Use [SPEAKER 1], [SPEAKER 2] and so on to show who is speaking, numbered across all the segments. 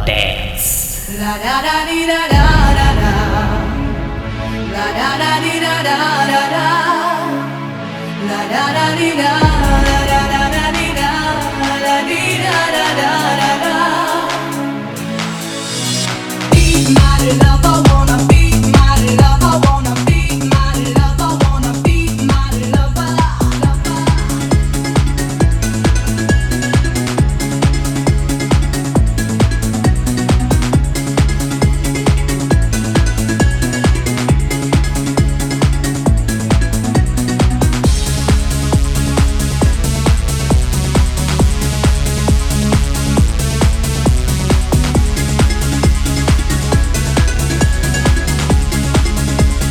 [SPEAKER 1] La da da di da da da da. La da da di da da da da. La da da di da da da da da di da. La da di da da da da da. Be my love, I wanna be my love, I wanna be my love, I wanna be my lover.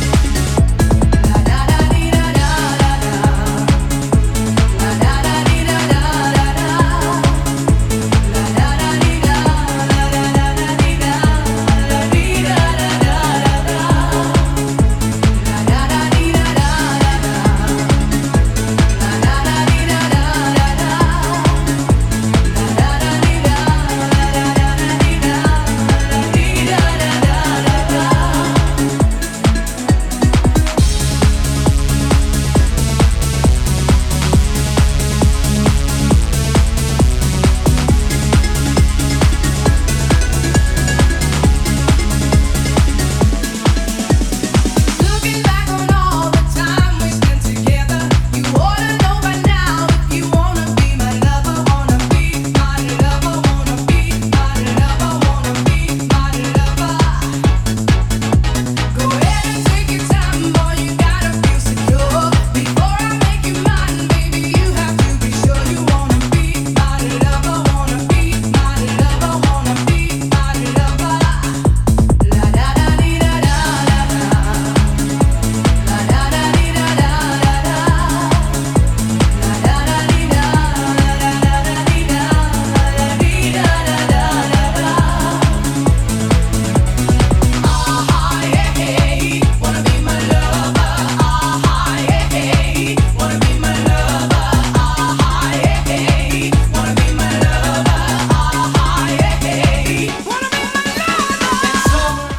[SPEAKER 1] La da da di da da da da. La da da di da da da da. La da da di da da da da da di da. La di da da da da da. La da da di da da da da. La da da di da da da da. La da da di da da da da di da. La di da da da da da. Looking back on all the time we spent together, you wanna know by now if you wanna be my lover, wanna be my lover, wanna be my lover, wanna be my lover. Go ahead and take your time, boy, you gotta feel secure. Before I make you mine, baby, you have to be sure you wanna be my lover, wanna be my lover, wanna be my lover. La da da di da da da da. La da da di da da da da. La da da di da da da da da di da. La da di da da da da da. Ah yeah yeah, wanna be my lover. Ah yeah yeah, wanna be my lover. Ah yeah yeah, wanna be my lover. Ah yeah yeah, wanna be my lover.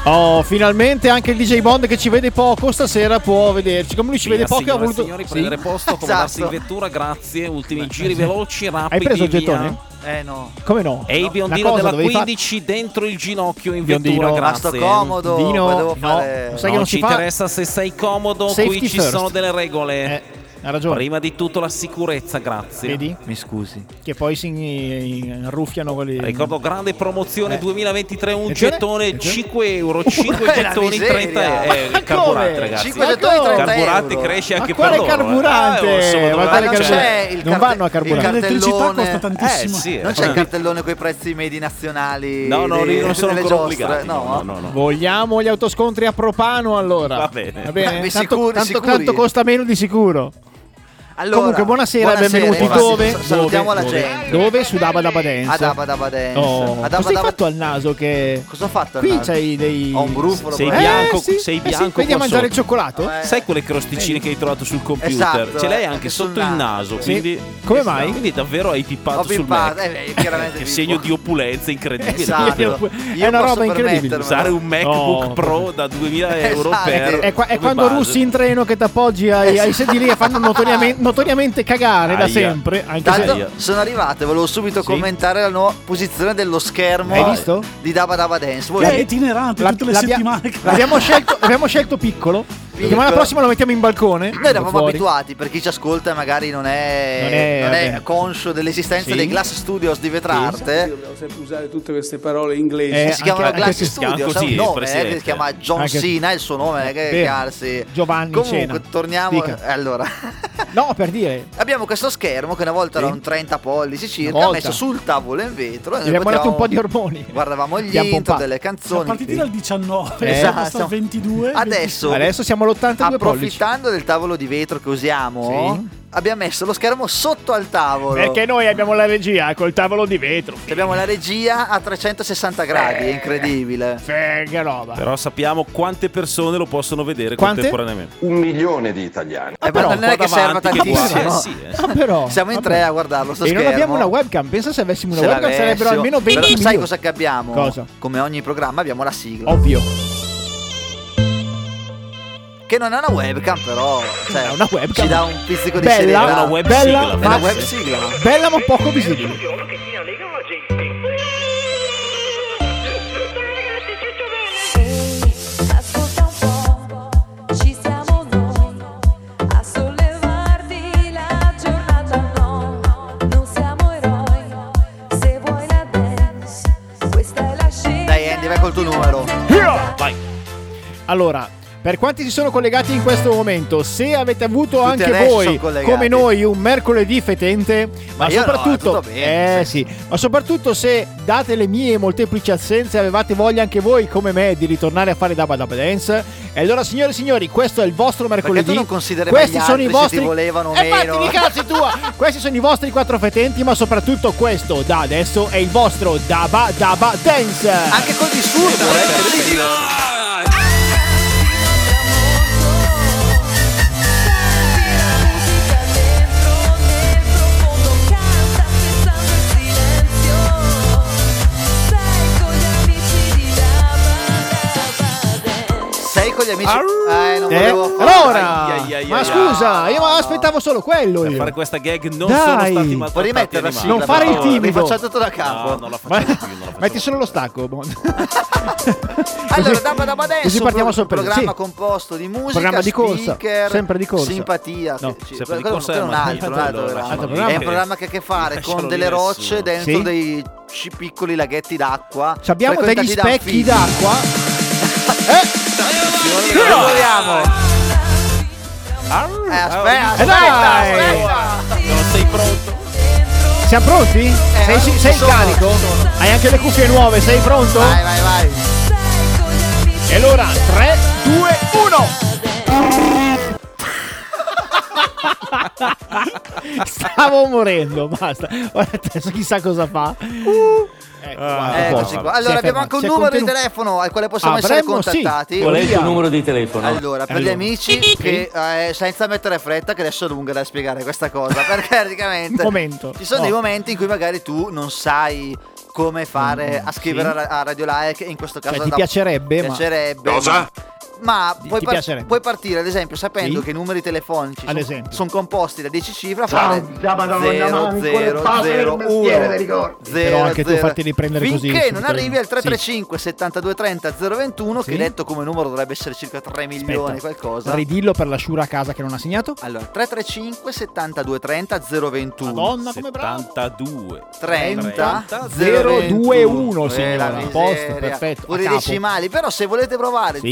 [SPEAKER 2] Oh, finalmente anche il DJ Bond che ci vede poco stasera può vederci. Come lui ci vede
[SPEAKER 3] Via,
[SPEAKER 2] poco, ha
[SPEAKER 3] signore e
[SPEAKER 2] voluto.
[SPEAKER 3] Signori,
[SPEAKER 2] Sì?
[SPEAKER 3] prendere posto, accomodarsi
[SPEAKER 4] Esatto.
[SPEAKER 3] in vettura, grazie. Ultimi giri
[SPEAKER 2] sì.
[SPEAKER 3] veloci, rapidi.
[SPEAKER 2] Hai preso il
[SPEAKER 3] via.
[SPEAKER 2] gettone?
[SPEAKER 4] Eh no.
[SPEAKER 2] Come no?
[SPEAKER 3] E il
[SPEAKER 2] No,
[SPEAKER 3] biondino
[SPEAKER 2] una cosa
[SPEAKER 3] della
[SPEAKER 2] dovevi fare-
[SPEAKER 3] 15 dentro il ginocchio in
[SPEAKER 2] Biondino.
[SPEAKER 3] vettura,
[SPEAKER 2] Ma
[SPEAKER 4] Ma sto
[SPEAKER 3] grazie.
[SPEAKER 4] comodo.
[SPEAKER 2] Dino,
[SPEAKER 4] ma devo
[SPEAKER 2] no.
[SPEAKER 4] fare.
[SPEAKER 2] Sai che
[SPEAKER 3] non,
[SPEAKER 2] non si
[SPEAKER 3] ci
[SPEAKER 2] fa-
[SPEAKER 3] interessa se sei comodo,
[SPEAKER 2] Safety
[SPEAKER 3] qui ci
[SPEAKER 2] first.
[SPEAKER 3] sono delle
[SPEAKER 2] Eh,
[SPEAKER 3] regole.
[SPEAKER 2] ha ragione.
[SPEAKER 3] Prima di tutto la sicurezza, grazie.
[SPEAKER 2] Vedi?
[SPEAKER 4] Mi scusi.
[SPEAKER 2] Che poi si ruffiano quelli.
[SPEAKER 3] Eh, Ricordo grande promozione
[SPEAKER 2] Eh.
[SPEAKER 3] 2023, un
[SPEAKER 2] Attenzione,
[SPEAKER 3] gettone
[SPEAKER 2] attenzione.
[SPEAKER 3] 5 euro, 5
[SPEAKER 4] la
[SPEAKER 3] gettoni
[SPEAKER 4] miseria.
[SPEAKER 3] 30 euro.
[SPEAKER 2] Ma
[SPEAKER 3] Eh, carburante,
[SPEAKER 2] come?
[SPEAKER 3] ragazzi. Ecco,
[SPEAKER 4] Cinque
[SPEAKER 2] Ma
[SPEAKER 4] gettoni,
[SPEAKER 2] come?
[SPEAKER 4] 30
[SPEAKER 3] Carburante
[SPEAKER 4] euro.
[SPEAKER 3] cresce
[SPEAKER 2] Ma
[SPEAKER 3] anche per
[SPEAKER 2] quale
[SPEAKER 3] loro. eh.
[SPEAKER 2] carburante?
[SPEAKER 3] Eh, oh, insomma,
[SPEAKER 2] Ma
[SPEAKER 3] dovrebbe-
[SPEAKER 2] quale
[SPEAKER 4] non
[SPEAKER 3] cioè,
[SPEAKER 2] carburante?
[SPEAKER 4] c'è il
[SPEAKER 2] Non
[SPEAKER 4] carte-
[SPEAKER 2] vanno a carburante.
[SPEAKER 4] il
[SPEAKER 5] L'elettricità costa
[SPEAKER 4] cartellone.
[SPEAKER 3] Eh
[SPEAKER 5] tantissimo.
[SPEAKER 3] sì,
[SPEAKER 4] Non
[SPEAKER 3] eh.
[SPEAKER 4] c'è il cartellone con i prezzi medi nazionali.
[SPEAKER 3] No, no,
[SPEAKER 4] dei-
[SPEAKER 3] lì non sono
[SPEAKER 4] delle
[SPEAKER 3] ancora
[SPEAKER 4] giostre,
[SPEAKER 3] obbligati.
[SPEAKER 4] No,
[SPEAKER 3] No, no, no.
[SPEAKER 2] Vogliamo gli autoscontri a propano allora.
[SPEAKER 3] Va bene.
[SPEAKER 4] Beh,
[SPEAKER 2] Tanto,
[SPEAKER 4] sicuri,
[SPEAKER 2] tanto-
[SPEAKER 4] sicuri.
[SPEAKER 2] tanto costa meno di sicuro.
[SPEAKER 4] Allora,
[SPEAKER 2] Comunque, buonasera, benvenuti.
[SPEAKER 4] infatti,
[SPEAKER 2] Dove?
[SPEAKER 4] sa- Salutiamo
[SPEAKER 2] Dove?
[SPEAKER 4] la
[SPEAKER 2] Dove?
[SPEAKER 4] gente.
[SPEAKER 2] Dove? Su Daba Daba Dance.
[SPEAKER 4] A Dabba Dabba Dance.
[SPEAKER 2] Oh,
[SPEAKER 4] A Dabba
[SPEAKER 2] cosa hai
[SPEAKER 4] Dabba-
[SPEAKER 2] fatto al naso che...
[SPEAKER 4] Cosa ho fatto?
[SPEAKER 2] Qui
[SPEAKER 4] Anna?
[SPEAKER 2] c'hai dei...
[SPEAKER 4] Ho un brufolo.
[SPEAKER 3] Sei
[SPEAKER 4] qua.
[SPEAKER 2] Eh,
[SPEAKER 3] bianco- sei
[SPEAKER 2] sì, eh sì,
[SPEAKER 3] bianco
[SPEAKER 2] Vedi a
[SPEAKER 3] qua
[SPEAKER 2] mangiato
[SPEAKER 3] sotto.
[SPEAKER 2] il cioccolato?
[SPEAKER 4] Eh,
[SPEAKER 3] Sai quelle crosticine che hai trovato sul computer?
[SPEAKER 4] Esatto,
[SPEAKER 3] Ce l'hai
[SPEAKER 4] eh,
[SPEAKER 3] anche
[SPEAKER 4] anche sul
[SPEAKER 3] sotto il
[SPEAKER 4] naso.
[SPEAKER 3] naso.
[SPEAKER 2] Sì.
[SPEAKER 3] Quindi, Esatto.
[SPEAKER 2] Come mai?
[SPEAKER 3] quindi davvero hai pippato
[SPEAKER 4] Ho
[SPEAKER 3] sul
[SPEAKER 4] pippato,
[SPEAKER 3] Mac.
[SPEAKER 4] eh, beh, chiaramente
[SPEAKER 3] che
[SPEAKER 4] pippo.
[SPEAKER 3] segno di opulenza incredibile.
[SPEAKER 4] Esatto.
[SPEAKER 2] Io-
[SPEAKER 4] Io
[SPEAKER 2] è una
[SPEAKER 4] posso
[SPEAKER 2] roba incredibile.
[SPEAKER 4] permettermelo.
[SPEAKER 3] Usare un MacBook
[SPEAKER 2] Oh,
[SPEAKER 3] Pro da 2000 euro
[SPEAKER 4] Esatto.
[SPEAKER 3] per.
[SPEAKER 2] È, Ah, eh, qua- è
[SPEAKER 3] come
[SPEAKER 2] quando
[SPEAKER 3] base.
[SPEAKER 2] russi in treno che ti appoggi ai,
[SPEAKER 4] Eh
[SPEAKER 2] ai sedili e fanno notoriamente, notoriamente cagare da
[SPEAKER 3] Aia.
[SPEAKER 2] sempre. Anche
[SPEAKER 4] Tanto
[SPEAKER 2] se...
[SPEAKER 3] Aia.
[SPEAKER 4] sono arrivate, volevo subito
[SPEAKER 2] Sì.
[SPEAKER 4] commentare la nuova posizione dello schermo
[SPEAKER 2] Hai visto?
[SPEAKER 4] di Dabba Dabba Dance. Voi
[SPEAKER 5] Che è itinerante
[SPEAKER 2] Cioè, La-
[SPEAKER 5] tutte le
[SPEAKER 2] l'abbia-
[SPEAKER 5] settimane. che-
[SPEAKER 2] L'abbiamo scelto, l'abbiamo scelto piccolo. La settimana
[SPEAKER 4] Piccolo.
[SPEAKER 2] prossima lo mettiamo in balcone.
[SPEAKER 4] Noi eravamo
[SPEAKER 2] fuori.
[SPEAKER 4] abituati, per chi ci ascolta e magari non è,
[SPEAKER 2] Non è-
[SPEAKER 4] non è
[SPEAKER 2] vabbè.
[SPEAKER 4] conscio dell'esistenza
[SPEAKER 2] Sì.
[SPEAKER 4] dei Glass Studios di Vetrarte,
[SPEAKER 6] Dobbiamo sempre usare tutte queste parole inglesi.
[SPEAKER 2] Eh,
[SPEAKER 4] si chiamano
[SPEAKER 2] anche-
[SPEAKER 4] Glass
[SPEAKER 2] anche se-
[SPEAKER 4] Studios, ha
[SPEAKER 3] così,
[SPEAKER 4] un nome, eh,
[SPEAKER 3] presidente.
[SPEAKER 4] che si chiama John
[SPEAKER 2] Anche-
[SPEAKER 4] Cena, è il suo nome, non è che
[SPEAKER 2] Vero.
[SPEAKER 4] cazzi.
[SPEAKER 2] Giovanni
[SPEAKER 4] Comunque,
[SPEAKER 2] Cena.
[SPEAKER 4] torniamo...
[SPEAKER 2] Dica.
[SPEAKER 4] eh, Allora,
[SPEAKER 2] No, per dire,
[SPEAKER 4] abbiamo questo schermo che una volta era un 30 pollici
[SPEAKER 2] Una
[SPEAKER 4] circa,
[SPEAKER 2] volta.
[SPEAKER 4] messo sul tavolo in vetro. e noi
[SPEAKER 2] gli abbiamo dato un po' di
[SPEAKER 4] potevamo-
[SPEAKER 2] ormoni.
[SPEAKER 4] Guardavamo gli
[SPEAKER 2] Abbiamo
[SPEAKER 4] intro
[SPEAKER 2] pompato.
[SPEAKER 4] delle
[SPEAKER 5] Siamo
[SPEAKER 4] canzoni.
[SPEAKER 5] partiti dal 19,
[SPEAKER 2] Eh,
[SPEAKER 5] siamo passati
[SPEAKER 4] esatto.
[SPEAKER 5] al 22.
[SPEAKER 4] Adesso,
[SPEAKER 2] Adesso siamo all'82 pollici.
[SPEAKER 4] approfittando del tavolo di vetro che usiamo,
[SPEAKER 2] Sì.
[SPEAKER 4] abbiamo messo lo schermo sotto al tavolo.
[SPEAKER 7] Perché noi abbiamo la regia col tavolo di vetro.
[SPEAKER 4] Cioè, Abbiamo la regia a 360 gradi, è
[SPEAKER 2] Eh,
[SPEAKER 4] incredibile.
[SPEAKER 7] Ferga roba.
[SPEAKER 3] Però sappiamo quante persone lo possono vedere
[SPEAKER 2] Quante?
[SPEAKER 3] contemporaneamente.
[SPEAKER 8] un milione di italiani.
[SPEAKER 4] Eh, però
[SPEAKER 2] però,
[SPEAKER 4] non è
[SPEAKER 3] qua
[SPEAKER 4] che serva
[SPEAKER 3] davanti che
[SPEAKER 4] tantissimo.
[SPEAKER 3] guarda.
[SPEAKER 4] no?
[SPEAKER 3] Sì, eh.
[SPEAKER 2] Ah, però,
[SPEAKER 4] Siamo in
[SPEAKER 2] vabbè.
[SPEAKER 4] tre a guardarlo sto
[SPEAKER 2] E
[SPEAKER 4] schermo.
[SPEAKER 2] non abbiamo una webcam. Pensa se avessimo una
[SPEAKER 4] Se
[SPEAKER 2] webcam sarebbero
[SPEAKER 4] l'avessimo.
[SPEAKER 2] almeno 20
[SPEAKER 4] Però Sai
[SPEAKER 2] milioni.
[SPEAKER 4] cosa che abbiamo?
[SPEAKER 2] Cosa?
[SPEAKER 4] Come ogni programma abbiamo la sigla.
[SPEAKER 2] Ovvio.
[SPEAKER 4] Che non è una webcam, però. Cioè,
[SPEAKER 2] È una webcam.
[SPEAKER 4] Ci dà un pizzico di
[SPEAKER 2] Bella.
[SPEAKER 4] serietà.
[SPEAKER 3] È una web
[SPEAKER 2] Bella,
[SPEAKER 3] sigla,
[SPEAKER 4] È una
[SPEAKER 2] ma-
[SPEAKER 4] web sigla.
[SPEAKER 2] Bella ma poco visibile.
[SPEAKER 1] Ascolta un po', ci siamo noi a sollevarti la giornata. No, non siamo eroi. Se vuoi la dance, questa è la scelta.
[SPEAKER 4] Dai, Andy, vai col tuo numero.
[SPEAKER 3] Vai.
[SPEAKER 2] Allora, per quanti si sono collegati in questo momento, se avete avuto
[SPEAKER 4] Tutti
[SPEAKER 2] anche
[SPEAKER 4] adesso
[SPEAKER 2] voi,
[SPEAKER 4] collegati.
[SPEAKER 2] come noi, un mercoledì fetente, ma,
[SPEAKER 4] Ma io no,
[SPEAKER 2] soprattutto,
[SPEAKER 4] è tutto bene,
[SPEAKER 2] eh sì, ma soprattutto se date le mie molteplici assenze, avevate voglia anche voi, come me, di ritornare a fare Dabba Dabba Dance. E allora, signore e signori, questo è il vostro mercoledì.
[SPEAKER 4] tu non consideri mai
[SPEAKER 2] Questi
[SPEAKER 4] gli
[SPEAKER 2] sono i
[SPEAKER 4] altri se
[SPEAKER 2] vostri.
[SPEAKER 4] ti volevano o
[SPEAKER 2] Eh, fatti
[SPEAKER 4] meno.
[SPEAKER 2] di cazzi tua! Questi sono i vostri quattro fetenti, ma soprattutto questo da adesso è il vostro Dabba Dabba Dance.
[SPEAKER 4] Anche col disturbo, eh.
[SPEAKER 1] Senti la musica dentro, nel profondo canta pensando il silenzio Sei con gli amici di Dabba
[SPEAKER 4] Sei con gli amici. Eh, non
[SPEAKER 2] Eh,
[SPEAKER 4] volevo fare-
[SPEAKER 2] Allora,
[SPEAKER 3] Ai, ai, ai,
[SPEAKER 2] ma
[SPEAKER 3] ai,
[SPEAKER 2] scusa, io aspettavo solo quello.
[SPEAKER 3] Per
[SPEAKER 2] io.
[SPEAKER 3] fare questa gag non
[SPEAKER 2] Dai.
[SPEAKER 3] sono stati
[SPEAKER 2] Puoi
[SPEAKER 4] Puoi
[SPEAKER 3] maltrattati
[SPEAKER 4] rimettere la
[SPEAKER 3] animali.
[SPEAKER 4] sigla?
[SPEAKER 2] Non fare
[SPEAKER 4] per
[SPEAKER 2] il
[SPEAKER 4] favore?
[SPEAKER 2] timido.
[SPEAKER 4] Rifacciamo tutto da capo. Eh,
[SPEAKER 3] No, non la
[SPEAKER 2] Ma-
[SPEAKER 3] facciamo più, non la facciamo
[SPEAKER 2] Metti
[SPEAKER 3] più.
[SPEAKER 2] solo lo stacco. Bond.
[SPEAKER 4] Allora,
[SPEAKER 2] Così-
[SPEAKER 4] Dabba Dabba Dance,
[SPEAKER 2] Così
[SPEAKER 4] un
[SPEAKER 2] partiamo a
[SPEAKER 4] pro-
[SPEAKER 2] sorpresa.
[SPEAKER 4] programma
[SPEAKER 2] sì.
[SPEAKER 4] composto di musica,
[SPEAKER 2] Programma di corsa,
[SPEAKER 4] speaker,
[SPEAKER 2] sempre di corsa.
[SPEAKER 4] simpatia.
[SPEAKER 2] No,
[SPEAKER 4] Sì,
[SPEAKER 3] sempre di
[SPEAKER 4] quello-
[SPEAKER 3] corsa
[SPEAKER 4] quello
[SPEAKER 3] è
[SPEAKER 4] è un
[SPEAKER 3] un
[SPEAKER 4] altro, un
[SPEAKER 3] altro,
[SPEAKER 4] altro
[SPEAKER 3] allora,
[SPEAKER 4] programma.
[SPEAKER 2] lasciamolo
[SPEAKER 4] È
[SPEAKER 2] lì.
[SPEAKER 4] un programma che ha a che fare
[SPEAKER 3] Lascialo
[SPEAKER 4] con
[SPEAKER 3] lì
[SPEAKER 4] delle
[SPEAKER 3] nessuno.
[SPEAKER 4] rocce dentro
[SPEAKER 2] Sì.
[SPEAKER 4] dei ci- piccoli laghetti d'acqua.
[SPEAKER 2] Ci Abbiamo degli
[SPEAKER 4] frequentati da
[SPEAKER 2] specchi
[SPEAKER 4] anfibi.
[SPEAKER 2] d'acqua. Eh?
[SPEAKER 4] Ci proviamo. Eh, aspetta,
[SPEAKER 2] Eh,
[SPEAKER 4] aspetta,
[SPEAKER 2] dai.
[SPEAKER 4] aspetta.
[SPEAKER 3] Non sei pronto?
[SPEAKER 2] Siamo pronti?
[SPEAKER 4] Eh,
[SPEAKER 2] sei
[SPEAKER 4] ci
[SPEAKER 2] sei
[SPEAKER 4] sono,
[SPEAKER 2] carico?
[SPEAKER 4] ci sono.
[SPEAKER 2] Hai anche le cuffie nuove, sei pronto?
[SPEAKER 4] Vai, vai, vai.
[SPEAKER 1] Sei con gli amici
[SPEAKER 2] E allora, 3, 2, 1. Stavo morendo, basta. Ora adesso chissà cosa fa. Ecco, guarda,
[SPEAKER 4] Uh. Eh, Eccoci
[SPEAKER 2] posto.
[SPEAKER 4] qua.
[SPEAKER 2] Si è
[SPEAKER 4] Allora, abbiamo anche
[SPEAKER 2] fermato.
[SPEAKER 4] un
[SPEAKER 2] Si è
[SPEAKER 4] numero di
[SPEAKER 2] contenu-
[SPEAKER 4] telefono al quale possiamo essere
[SPEAKER 2] Avremmo, sì.
[SPEAKER 4] contattati.
[SPEAKER 2] Qual è il tuo Vediamo.
[SPEAKER 9] numero di telefono?
[SPEAKER 4] Allora, per gli
[SPEAKER 2] Allora.
[SPEAKER 4] amici che eh, senza mettere fretta, che adesso è lunga da spiegare questa cosa, perché praticamente
[SPEAKER 2] Momento. Oh.
[SPEAKER 4] ci sono
[SPEAKER 2] No.
[SPEAKER 4] dei momenti in cui magari tu non sai come fare a scrivere a, a Radio Like, in questo caso
[SPEAKER 2] Mm, Cioè, ti
[SPEAKER 4] da-
[SPEAKER 2] piacerebbe, ma-
[SPEAKER 4] piacerebbe, Cosa? Ma
[SPEAKER 2] Ti-
[SPEAKER 4] puoi,
[SPEAKER 2] ti
[SPEAKER 4] par-
[SPEAKER 2] piacerebbe.
[SPEAKER 4] puoi partire ad esempio sapendo
[SPEAKER 2] Sì.
[SPEAKER 4] che i numeri telefonici
[SPEAKER 2] Ad esempio.
[SPEAKER 4] sono composti da 10 cifre, a fare
[SPEAKER 10] Ciao, da Ah, Madonna, manco il padre del mestiere dei
[SPEAKER 4] 0
[SPEAKER 10] ricordi.
[SPEAKER 2] Però anche tu fatti riprendere così,
[SPEAKER 4] Finché non
[SPEAKER 2] subito.
[SPEAKER 4] arrivi al
[SPEAKER 2] Sì.
[SPEAKER 4] 335 72 30 021,
[SPEAKER 2] Sì.
[SPEAKER 4] che detto come numero dovrebbe essere circa 3 milioni
[SPEAKER 2] Aspetta.
[SPEAKER 4] qualcosa.
[SPEAKER 2] Ridillo per la sciura a casa che non ha segnato.
[SPEAKER 4] Allora, 335 72 30 021
[SPEAKER 2] Madonna, come bravo.
[SPEAKER 3] 72.
[SPEAKER 4] 30
[SPEAKER 2] 021, signora.
[SPEAKER 4] Eh, la miseria.
[SPEAKER 2] Posto, perfetto,
[SPEAKER 4] Pure
[SPEAKER 2] a
[SPEAKER 4] i
[SPEAKER 2] capo.
[SPEAKER 4] decimali, però se volete provare
[SPEAKER 2] Sì.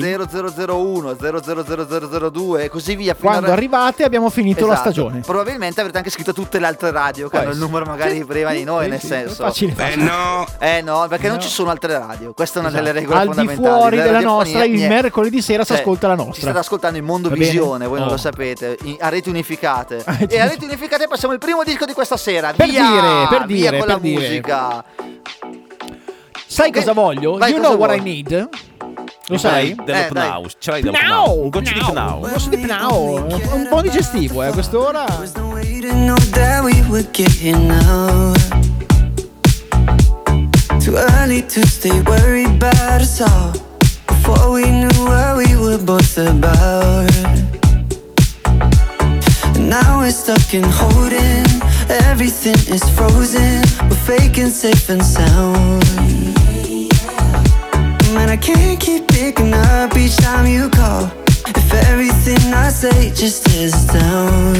[SPEAKER 4] 0001, 000002 e così via fino
[SPEAKER 2] Quando
[SPEAKER 4] a-
[SPEAKER 2] arrivate abbiamo finito la
[SPEAKER 4] Esatto.
[SPEAKER 2] stagione.
[SPEAKER 4] Probabilmente avrete anche scritto tutte le altre radio che
[SPEAKER 2] Può
[SPEAKER 4] hanno il
[SPEAKER 2] essere.
[SPEAKER 4] numero magari
[SPEAKER 2] Sì,
[SPEAKER 4] prima di
[SPEAKER 2] sì,
[SPEAKER 4] noi,
[SPEAKER 2] sì,
[SPEAKER 4] nel
[SPEAKER 2] sì,
[SPEAKER 4] senso.
[SPEAKER 2] Facile, facile.
[SPEAKER 4] Eh no, perché non
[SPEAKER 2] No.
[SPEAKER 4] ci sono altre radio. Questa è una
[SPEAKER 2] Esatto.
[SPEAKER 4] delle regole
[SPEAKER 2] Al di
[SPEAKER 4] fondamentali.
[SPEAKER 2] fuori
[SPEAKER 4] della
[SPEAKER 2] della
[SPEAKER 4] radiofonia,
[SPEAKER 2] nostra, il
[SPEAKER 4] niente. Cioè,
[SPEAKER 2] mercoledì sera si ascolta la nostra.
[SPEAKER 4] Ci state ascoltando il Mondo
[SPEAKER 2] Va bene?
[SPEAKER 4] Visione, voi non
[SPEAKER 2] Oh.
[SPEAKER 4] lo sapete, in- a reti unificate.
[SPEAKER 2] A reti
[SPEAKER 4] e a reti unificate passiamo il primo disco di questa sera.
[SPEAKER 2] Per
[SPEAKER 4] via,
[SPEAKER 2] dire, per
[SPEAKER 4] via
[SPEAKER 2] dire,
[SPEAKER 4] con
[SPEAKER 2] per
[SPEAKER 4] la
[SPEAKER 2] dire.
[SPEAKER 4] musica.
[SPEAKER 2] Sai
[SPEAKER 4] Ok.
[SPEAKER 2] cosa voglio?
[SPEAKER 4] Vai,
[SPEAKER 2] you
[SPEAKER 4] cosa
[SPEAKER 2] know what
[SPEAKER 4] vuoi?
[SPEAKER 2] I need? Lo sai?
[SPEAKER 4] Eh,
[SPEAKER 3] Dello
[SPEAKER 4] dai.
[SPEAKER 3] Pnau. Ce l'hai dello Pnau.
[SPEAKER 2] Pnau,
[SPEAKER 3] Un goccio di
[SPEAKER 2] Pnau,
[SPEAKER 3] Pnau.
[SPEAKER 2] un goccio di Pnau, un po' digestivo eh, a quest'ora.
[SPEAKER 11] Didn't know that we would get here now. Too early to stay worried about us all. Before we knew what we were both about. And now we're stuck in holding. Everything is frozen. We're faking safe and sound. Man, I can't keep picking up each time you call. If everything I say just is down.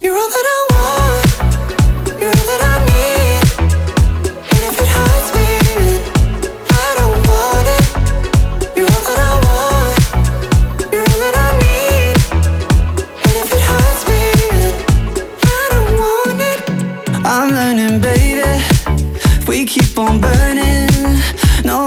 [SPEAKER 11] You're all that I want. You're all that I need. And if it hurts me, I don't want it. You're all that I want. You're all that I need. And if it hurts me, I don't want it. I'm learning, baby. We keep on burning. No,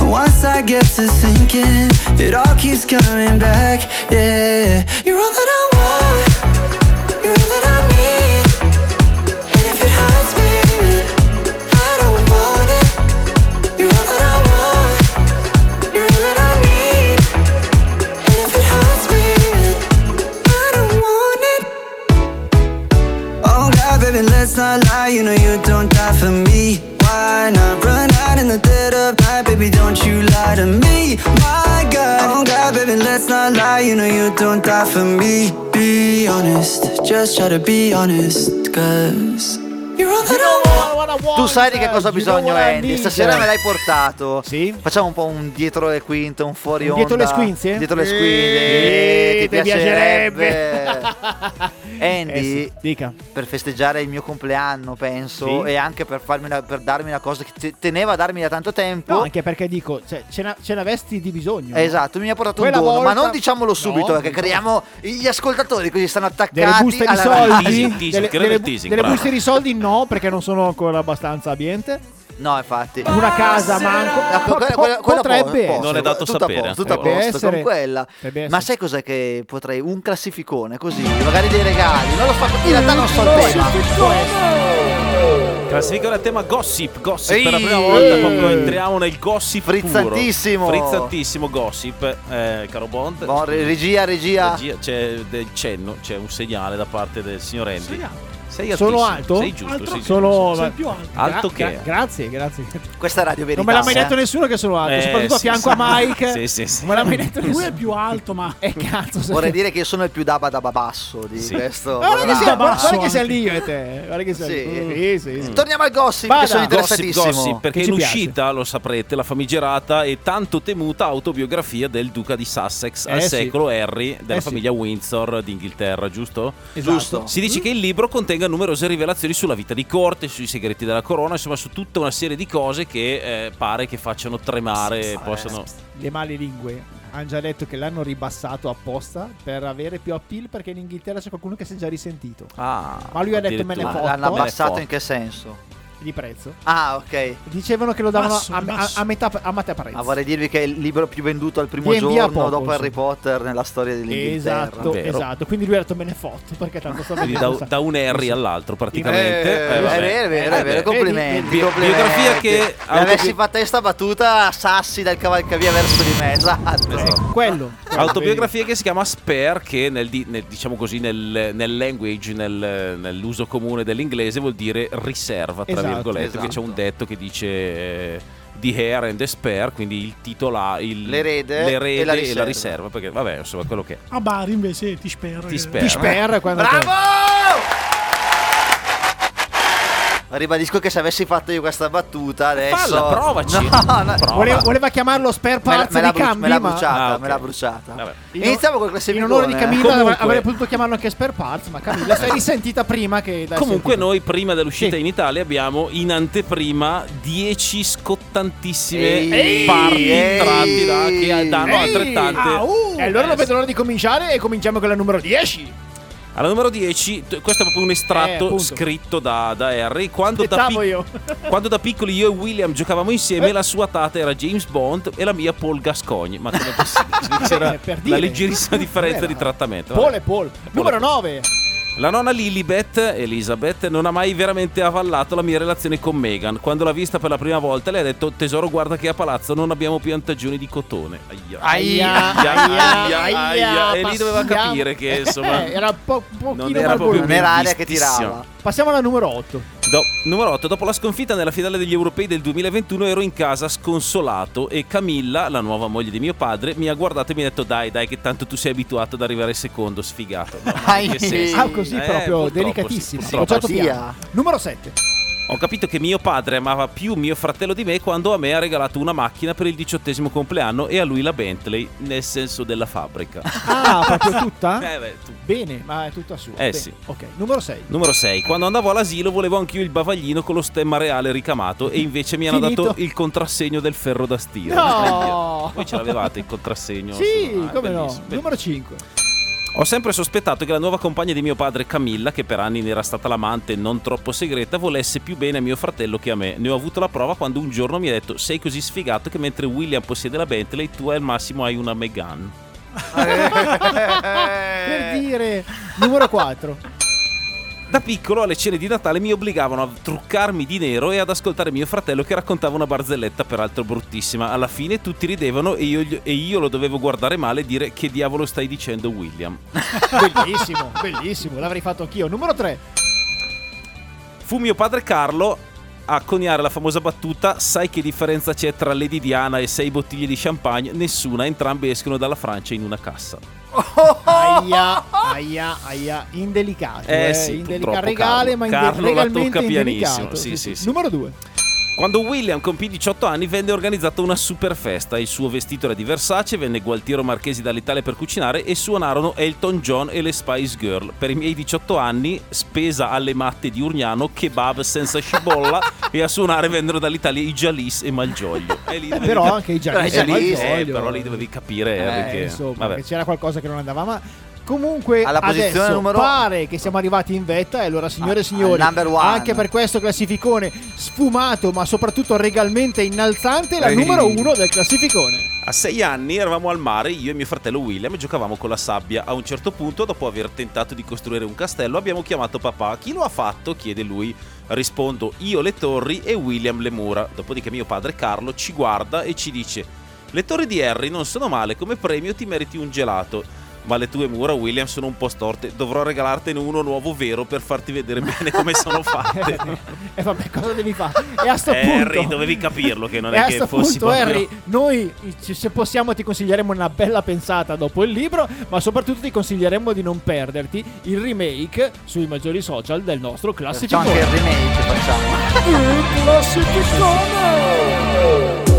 [SPEAKER 11] Once I get to thinking, it all keeps coming back. Yeah, you're all that I want. You're all that I need. And if it hurts, baby, I don't want it. You're all that I want. You're all that I need. And if it hurts, baby, I don't want it. Oh God, baby, let's not lie. You know you don't die for me. Why not run out in the dead of night, baby? Don't you lie to me, my God. Oh God, baby, let's not lie. You know you don't die for me. Be honest, just try to be honest, cause you're all that I want.
[SPEAKER 4] Tu sai di che cosa ho bisogno, Andy? Stasera me l'hai portato.
[SPEAKER 2] Sì.
[SPEAKER 4] Facciamo un po' un dietro le quinte, un fuori
[SPEAKER 2] Un
[SPEAKER 4] onda.
[SPEAKER 2] dietro le squinzie?
[SPEAKER 4] Dietro le
[SPEAKER 2] Eh,
[SPEAKER 4] squinzie. ti
[SPEAKER 2] ti piacerebbe.
[SPEAKER 4] piacerebbe. Andy,
[SPEAKER 2] Eh sì, dica.
[SPEAKER 4] per festeggiare il mio compleanno, penso,
[SPEAKER 2] Sì.
[SPEAKER 4] e anche per, farmi una- per darmi una cosa che te- teneva a darmi da tanto tempo.
[SPEAKER 2] No, anche perché dico, cioè, ce n'ha- ce n'avesti di bisogno.
[SPEAKER 4] Esatto, mi ha portato
[SPEAKER 2] Quella
[SPEAKER 4] un dono, ma
[SPEAKER 2] volta-
[SPEAKER 4] non diciamolo subito
[SPEAKER 2] No,
[SPEAKER 4] perché
[SPEAKER 2] dico-
[SPEAKER 4] creiamo gli ascoltatori così stanno attaccati
[SPEAKER 2] Delle buste di
[SPEAKER 4] alla
[SPEAKER 2] soldi?
[SPEAKER 4] radio.
[SPEAKER 3] Teasing, teasing,
[SPEAKER 2] delle
[SPEAKER 3] credo
[SPEAKER 2] delle-
[SPEAKER 3] il teasing,
[SPEAKER 2] delle
[SPEAKER 3] bravo.
[SPEAKER 2] buste di soldi no, perché non sono ancora abbastanza ambiente.
[SPEAKER 4] No, infatti.
[SPEAKER 2] Una casa manco.
[SPEAKER 4] Ecco, quella-
[SPEAKER 2] Po-
[SPEAKER 4] quella- quella
[SPEAKER 2] potrebbe
[SPEAKER 4] posso,
[SPEAKER 2] essere.
[SPEAKER 3] Non è dato
[SPEAKER 4] tutto
[SPEAKER 3] sapere,
[SPEAKER 4] a posto, tutto a
[SPEAKER 3] potrebbe
[SPEAKER 4] posto
[SPEAKER 2] essere.
[SPEAKER 4] con quella.
[SPEAKER 2] Potrebbe essere.
[SPEAKER 4] Ma sai cos'è che potrei? Un classificone così, magari dei regali. Non lo fa in realtà non so il tema.
[SPEAKER 3] Classifica del tema gossip, gossip
[SPEAKER 4] Ehi!
[SPEAKER 3] per la prima volta
[SPEAKER 4] Ehi!
[SPEAKER 3] proprio entriamo nel gossip
[SPEAKER 4] Frizzantissimo!
[SPEAKER 3] puro. Frizzantissimo gossip, eh, caro Bond.
[SPEAKER 4] Boh, re- regia, regia.
[SPEAKER 3] Regia, c'è del cenno, c'è un segnale da parte del signor Andy. Sei altissimo,
[SPEAKER 2] Sono alto?
[SPEAKER 3] Sei giusto, sei giusto.
[SPEAKER 2] Sono
[SPEAKER 12] Sei più alto.
[SPEAKER 3] Alto
[SPEAKER 2] Gra-
[SPEAKER 3] che?
[SPEAKER 2] gra- grazie, grazie.
[SPEAKER 4] Questa è radio verità.
[SPEAKER 2] Non me l'ha mai
[SPEAKER 4] eh.
[SPEAKER 2] detto nessuno che sono alto,
[SPEAKER 3] Eh,
[SPEAKER 2] soprattutto a
[SPEAKER 3] sì,
[SPEAKER 2] fianco
[SPEAKER 3] sì.
[SPEAKER 2] a Mike.
[SPEAKER 3] Sì, sì, sì.
[SPEAKER 2] Non me l'ha mai detto
[SPEAKER 12] Lui è
[SPEAKER 2] nessuno.
[SPEAKER 12] più alto, ma.
[SPEAKER 2] E cazzo, se-
[SPEAKER 4] Vorrei dire che io sono il più daba daba basso di
[SPEAKER 3] Sì.
[SPEAKER 4] questo.
[SPEAKER 2] Ah, Guarda che sei,
[SPEAKER 4] programma.
[SPEAKER 2] guarda- guarda che sei lì io e te. Guarda che sei lì. Sì, sì, sì.
[SPEAKER 4] Torniamo al gossip,
[SPEAKER 2] Vada.
[SPEAKER 4] che sono
[SPEAKER 3] Gossip,
[SPEAKER 4] interessatissimo.
[SPEAKER 3] gossip, perché
[SPEAKER 2] Che
[SPEAKER 3] in
[SPEAKER 2] ci piace.
[SPEAKER 3] uscita, lo saprete, la famigerata e tanto temuta autobiografia del duca di Sussex al
[SPEAKER 2] Eh sì.
[SPEAKER 3] secolo Harry della
[SPEAKER 2] Eh sì.
[SPEAKER 3] famiglia Windsor d'Inghilterra, giusto?
[SPEAKER 4] Giusto.
[SPEAKER 3] Si dice che il libro contenga numerose rivelazioni sulla vita di corte, sui segreti della corona, insomma su tutta una serie di cose che eh, pare che facciano tremare, possano...
[SPEAKER 2] Eh, Le male lingue hanno già detto che l'hanno ribassato apposta per avere più appeal perché in Inghilterra c'è qualcuno che si è già risentito.
[SPEAKER 3] Ah,
[SPEAKER 2] Ma lui ha detto,
[SPEAKER 3] addirittura.
[SPEAKER 2] me ne
[SPEAKER 4] Ma
[SPEAKER 2] fotto.
[SPEAKER 4] L'hanno
[SPEAKER 2] Me ne
[SPEAKER 4] abbassato in che senso?
[SPEAKER 2] Di prezzo.
[SPEAKER 4] Ah, ok.
[SPEAKER 2] Dicevano che lo davano
[SPEAKER 12] Basso,
[SPEAKER 2] a, a,
[SPEAKER 12] basso.
[SPEAKER 2] a metà a metà prezzo.
[SPEAKER 4] Ma vorrei dirvi che è il libro più venduto al primo
[SPEAKER 2] Viene via
[SPEAKER 4] giorno
[SPEAKER 2] poco,
[SPEAKER 4] dopo
[SPEAKER 2] sì.
[SPEAKER 4] Harry Potter nella storia dell'Inghilterra.
[SPEAKER 2] Esatto,
[SPEAKER 3] Vero.
[SPEAKER 2] esatto. Quindi lui ha detto me ne fotto perché tanto sto
[SPEAKER 3] Quindi da, da un Harry all'altro praticamente.
[SPEAKER 4] Eh,
[SPEAKER 3] Eh, vabbè.
[SPEAKER 4] è vero, è vero,
[SPEAKER 3] Eh,
[SPEAKER 4] è vero,
[SPEAKER 3] beh.
[SPEAKER 4] complimenti.
[SPEAKER 3] Bi-
[SPEAKER 4] complimenti.
[SPEAKER 3] biografia che-
[SPEAKER 4] Le avessi fatta questa battuta, sassi dal cavalcavia verso di me, esatto.
[SPEAKER 3] Esatto.
[SPEAKER 2] quello.
[SPEAKER 3] Autobiografia che si chiama Spare, che nel, di- nel- diciamo così, nel, nel language, nel- nell'uso comune dell'inglese vuol dire riserva, tra
[SPEAKER 2] Esatto,
[SPEAKER 3] virgolette,
[SPEAKER 4] esatto.
[SPEAKER 3] che c'è un detto che dice eh, The Hair and the Spare, quindi il titolare, il,
[SPEAKER 4] L'erede
[SPEAKER 3] l'erede
[SPEAKER 4] e la
[SPEAKER 3] e la
[SPEAKER 4] riserva.
[SPEAKER 3] riserva, perché vabbè, insomma, quello che è.
[SPEAKER 12] A Bari invece ti spero.
[SPEAKER 3] Ti
[SPEAKER 12] che-
[SPEAKER 3] spero.
[SPEAKER 2] Ti sperra quando
[SPEAKER 4] eh. Bravo! Ribadisco che se avessi fatto io questa battuta adesso...
[SPEAKER 3] Falla, provaci.
[SPEAKER 4] No, no,
[SPEAKER 3] Prova.
[SPEAKER 2] Voleva, voleva chiamarlo spare
[SPEAKER 4] Me, la-
[SPEAKER 2] parts
[SPEAKER 4] me l'ha
[SPEAKER 2] di
[SPEAKER 4] bru-
[SPEAKER 2] cambi,
[SPEAKER 4] me l'ha
[SPEAKER 2] ma
[SPEAKER 4] bruciata,
[SPEAKER 3] Ah, ok.
[SPEAKER 4] me l'ha bruciata.
[SPEAKER 3] Vabbè.
[SPEAKER 4] Iniziamo col classifico.
[SPEAKER 2] in onore di Camilla
[SPEAKER 3] Comunque-
[SPEAKER 2] avre- avrebbe potuto chiamarlo anche spare parts, ma Camilla
[SPEAKER 4] Eh.
[SPEAKER 2] sei risentita prima che l'hai
[SPEAKER 3] Comunque
[SPEAKER 2] sentito.
[SPEAKER 3] noi prima dell'uscita
[SPEAKER 2] Sì.
[SPEAKER 3] in Italia abbiamo in anteprima 10 scottantissime
[SPEAKER 4] Ehi,
[SPEAKER 3] parti
[SPEAKER 4] ehi,
[SPEAKER 3] tratti da che danno
[SPEAKER 2] Ehi, Ah, uh,
[SPEAKER 3] altrettante.
[SPEAKER 2] au! E allora non
[SPEAKER 3] Eh,
[SPEAKER 2] vedo l'ora di cominciare e cominciamo con la numero 10.
[SPEAKER 3] Alla numero 10, t- questo è proprio un
[SPEAKER 2] Eh,
[SPEAKER 3] estratto
[SPEAKER 2] appunto.
[SPEAKER 3] scritto da, da Harry. Quando da,
[SPEAKER 2] Aspettavo
[SPEAKER 3] pic-
[SPEAKER 2] io.
[SPEAKER 3] quando da piccoli io e William giocavamo insieme,
[SPEAKER 2] Eh.
[SPEAKER 3] la sua tata era James Bond e la mia Paul Gascogne. Ma come è possibile? C'era
[SPEAKER 2] Eh, per
[SPEAKER 3] una
[SPEAKER 2] dire.
[SPEAKER 3] leggerissima differenza
[SPEAKER 2] Era.
[SPEAKER 3] di trattamento.
[SPEAKER 2] Paul
[SPEAKER 3] vabbè.
[SPEAKER 2] e Paul. Numero 9.
[SPEAKER 3] La nonna Lilibet, Elizabeth, non ha mai veramente avallato la mia relazione con Meghan. Quando l'ha vista per la prima volta, le ha detto: Tesoro, guarda che a palazzo non abbiamo piantagioni di cotone. Aia.
[SPEAKER 2] Aia,
[SPEAKER 3] Aia,
[SPEAKER 2] aia,
[SPEAKER 3] aia, aia. E lì doveva
[SPEAKER 2] passiamo.
[SPEAKER 3] capire che, insomma,
[SPEAKER 2] Eh, era un po', un pochino
[SPEAKER 3] non era proprio
[SPEAKER 2] malvoluto.
[SPEAKER 4] Non era aria che
[SPEAKER 3] vistissimo.
[SPEAKER 4] tirava.
[SPEAKER 2] Passiamo alla numero 8.
[SPEAKER 3] Do- numero 8. Dopo la sconfitta nella finale degli europei del 2021 ero in casa sconsolato e Camilla, la nuova moglie di mio padre, mi ha guardato e mi ha detto dai dai che tanto tu sei abituato ad arrivare secondo, sfigato. No, ma in che senso?
[SPEAKER 2] Ah, così
[SPEAKER 3] Eh,
[SPEAKER 2] proprio
[SPEAKER 3] purtroppo sì,
[SPEAKER 4] Cioè,
[SPEAKER 2] delicatissimo.
[SPEAKER 3] purtroppo
[SPEAKER 4] Bocciato
[SPEAKER 3] sì.
[SPEAKER 4] via.
[SPEAKER 2] Numero 7.
[SPEAKER 3] Ho capito che mio padre amava più mio fratello di me quando a me ha regalato una macchina per il diciottesimo compleanno e a lui la Bentley, nel senso della fabbrica.
[SPEAKER 2] Ah, proprio tutta?
[SPEAKER 3] Eh, beh, tu-
[SPEAKER 2] Bene, ma è tutta sua.
[SPEAKER 3] Eh,
[SPEAKER 2] Bene.
[SPEAKER 3] sì.
[SPEAKER 2] Ok, numero 6.
[SPEAKER 3] Numero 6. Quando andavo all'asilo volevo anch'io il bavaglino con lo stemma reale ricamato e invece mi hanno
[SPEAKER 2] Finito.
[SPEAKER 3] dato il contrassegno del ferro da stiro.
[SPEAKER 2] No!
[SPEAKER 3] Voi ce l'avevate il contrassegno?
[SPEAKER 2] Sì,
[SPEAKER 3] Ah, è
[SPEAKER 2] come no?
[SPEAKER 3] bellissimo,
[SPEAKER 2] Numero 5.
[SPEAKER 3] Ho sempre sospettato che la nuova compagna di mio padre Camilla, che per anni ne era stata l'amante non troppo segreta, volesse più bene a mio fratello che a me. Ne ho avuto la prova quando un giorno mi ha detto sei così sfigato che mentre William possiede la Bentley tu al massimo hai una Meghan. Eh.
[SPEAKER 2] Per dire, numero 4.
[SPEAKER 3] Da piccolo alle cene di Natale mi obbligavano a truccarmi di nero e ad ascoltare mio fratello che raccontava una barzelletta peraltro bruttissima. Alla fine tutti ridevano e io, gli- e io lo dovevo guardare male e dire che diavolo stai dicendo William.
[SPEAKER 2] Bellissimo, bellissimo, l'avrei fatto anch'io. Numero 3.
[SPEAKER 3] Fu mio padre Carlo a coniare la famosa battuta Sai che differenza c'è tra Lady Diana e sei bottiglie di champagne? Nessuna, entrambe escono dalla Francia in una cassa.
[SPEAKER 2] Aia, aia, aia, indelicato.
[SPEAKER 3] Eh
[SPEAKER 2] Eh,
[SPEAKER 3] sì,
[SPEAKER 2] indelicato.
[SPEAKER 3] purtroppo,
[SPEAKER 2] Regale,
[SPEAKER 3] Carlo.
[SPEAKER 2] ma
[SPEAKER 3] Carlo
[SPEAKER 2] inde-
[SPEAKER 3] la
[SPEAKER 2] regalmente
[SPEAKER 3] tocca
[SPEAKER 2] indelicato.
[SPEAKER 3] pianissimo, sì, sì, sì.
[SPEAKER 2] Numero 2.
[SPEAKER 3] Quando William compì 18 anni venne organizzata una super festa, il suo vestito era di Versace, venne Gualtiero Marchesi dall'Italia per cucinare e suonarono Elton John e le Spice Girl. Per i miei 18 anni, spesa alle matte di Urgnano, kebab senza scibolla e a suonare vennero dall'Italia i Jalis e Malgioglio. E lì dovevi-
[SPEAKER 2] Eh, Però anche i
[SPEAKER 4] Però i
[SPEAKER 2] gialli.
[SPEAKER 4] Jalis,
[SPEAKER 2] Malgioglio.
[SPEAKER 3] eh, però lì dovevi capire
[SPEAKER 2] Eh,
[SPEAKER 3] perché
[SPEAKER 2] insomma,
[SPEAKER 3] vabbè.
[SPEAKER 2] che c'era qualcosa che non andava, ma comunque
[SPEAKER 4] Alla posizione
[SPEAKER 2] adesso
[SPEAKER 4] numero-
[SPEAKER 2] pare che siamo arrivati in vetta e allora signore e
[SPEAKER 4] Ah,
[SPEAKER 2] signori,
[SPEAKER 4] al number one.
[SPEAKER 2] anche per questo classificone sfumato ma soprattutto regalmente innalzante la
[SPEAKER 3] Ehi.
[SPEAKER 2] numero uno del classificone.
[SPEAKER 3] A sei anni eravamo al mare, io e mio fratello William, e giocavamo con la sabbia. A un certo punto, dopo aver tentato di costruire un castello, abbiamo chiamato papà. Chi lo ha fatto? chiede lui. Rispondo io le torri e William le mura. Dopodiché mio padre Carlo ci guarda e ci dice: Le torri di Harry non sono male, come premio ti meriti un gelato. Ma le tue mura, William, sono un po' storte. Dovrò regalartene uno nuovo vero per farti vedere bene come sono fatte.
[SPEAKER 2] e Eh, vabbè, cosa devi fare? E a sto
[SPEAKER 3] Harry,
[SPEAKER 2] punto
[SPEAKER 3] dovevi capirlo che non
[SPEAKER 2] e
[SPEAKER 3] è
[SPEAKER 2] a
[SPEAKER 3] che
[SPEAKER 2] sto
[SPEAKER 3] fossi
[SPEAKER 2] punto,
[SPEAKER 3] proprio-
[SPEAKER 2] Harry, noi ci- se possiamo ti consiglieremo una bella pensata dopo il libro, ma soprattutto ti consiglieremo di non perderti il remake sui maggiori social del nostro
[SPEAKER 4] Facciamo anche il
[SPEAKER 2] classificone.
[SPEAKER 4] remake, facciamo.
[SPEAKER 2] Il classificone!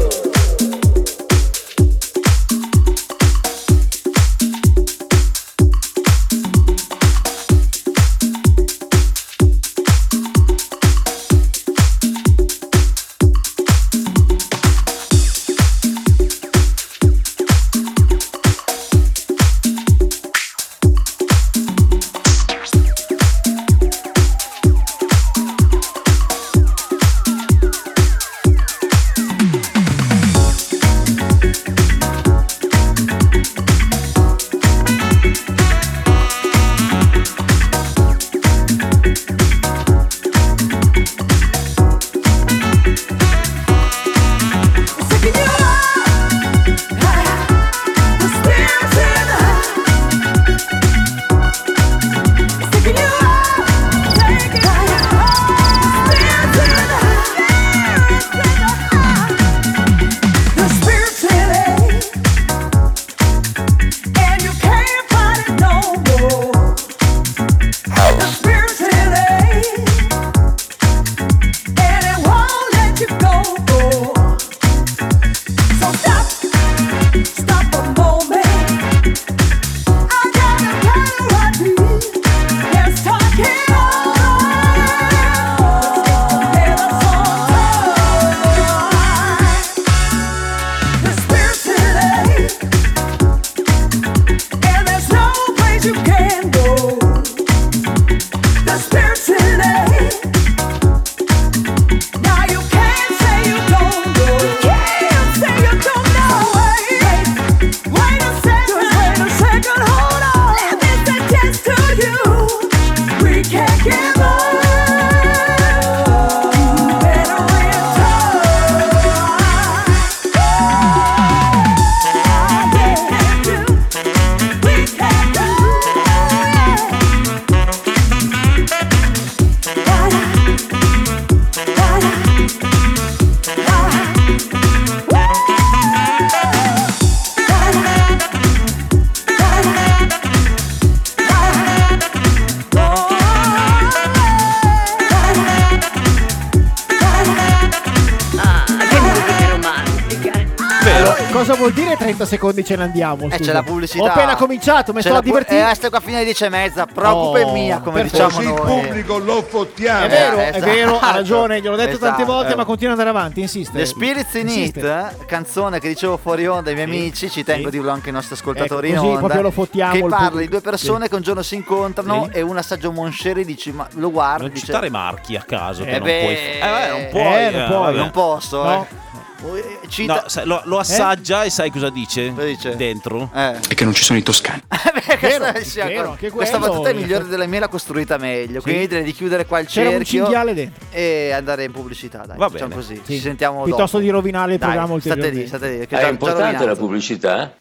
[SPEAKER 2] cosa vuol dire 30 secondi ce ne andiamo?
[SPEAKER 4] Eh,
[SPEAKER 2] scusa?
[SPEAKER 4] c'è la pubblicità.
[SPEAKER 2] Ho appena cominciato, mi
[SPEAKER 4] C'è
[SPEAKER 2] sto
[SPEAKER 4] la
[SPEAKER 2] a
[SPEAKER 4] pu-
[SPEAKER 2] divertire.
[SPEAKER 4] Eh, stai qua fino alle 10 e mezza, preoccupa
[SPEAKER 2] Oh,
[SPEAKER 4] mia, come
[SPEAKER 2] perfetto.
[SPEAKER 4] diciamo noi.
[SPEAKER 13] lo
[SPEAKER 2] È
[SPEAKER 13] fottiamo.
[SPEAKER 2] vero,
[SPEAKER 4] Eh,
[SPEAKER 2] è
[SPEAKER 4] esatto.
[SPEAKER 2] vero, ha ragione, gliel'ho detto tante
[SPEAKER 4] Esatto.
[SPEAKER 2] volte, ma continua ad andare avanti, insiste.
[SPEAKER 4] The Spirits in It,
[SPEAKER 2] Insiste.
[SPEAKER 4] eh, canzone che dicevo fuori onda ai miei
[SPEAKER 2] Sì,
[SPEAKER 4] amici,
[SPEAKER 2] sì.
[SPEAKER 4] ci tengo a dirlo anche ai nostri ascoltatori
[SPEAKER 2] Ecco,
[SPEAKER 4] in
[SPEAKER 2] così
[SPEAKER 4] onda,
[SPEAKER 2] proprio lo fottiamo
[SPEAKER 4] che
[SPEAKER 2] il
[SPEAKER 4] parla di
[SPEAKER 2] pubblico.
[SPEAKER 4] due persone
[SPEAKER 2] Sì.
[SPEAKER 4] che un giorno si incontrano
[SPEAKER 2] Sì.
[SPEAKER 4] e un assaggio Moncheri dice, ma lo guarda,
[SPEAKER 3] Non
[SPEAKER 4] dice,
[SPEAKER 3] citare marchi a caso,
[SPEAKER 4] Eh
[SPEAKER 3] che non
[SPEAKER 4] beh,
[SPEAKER 3] puoi. fa- Eh, non puoi.
[SPEAKER 2] eh, non puoi,
[SPEAKER 3] vabbè.
[SPEAKER 4] non posso,
[SPEAKER 2] No.
[SPEAKER 4] eh. Eh,
[SPEAKER 3] No,
[SPEAKER 4] Cita...
[SPEAKER 3] sai, lo, lo assaggia e sai cosa dice?
[SPEAKER 4] Cosa dice?
[SPEAKER 3] Dentro.
[SPEAKER 4] eh.
[SPEAKER 14] È che non ci sono i toscani.
[SPEAKER 4] Perché
[SPEAKER 2] Vero,
[SPEAKER 4] questa- sì,
[SPEAKER 2] vero,
[SPEAKER 4] ancora-
[SPEAKER 2] anche
[SPEAKER 4] questa
[SPEAKER 2] quello-
[SPEAKER 4] battuta è migliore della mia, l'ha costruita meglio. Quindi direi di chiudere qua il
[SPEAKER 2] C'era un
[SPEAKER 4] cerchio
[SPEAKER 2] cinghiale dentro.
[SPEAKER 4] e andare in pubblicità. Dai,
[SPEAKER 3] Va
[SPEAKER 4] facciamo
[SPEAKER 3] bene.
[SPEAKER 4] così.
[SPEAKER 2] Sì.
[SPEAKER 4] Ci sentiamo
[SPEAKER 2] Piuttosto
[SPEAKER 4] dopo.
[SPEAKER 2] di rovinare il
[SPEAKER 4] Dai,
[SPEAKER 2] programma
[SPEAKER 4] State lì,
[SPEAKER 2] ulteriormente.
[SPEAKER 4] state lì. Che
[SPEAKER 15] Eh, È
[SPEAKER 4] già- già
[SPEAKER 15] importante
[SPEAKER 4] rovinato.
[SPEAKER 15] la pubblicità?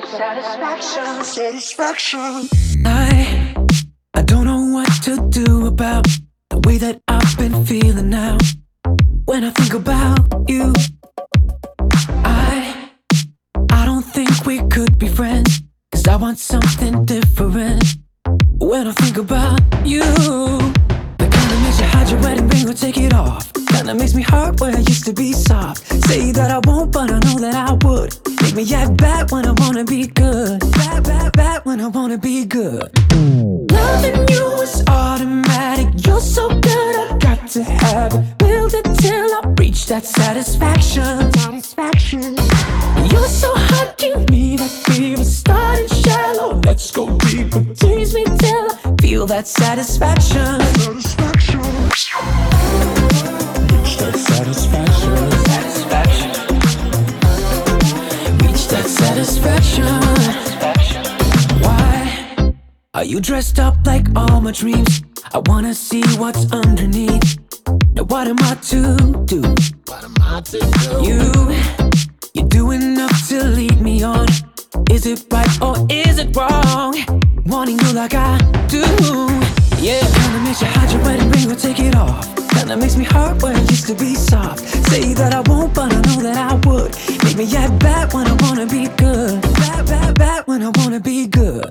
[SPEAKER 1] Satisfaction.
[SPEAKER 16] I I don't know what to do about the way that I've been feeling now. When I think about you, I I don't think we could be friends. Cause I want something different. When I think about you, the kind that makes you hide your wedding ring or take it off. Kinda makes me hurt where I used to be soft. Say that I won't, but I know that I would. Make me act bad when I wanna be good. Bad, bad, bad when I wanna be good. Loving you is automatic. You're so good, I got to have it. Build it till I reach that satisfaction. Satisfaction. You're so hot, give me that fever. Starting shallow, let's go deeper. Tease me till I feel that satisfaction. Satisfaction. Satisfaction. Reach that satisfaction. Why are you dressed up like all my dreams? I wanna see what's underneath. Now what am I to do? You. You're doing enough to lead me on. Is it right or is it wrong? Wanting you like I do. Yeah, kinda makes you hide your wedding ring or take it off. Kinda makes me hurt where I used to be soft. Say that I won't, but I know that I would. Make me act bad when I wanna be good. Bad, bad, bad when I wanna be good.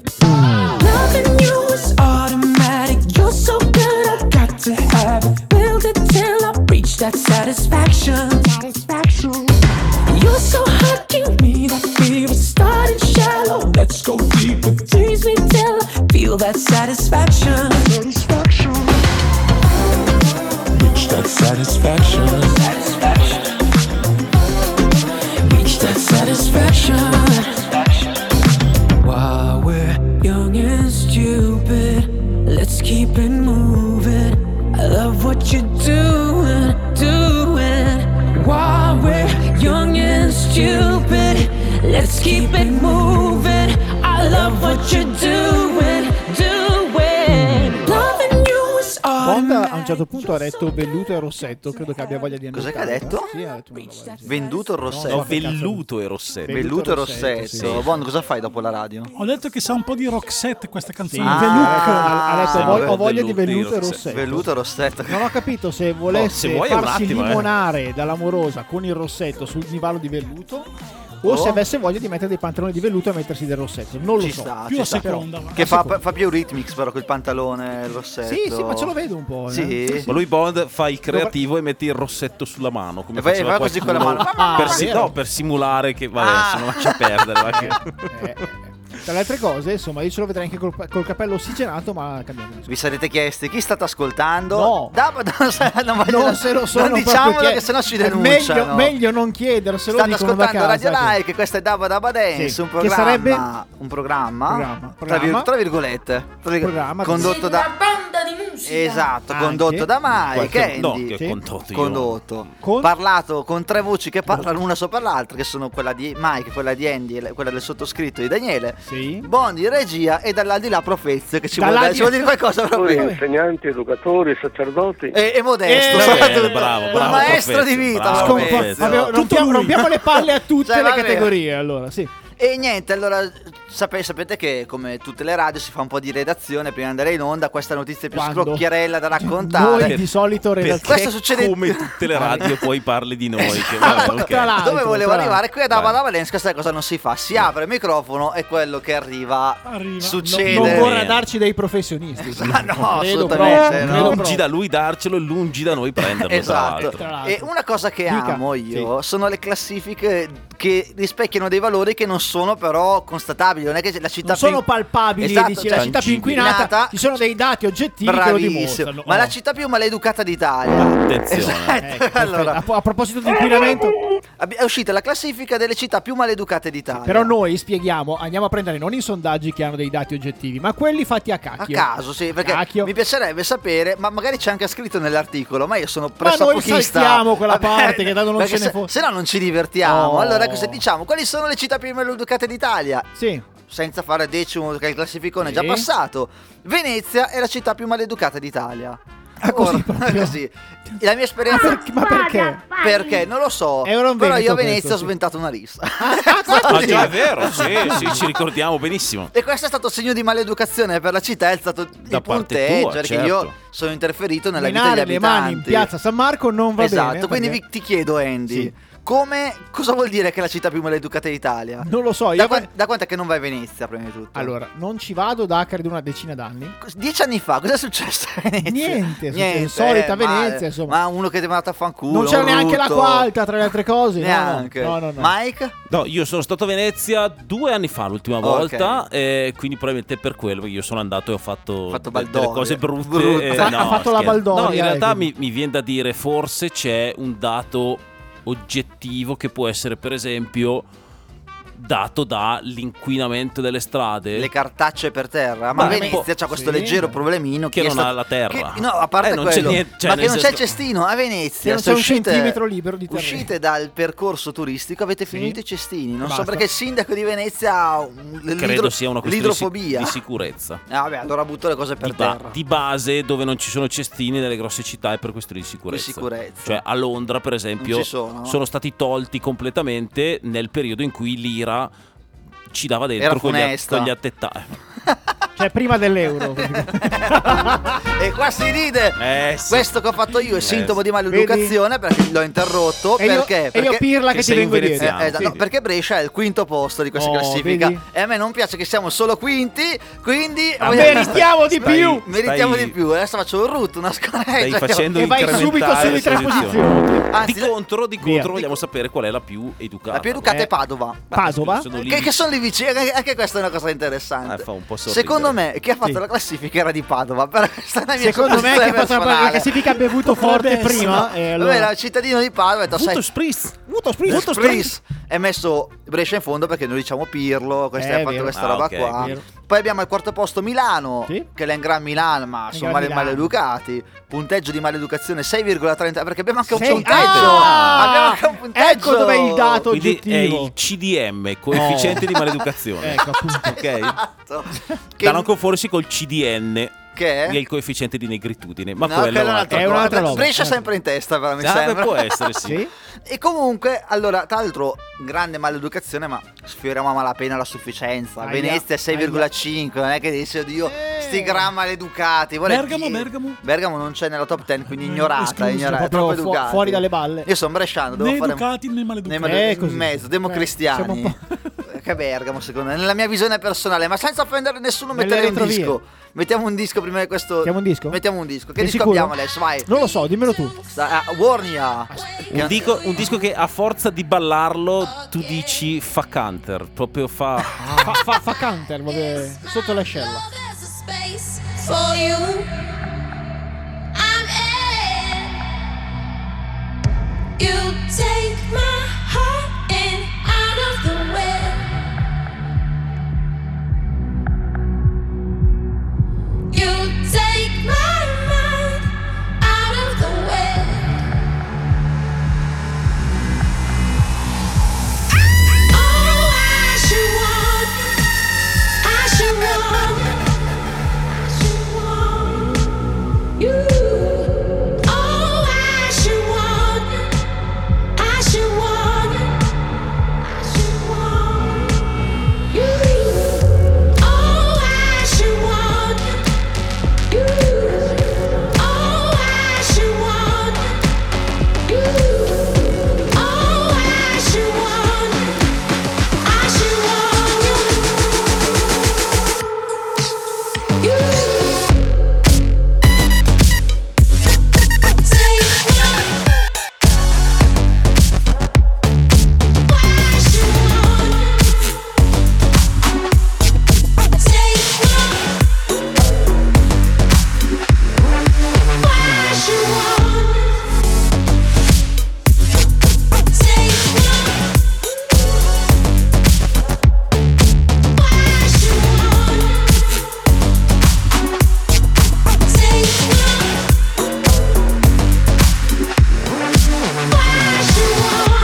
[SPEAKER 16] Loving you is automatic. You're so good, I got to have it. Build it till I reach that satisfaction. Satisfaction. You're so hot, give me that fever. Starting shallow, let's go deeper. Tease me till I feel that satisfaction. Satisfaction. Reach that satisfaction. Satisfaction. Reach that satisfaction. Satisfaction. While we're young and stupid, let's keep it moving. I love what you're doing, doing. While we're young and stupid, let's keep it moving. I love what you're doing, doing. Loving you is
[SPEAKER 2] Bond a un certo
[SPEAKER 16] automatic.
[SPEAKER 2] punto ha detto velluto e rossetto, credo che abbia voglia di andare.
[SPEAKER 4] Cos'è che ha detto?
[SPEAKER 2] Sì, ha detto una roba del genere.
[SPEAKER 4] Venduto il rossetto.
[SPEAKER 3] No,
[SPEAKER 2] che cazzo-
[SPEAKER 3] velluto e rossetto.
[SPEAKER 2] Velluto
[SPEAKER 4] Velluto e
[SPEAKER 2] Rossetto,
[SPEAKER 4] Rossetto.
[SPEAKER 2] sì.
[SPEAKER 4] Von, cosa fai dopo la radio?
[SPEAKER 5] Ho detto che sa un po' di Roxette questa canzone.
[SPEAKER 4] Ah.
[SPEAKER 5] Velucco.
[SPEAKER 2] Ha detto
[SPEAKER 4] sì,
[SPEAKER 2] "Vo-
[SPEAKER 4] vabbè,
[SPEAKER 2] ho voglia di
[SPEAKER 3] velluto e
[SPEAKER 2] velluto e
[SPEAKER 3] rossetto.
[SPEAKER 2] rossetto.
[SPEAKER 4] Velluto Rossetto.
[SPEAKER 2] Non ho capito se volesse
[SPEAKER 3] se vuoi è un
[SPEAKER 2] farsi
[SPEAKER 3] attimo, eh.
[SPEAKER 2] limonare dall'amorosa con il rossetto sul divano di velluto o
[SPEAKER 4] Oh.
[SPEAKER 2] se avesse voglia di mettere dei pantaloni di velluto e mettersi del rossetto. Non lo
[SPEAKER 4] Ci
[SPEAKER 2] so.
[SPEAKER 4] sta,
[SPEAKER 5] Più
[SPEAKER 4] ci
[SPEAKER 5] a
[SPEAKER 4] sta.
[SPEAKER 5] seconda. va.
[SPEAKER 4] Che fa, fa più Eurythmics però col pantalone il rossetto.
[SPEAKER 2] Sì, sì, ma ce lo vedo un po'. eh.
[SPEAKER 4] Sì.
[SPEAKER 3] Ma lui Bond fa il creativo e mette il rossetto sulla mano. Come
[SPEAKER 4] E vai-
[SPEAKER 3] faceva
[SPEAKER 4] vai così con la
[SPEAKER 3] qualcuno
[SPEAKER 2] mano.
[SPEAKER 3] Per,
[SPEAKER 2] Ah,
[SPEAKER 3] si-
[SPEAKER 2] vero.
[SPEAKER 3] no, per simulare che. Vabbè,
[SPEAKER 4] Ah.
[SPEAKER 3] se non lascia perdere. va che-
[SPEAKER 2] Eh, eh, eh. Tra le altre cose, insomma, io ce lo vedrei anche col, col capello ossigenato, ma cambiamo.
[SPEAKER 4] Vi sarete chiesti chi state ascoltando?
[SPEAKER 2] No.
[SPEAKER 4] Da- da- non voglio-
[SPEAKER 2] Non se lo sono
[SPEAKER 4] non
[SPEAKER 2] proprio
[SPEAKER 4] diciamolo
[SPEAKER 2] chiesto.
[SPEAKER 4] che sennò ci
[SPEAKER 2] È
[SPEAKER 4] denunciano.
[SPEAKER 2] Meglio, meglio non chiederselo.
[SPEAKER 4] State
[SPEAKER 2] dicono da
[SPEAKER 4] ascoltando
[SPEAKER 2] casa,
[SPEAKER 4] Radio
[SPEAKER 2] che-
[SPEAKER 4] Like, questo è Dabba Dabba Dance,
[SPEAKER 2] Sì,
[SPEAKER 4] un
[SPEAKER 2] che
[SPEAKER 4] programma,
[SPEAKER 2] sarebbe-
[SPEAKER 4] un programma,
[SPEAKER 2] Programma,
[SPEAKER 4] tra, vir-
[SPEAKER 2] programma.
[SPEAKER 4] tra virgolette, tra virgolette,
[SPEAKER 2] Programma,
[SPEAKER 4] condotto da...
[SPEAKER 1] banda di musica.
[SPEAKER 4] Esatto,
[SPEAKER 2] Anche.
[SPEAKER 4] condotto da Mike,
[SPEAKER 3] Qualche-
[SPEAKER 4] Andy,
[SPEAKER 3] no, che
[SPEAKER 2] Sì.
[SPEAKER 3] condotto io.
[SPEAKER 4] condotto,
[SPEAKER 2] Con-
[SPEAKER 4] parlato con tre voci che parlano una sopra l'altra, che sono quella di Mike, quella di Andy, e quella del sottoscritto di Daniele,
[SPEAKER 2] Sì.
[SPEAKER 4] Bondi regia e dall'aldilà Profezio che ci vuole,
[SPEAKER 2] Dall'aldilà-
[SPEAKER 4] dare- ci vuole dire qualcosa proprio.
[SPEAKER 13] insegnanti, educatori, sacerdoti.
[SPEAKER 4] E, e modesto,
[SPEAKER 2] Eh,
[SPEAKER 4] soprattutto.
[SPEAKER 3] bene, bravo,
[SPEAKER 4] un
[SPEAKER 3] bravo,
[SPEAKER 4] maestro
[SPEAKER 3] Profezio,
[SPEAKER 4] di vita.
[SPEAKER 3] bravo,
[SPEAKER 4] Profezio.
[SPEAKER 3] Profezio.
[SPEAKER 2] Vabbè,
[SPEAKER 5] Tutto
[SPEAKER 2] rompiamo,
[SPEAKER 5] lui.
[SPEAKER 2] rompiamo le palle a tutte
[SPEAKER 4] Cioè,
[SPEAKER 2] le
[SPEAKER 4] vabbè.
[SPEAKER 2] categorie, allora, sì.
[SPEAKER 4] E niente, allora Sape- sapete che come tutte le radio si fa un po' di redazione prima di andare in onda, questa è la notizia più
[SPEAKER 2] Quando?
[SPEAKER 4] scrocchiarella da raccontare.
[SPEAKER 2] Noi di solito
[SPEAKER 3] Perché
[SPEAKER 2] redazione.
[SPEAKER 4] Questo succede-
[SPEAKER 3] come tutte le radio poi parli di noi. Che, vabbè, ok.
[SPEAKER 2] Tra l'altro,
[SPEAKER 4] Dove volevo
[SPEAKER 2] tra l'altro.
[SPEAKER 4] arrivare? Qui a Dava
[SPEAKER 3] Vai.
[SPEAKER 4] Dava Lenska sai cosa non si fa? Si apre il microfono e quello che arriva,
[SPEAKER 5] Arriva.
[SPEAKER 4] succede.
[SPEAKER 2] Non
[SPEAKER 3] Bene.
[SPEAKER 2] vorrà darci dei professionisti.
[SPEAKER 4] Ah, no,
[SPEAKER 2] Credo
[SPEAKER 4] assolutamente
[SPEAKER 2] proprio,
[SPEAKER 4] no.
[SPEAKER 2] credo
[SPEAKER 3] Lungi da lui darcelo, lungi da noi prenderlo. tra
[SPEAKER 4] Esatto.
[SPEAKER 3] l'altro.
[SPEAKER 2] Tra l'altro.
[SPEAKER 4] E una cosa che
[SPEAKER 2] Dica.
[SPEAKER 4] amo io sono le classifiche che rispecchiano dei valori che non sono però constatabili. Non è che la città
[SPEAKER 2] Non sono
[SPEAKER 4] più-
[SPEAKER 2] palpabili,
[SPEAKER 4] Esatto,
[SPEAKER 2] dici,
[SPEAKER 4] cioè,
[SPEAKER 2] la città più inquinata,
[SPEAKER 4] inquinata-
[SPEAKER 2] ci sono dei dati oggettivi che lo
[SPEAKER 4] Bravissimo.
[SPEAKER 2] dimostrano.
[SPEAKER 4] Ma la
[SPEAKER 2] Oh.
[SPEAKER 4] città più maleducata d'Italia.
[SPEAKER 3] Attenzione.
[SPEAKER 4] Esatto.
[SPEAKER 2] Ecco,
[SPEAKER 4] allora,
[SPEAKER 2] perfetto. a, a proposito di inquinamento,
[SPEAKER 4] abbi- è uscita la classifica delle città più maleducate d'Italia.
[SPEAKER 2] però noi spieghiamo, andiamo a prendere non i sondaggi che hanno dei dati oggettivi, ma quelli fatti a
[SPEAKER 4] A
[SPEAKER 2] cacchio.
[SPEAKER 4] caso, sì, perché
[SPEAKER 2] Cacchio.
[SPEAKER 4] mi piacerebbe sapere, ma magari c'è anche scritto nell'articolo, ma io sono
[SPEAKER 2] Ma
[SPEAKER 4] presso
[SPEAKER 2] noi saltiamo quella parte che tanto non ce ne
[SPEAKER 4] se,
[SPEAKER 2] fosse.
[SPEAKER 4] se no non ci divertiamo.
[SPEAKER 2] Oh.
[SPEAKER 4] Allora, ecco, se diciamo quali sono le città più maleducate d'Italia,
[SPEAKER 2] Sì.
[SPEAKER 4] senza fare decimo che il classificone è
[SPEAKER 2] Sì.
[SPEAKER 4] già passato. Venezia è la città più maleducata d'Italia.
[SPEAKER 2] Ah, così
[SPEAKER 4] Ora-
[SPEAKER 2] proprio?
[SPEAKER 4] così. La mia
[SPEAKER 2] Ma,
[SPEAKER 4] esperienza
[SPEAKER 2] perché- ma perché?
[SPEAKER 4] perché non lo so,
[SPEAKER 2] Era un
[SPEAKER 4] però io
[SPEAKER 2] Veneto
[SPEAKER 4] a Venezia
[SPEAKER 2] questo,
[SPEAKER 4] ho
[SPEAKER 2] sì.
[SPEAKER 4] sventato una
[SPEAKER 3] Ah,
[SPEAKER 4] rissa. Quindi-
[SPEAKER 3] già è vero, sì, sì, ci ricordiamo benissimo.
[SPEAKER 4] E questo è stato segno di maleducazione per la città, è stato
[SPEAKER 3] Da parte
[SPEAKER 4] il punteggio
[SPEAKER 3] tua,
[SPEAKER 4] perché
[SPEAKER 3] certo.
[SPEAKER 4] io sono interferito nella
[SPEAKER 2] Menare
[SPEAKER 4] vita degli
[SPEAKER 2] le mani in
[SPEAKER 4] abitanti.
[SPEAKER 2] piazza San Marco non va
[SPEAKER 4] esatto,
[SPEAKER 2] bene.
[SPEAKER 4] quindi
[SPEAKER 2] perché-
[SPEAKER 4] vi- ti chiedo Andy,
[SPEAKER 2] Sì.
[SPEAKER 4] come cosa vuol dire che è la città più maleducata d'Italia?
[SPEAKER 2] Non lo so,
[SPEAKER 4] Da,
[SPEAKER 2] io...
[SPEAKER 4] quan- da quanto è che non vai a Venezia prima di tutto?
[SPEAKER 2] Allora, non ci vado da credo una decina d'anni.
[SPEAKER 4] Dieci anni fa, cosa è successo a Venezia? eh,
[SPEAKER 2] Niente, è successo- solita Venezia,
[SPEAKER 4] ma-
[SPEAKER 2] insomma.
[SPEAKER 4] Ma uno che ti è mandato a fanculo.
[SPEAKER 2] non c'era
[SPEAKER 4] un
[SPEAKER 2] neanche la
[SPEAKER 4] rutto,
[SPEAKER 2] quarta tra le altre cose. no, no.
[SPEAKER 4] Neanche.
[SPEAKER 2] No, no, no.
[SPEAKER 4] Mike?
[SPEAKER 3] No, io sono stato a Venezia due anni fa, l'ultima
[SPEAKER 4] Ok.
[SPEAKER 3] volta, e quindi probabilmente per quello io sono andato e ho fatto,
[SPEAKER 4] Ho fatto
[SPEAKER 3] de- delle
[SPEAKER 4] Baldoria.
[SPEAKER 3] cose brutte.
[SPEAKER 4] Brutta.
[SPEAKER 3] eh,
[SPEAKER 2] Ha fa- ha
[SPEAKER 3] no,
[SPEAKER 2] fatto la
[SPEAKER 3] scherzo.
[SPEAKER 2] Baldoria,
[SPEAKER 3] No, in
[SPEAKER 2] eh,
[SPEAKER 3] realtà mi,
[SPEAKER 2] quindi.
[SPEAKER 3] mi viene da dire forse c'è un dato oggettivo che può essere per esempio dato dall'inquinamento delle strade.
[SPEAKER 4] Le cartacce per terra. Ma
[SPEAKER 3] Ma-
[SPEAKER 4] Venezia c'ha questo
[SPEAKER 2] Sì.
[SPEAKER 4] leggero problemino
[SPEAKER 3] Che non
[SPEAKER 4] è
[SPEAKER 3] ha la terra.
[SPEAKER 4] che- no, a parte
[SPEAKER 3] Eh, non c'è
[SPEAKER 4] quello.
[SPEAKER 3] niente, cioè,
[SPEAKER 4] ma
[SPEAKER 3] nel
[SPEAKER 4] che non c'è il
[SPEAKER 3] senso-
[SPEAKER 4] cestino a
[SPEAKER 2] Che
[SPEAKER 4] Venezia.
[SPEAKER 2] non
[SPEAKER 4] se
[SPEAKER 2] c'è un
[SPEAKER 4] uscite-
[SPEAKER 2] centimetro libero di terreno.
[SPEAKER 4] Uscite dal percorso turistico, avete finito i cestini. Non
[SPEAKER 2] Basta.
[SPEAKER 4] so perché il sindaco di Venezia ha un-
[SPEAKER 3] Credo
[SPEAKER 4] l'idro-
[SPEAKER 3] sia una questione di si-
[SPEAKER 4] l'idrofobia.
[SPEAKER 3] di sicurezza.
[SPEAKER 4] Ah, vabbè, allora butto le cose per
[SPEAKER 3] di, ba-
[SPEAKER 4] terra.
[SPEAKER 3] di base dove non ci sono cestini nelle grosse città è per questioni di sicurezza.
[SPEAKER 4] Di sicurezza.
[SPEAKER 3] Cioè a Londra per esempio
[SPEAKER 4] Non ci sono.
[SPEAKER 3] stati tolti completamente nel periodo in cui l'ira ci dava dentro
[SPEAKER 4] Era
[SPEAKER 3] con gli, eh. a-
[SPEAKER 4] funesta.
[SPEAKER 3] con gli attentati.
[SPEAKER 2] Cioè, prima dell'euro.
[SPEAKER 4] e qua si ride.
[SPEAKER 3] Eh sì.
[SPEAKER 4] Questo che ho fatto io è
[SPEAKER 3] Eh,
[SPEAKER 4] sintomo
[SPEAKER 3] sì.
[SPEAKER 4] di maleducazione perché l'ho interrotto.
[SPEAKER 2] e, io,
[SPEAKER 4] perché?
[SPEAKER 2] e io
[SPEAKER 4] Perché-
[SPEAKER 2] pirla
[SPEAKER 3] che
[SPEAKER 2] che, ti
[SPEAKER 3] sei
[SPEAKER 2] vengo
[SPEAKER 3] un
[SPEAKER 2] dietro.
[SPEAKER 3] veneziano.
[SPEAKER 4] Eh, esatto,
[SPEAKER 3] sì.
[SPEAKER 4] no, perché Brescia è il quinto posto di questa
[SPEAKER 2] Oh,
[SPEAKER 4] classifica
[SPEAKER 2] vedi?
[SPEAKER 4] e a me non piace che siamo solo quinti, quindi
[SPEAKER 3] Ah,
[SPEAKER 4] vogliamo-
[SPEAKER 2] Meritiamo di
[SPEAKER 3] Stai-
[SPEAKER 2] più.
[SPEAKER 4] meritiamo
[SPEAKER 3] stai-
[SPEAKER 4] di più. Adesso faccio un root, una scorreggia.
[SPEAKER 3] Stai
[SPEAKER 4] che-
[SPEAKER 3] facendo
[SPEAKER 2] E vai
[SPEAKER 3] incrementare
[SPEAKER 2] subito sulle
[SPEAKER 3] le
[SPEAKER 2] tre
[SPEAKER 3] posizioni.
[SPEAKER 2] posizioni.
[SPEAKER 4] Anzi,
[SPEAKER 3] Di contro, di
[SPEAKER 2] Via.
[SPEAKER 3] contro vogliamo sapere qual è la più educata.
[SPEAKER 4] La più educata
[SPEAKER 2] Eh.
[SPEAKER 4] è Padova.
[SPEAKER 3] Ma scusa,
[SPEAKER 2] Padova?
[SPEAKER 3] sono lì
[SPEAKER 4] Che,
[SPEAKER 3] vicino.
[SPEAKER 4] che sono lì vicini, anche, anche questa è una cosa interessante.
[SPEAKER 3] Eh, fa un po' sorridere.
[SPEAKER 4] Secondo me, chi ha fatto
[SPEAKER 2] Sì.
[SPEAKER 4] la classifica era di Padova. Però questa è la mia
[SPEAKER 2] Secondo me che
[SPEAKER 4] fatto
[SPEAKER 2] fatto la la classifica ha bevuto forte prima. eh, E
[SPEAKER 4] Allora,
[SPEAKER 2] allora...
[SPEAKER 4] il cittadino di Padova ha detto:
[SPEAKER 3] Punto
[SPEAKER 4] Sai,
[SPEAKER 3] spritz.
[SPEAKER 2] Spritz.
[SPEAKER 4] Molto Spritz è messo Brescia in fondo perché noi diciamo Pirlo, questa
[SPEAKER 2] Eh,
[SPEAKER 4] ha
[SPEAKER 2] è
[SPEAKER 4] fatto
[SPEAKER 2] vero.
[SPEAKER 4] questa
[SPEAKER 3] Ah,
[SPEAKER 4] roba
[SPEAKER 3] ok,
[SPEAKER 4] qua.
[SPEAKER 2] vero.
[SPEAKER 4] Poi abbiamo al quarto posto Milano,
[SPEAKER 2] Sì.
[SPEAKER 4] che è in Gran Milano, ma sono
[SPEAKER 2] Gran
[SPEAKER 4] male,
[SPEAKER 2] Milano.
[SPEAKER 4] maleducati. Punteggio di maleducazione 6,30 perché abbiamo anche un
[SPEAKER 2] Sei-
[SPEAKER 4] punteggio.
[SPEAKER 2] Ah!
[SPEAKER 4] abbiamo anche un punteggio.
[SPEAKER 2] Ecco dov'è il dato
[SPEAKER 3] Quindi eh, è
[SPEAKER 2] oggettivo.
[SPEAKER 3] il CDM, coefficiente di maleducazione.
[SPEAKER 2] Ecco, appunto.
[SPEAKER 3] ok?
[SPEAKER 4] Esatto. Che-
[SPEAKER 3] Da non confondersi col CDN,
[SPEAKER 4] Che è?
[SPEAKER 3] che è il coefficiente di negritudine. Ma
[SPEAKER 4] No,
[SPEAKER 3] quello ecco.
[SPEAKER 4] quella è un'altra
[SPEAKER 2] è
[SPEAKER 4] cosa.
[SPEAKER 2] un'altra roba.
[SPEAKER 4] Brescia è
[SPEAKER 2] Eh.
[SPEAKER 4] sempre in testa, però mi
[SPEAKER 3] Ah, beh,
[SPEAKER 4] sembra.
[SPEAKER 3] può essere, sì.
[SPEAKER 2] Sì?
[SPEAKER 4] E comunque, allora, tra l'altro, grande maleducazione, ma sfioriamo a malapena la sufficienza.
[SPEAKER 2] Aia,
[SPEAKER 4] Venezia è 6,5, non è che dici, oddio, sti gran maleducati. vuole
[SPEAKER 5] Bergamo,
[SPEAKER 4] dire.
[SPEAKER 5] Bergamo?
[SPEAKER 4] Bergamo non c'è nella top 10, quindi
[SPEAKER 5] Eh,
[SPEAKER 4] ignorata,
[SPEAKER 5] esclusa,
[SPEAKER 4] ignorata, è
[SPEAKER 2] proprio
[SPEAKER 4] troppo
[SPEAKER 2] fu-
[SPEAKER 4] educati.
[SPEAKER 2] fuori dalle balle.
[SPEAKER 4] Io sono bresciano, devo
[SPEAKER 5] né
[SPEAKER 4] fare...
[SPEAKER 5] educati né maleducati.
[SPEAKER 4] Nei
[SPEAKER 2] Eh,
[SPEAKER 4] maleducati
[SPEAKER 2] così.
[SPEAKER 4] in mezzo,
[SPEAKER 2] Eh, siamo
[SPEAKER 4] democristiani.
[SPEAKER 2] un po'-
[SPEAKER 4] Che Bergamo, secondo me, nella mia visione personale, ma senza offendere nessuno,
[SPEAKER 2] Nelle
[SPEAKER 4] mettere un
[SPEAKER 2] retrovie.
[SPEAKER 4] disco. Mettiamo un disco prima di questo.
[SPEAKER 2] Mettiamo un disco?
[SPEAKER 4] Mettiamo un disco. Che
[SPEAKER 2] Sei
[SPEAKER 4] disco
[SPEAKER 2] sicuro?
[SPEAKER 4] abbiamo adesso? Vai.
[SPEAKER 2] Non lo so, dimmelo tu.
[SPEAKER 4] Ah, Warnia.
[SPEAKER 3] Un, dico- un disco che a forza di ballarlo tu dici fa canter, proprio
[SPEAKER 4] Ah.
[SPEAKER 3] fa...
[SPEAKER 2] Fa, fa, fa canter, vabbè, sotto l'ascella.
[SPEAKER 1] There's a space for you. I'm in. You take my heart and out of the way. You take my mind out of the way. Oh, I should want. I should run. I should run. Oh, Oh, Oh, Oh,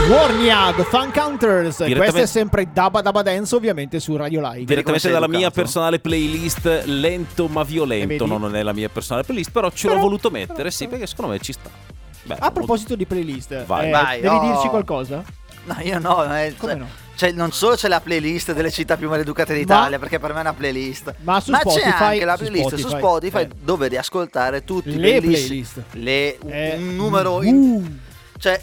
[SPEAKER 2] Warnia, The Fun Counters. Questa
[SPEAKER 3] Direttamente-
[SPEAKER 2] è sempre Dabba Dabba Dance, ovviamente su Radio Live.
[SPEAKER 3] Direttamente dalla mia
[SPEAKER 4] educato?
[SPEAKER 3] personale playlist, lento ma violento.
[SPEAKER 2] Eh,
[SPEAKER 3] No,
[SPEAKER 2] vedi?
[SPEAKER 3] non è la mia personale playlist, però ce l'ho voluto mettere, sì, perché secondo me ci sta. Beh,
[SPEAKER 4] Ah,
[SPEAKER 2] A proposito di playlist,
[SPEAKER 3] Vai.
[SPEAKER 2] eh,
[SPEAKER 4] Vai,
[SPEAKER 2] devi
[SPEAKER 4] oh.
[SPEAKER 2] dirci qualcosa?
[SPEAKER 4] No, io no. eh,
[SPEAKER 2] Come
[SPEAKER 4] cioè-
[SPEAKER 2] no?
[SPEAKER 4] cioè, non solo c'è la playlist delle città più maleducate d'Italia, perché per me è una playlist.
[SPEAKER 2] Ma su
[SPEAKER 4] c'è
[SPEAKER 2] Spotify-
[SPEAKER 4] anche la
[SPEAKER 2] su
[SPEAKER 4] playlist su
[SPEAKER 2] Spotify,
[SPEAKER 4] Spotify
[SPEAKER 2] eh.
[SPEAKER 4] dove riascoltare tutti i
[SPEAKER 2] Le
[SPEAKER 4] playlist.
[SPEAKER 2] playlist.
[SPEAKER 4] Le, un,
[SPEAKER 2] Eh,
[SPEAKER 4] un numero.
[SPEAKER 2] uh,
[SPEAKER 4] in- cioè,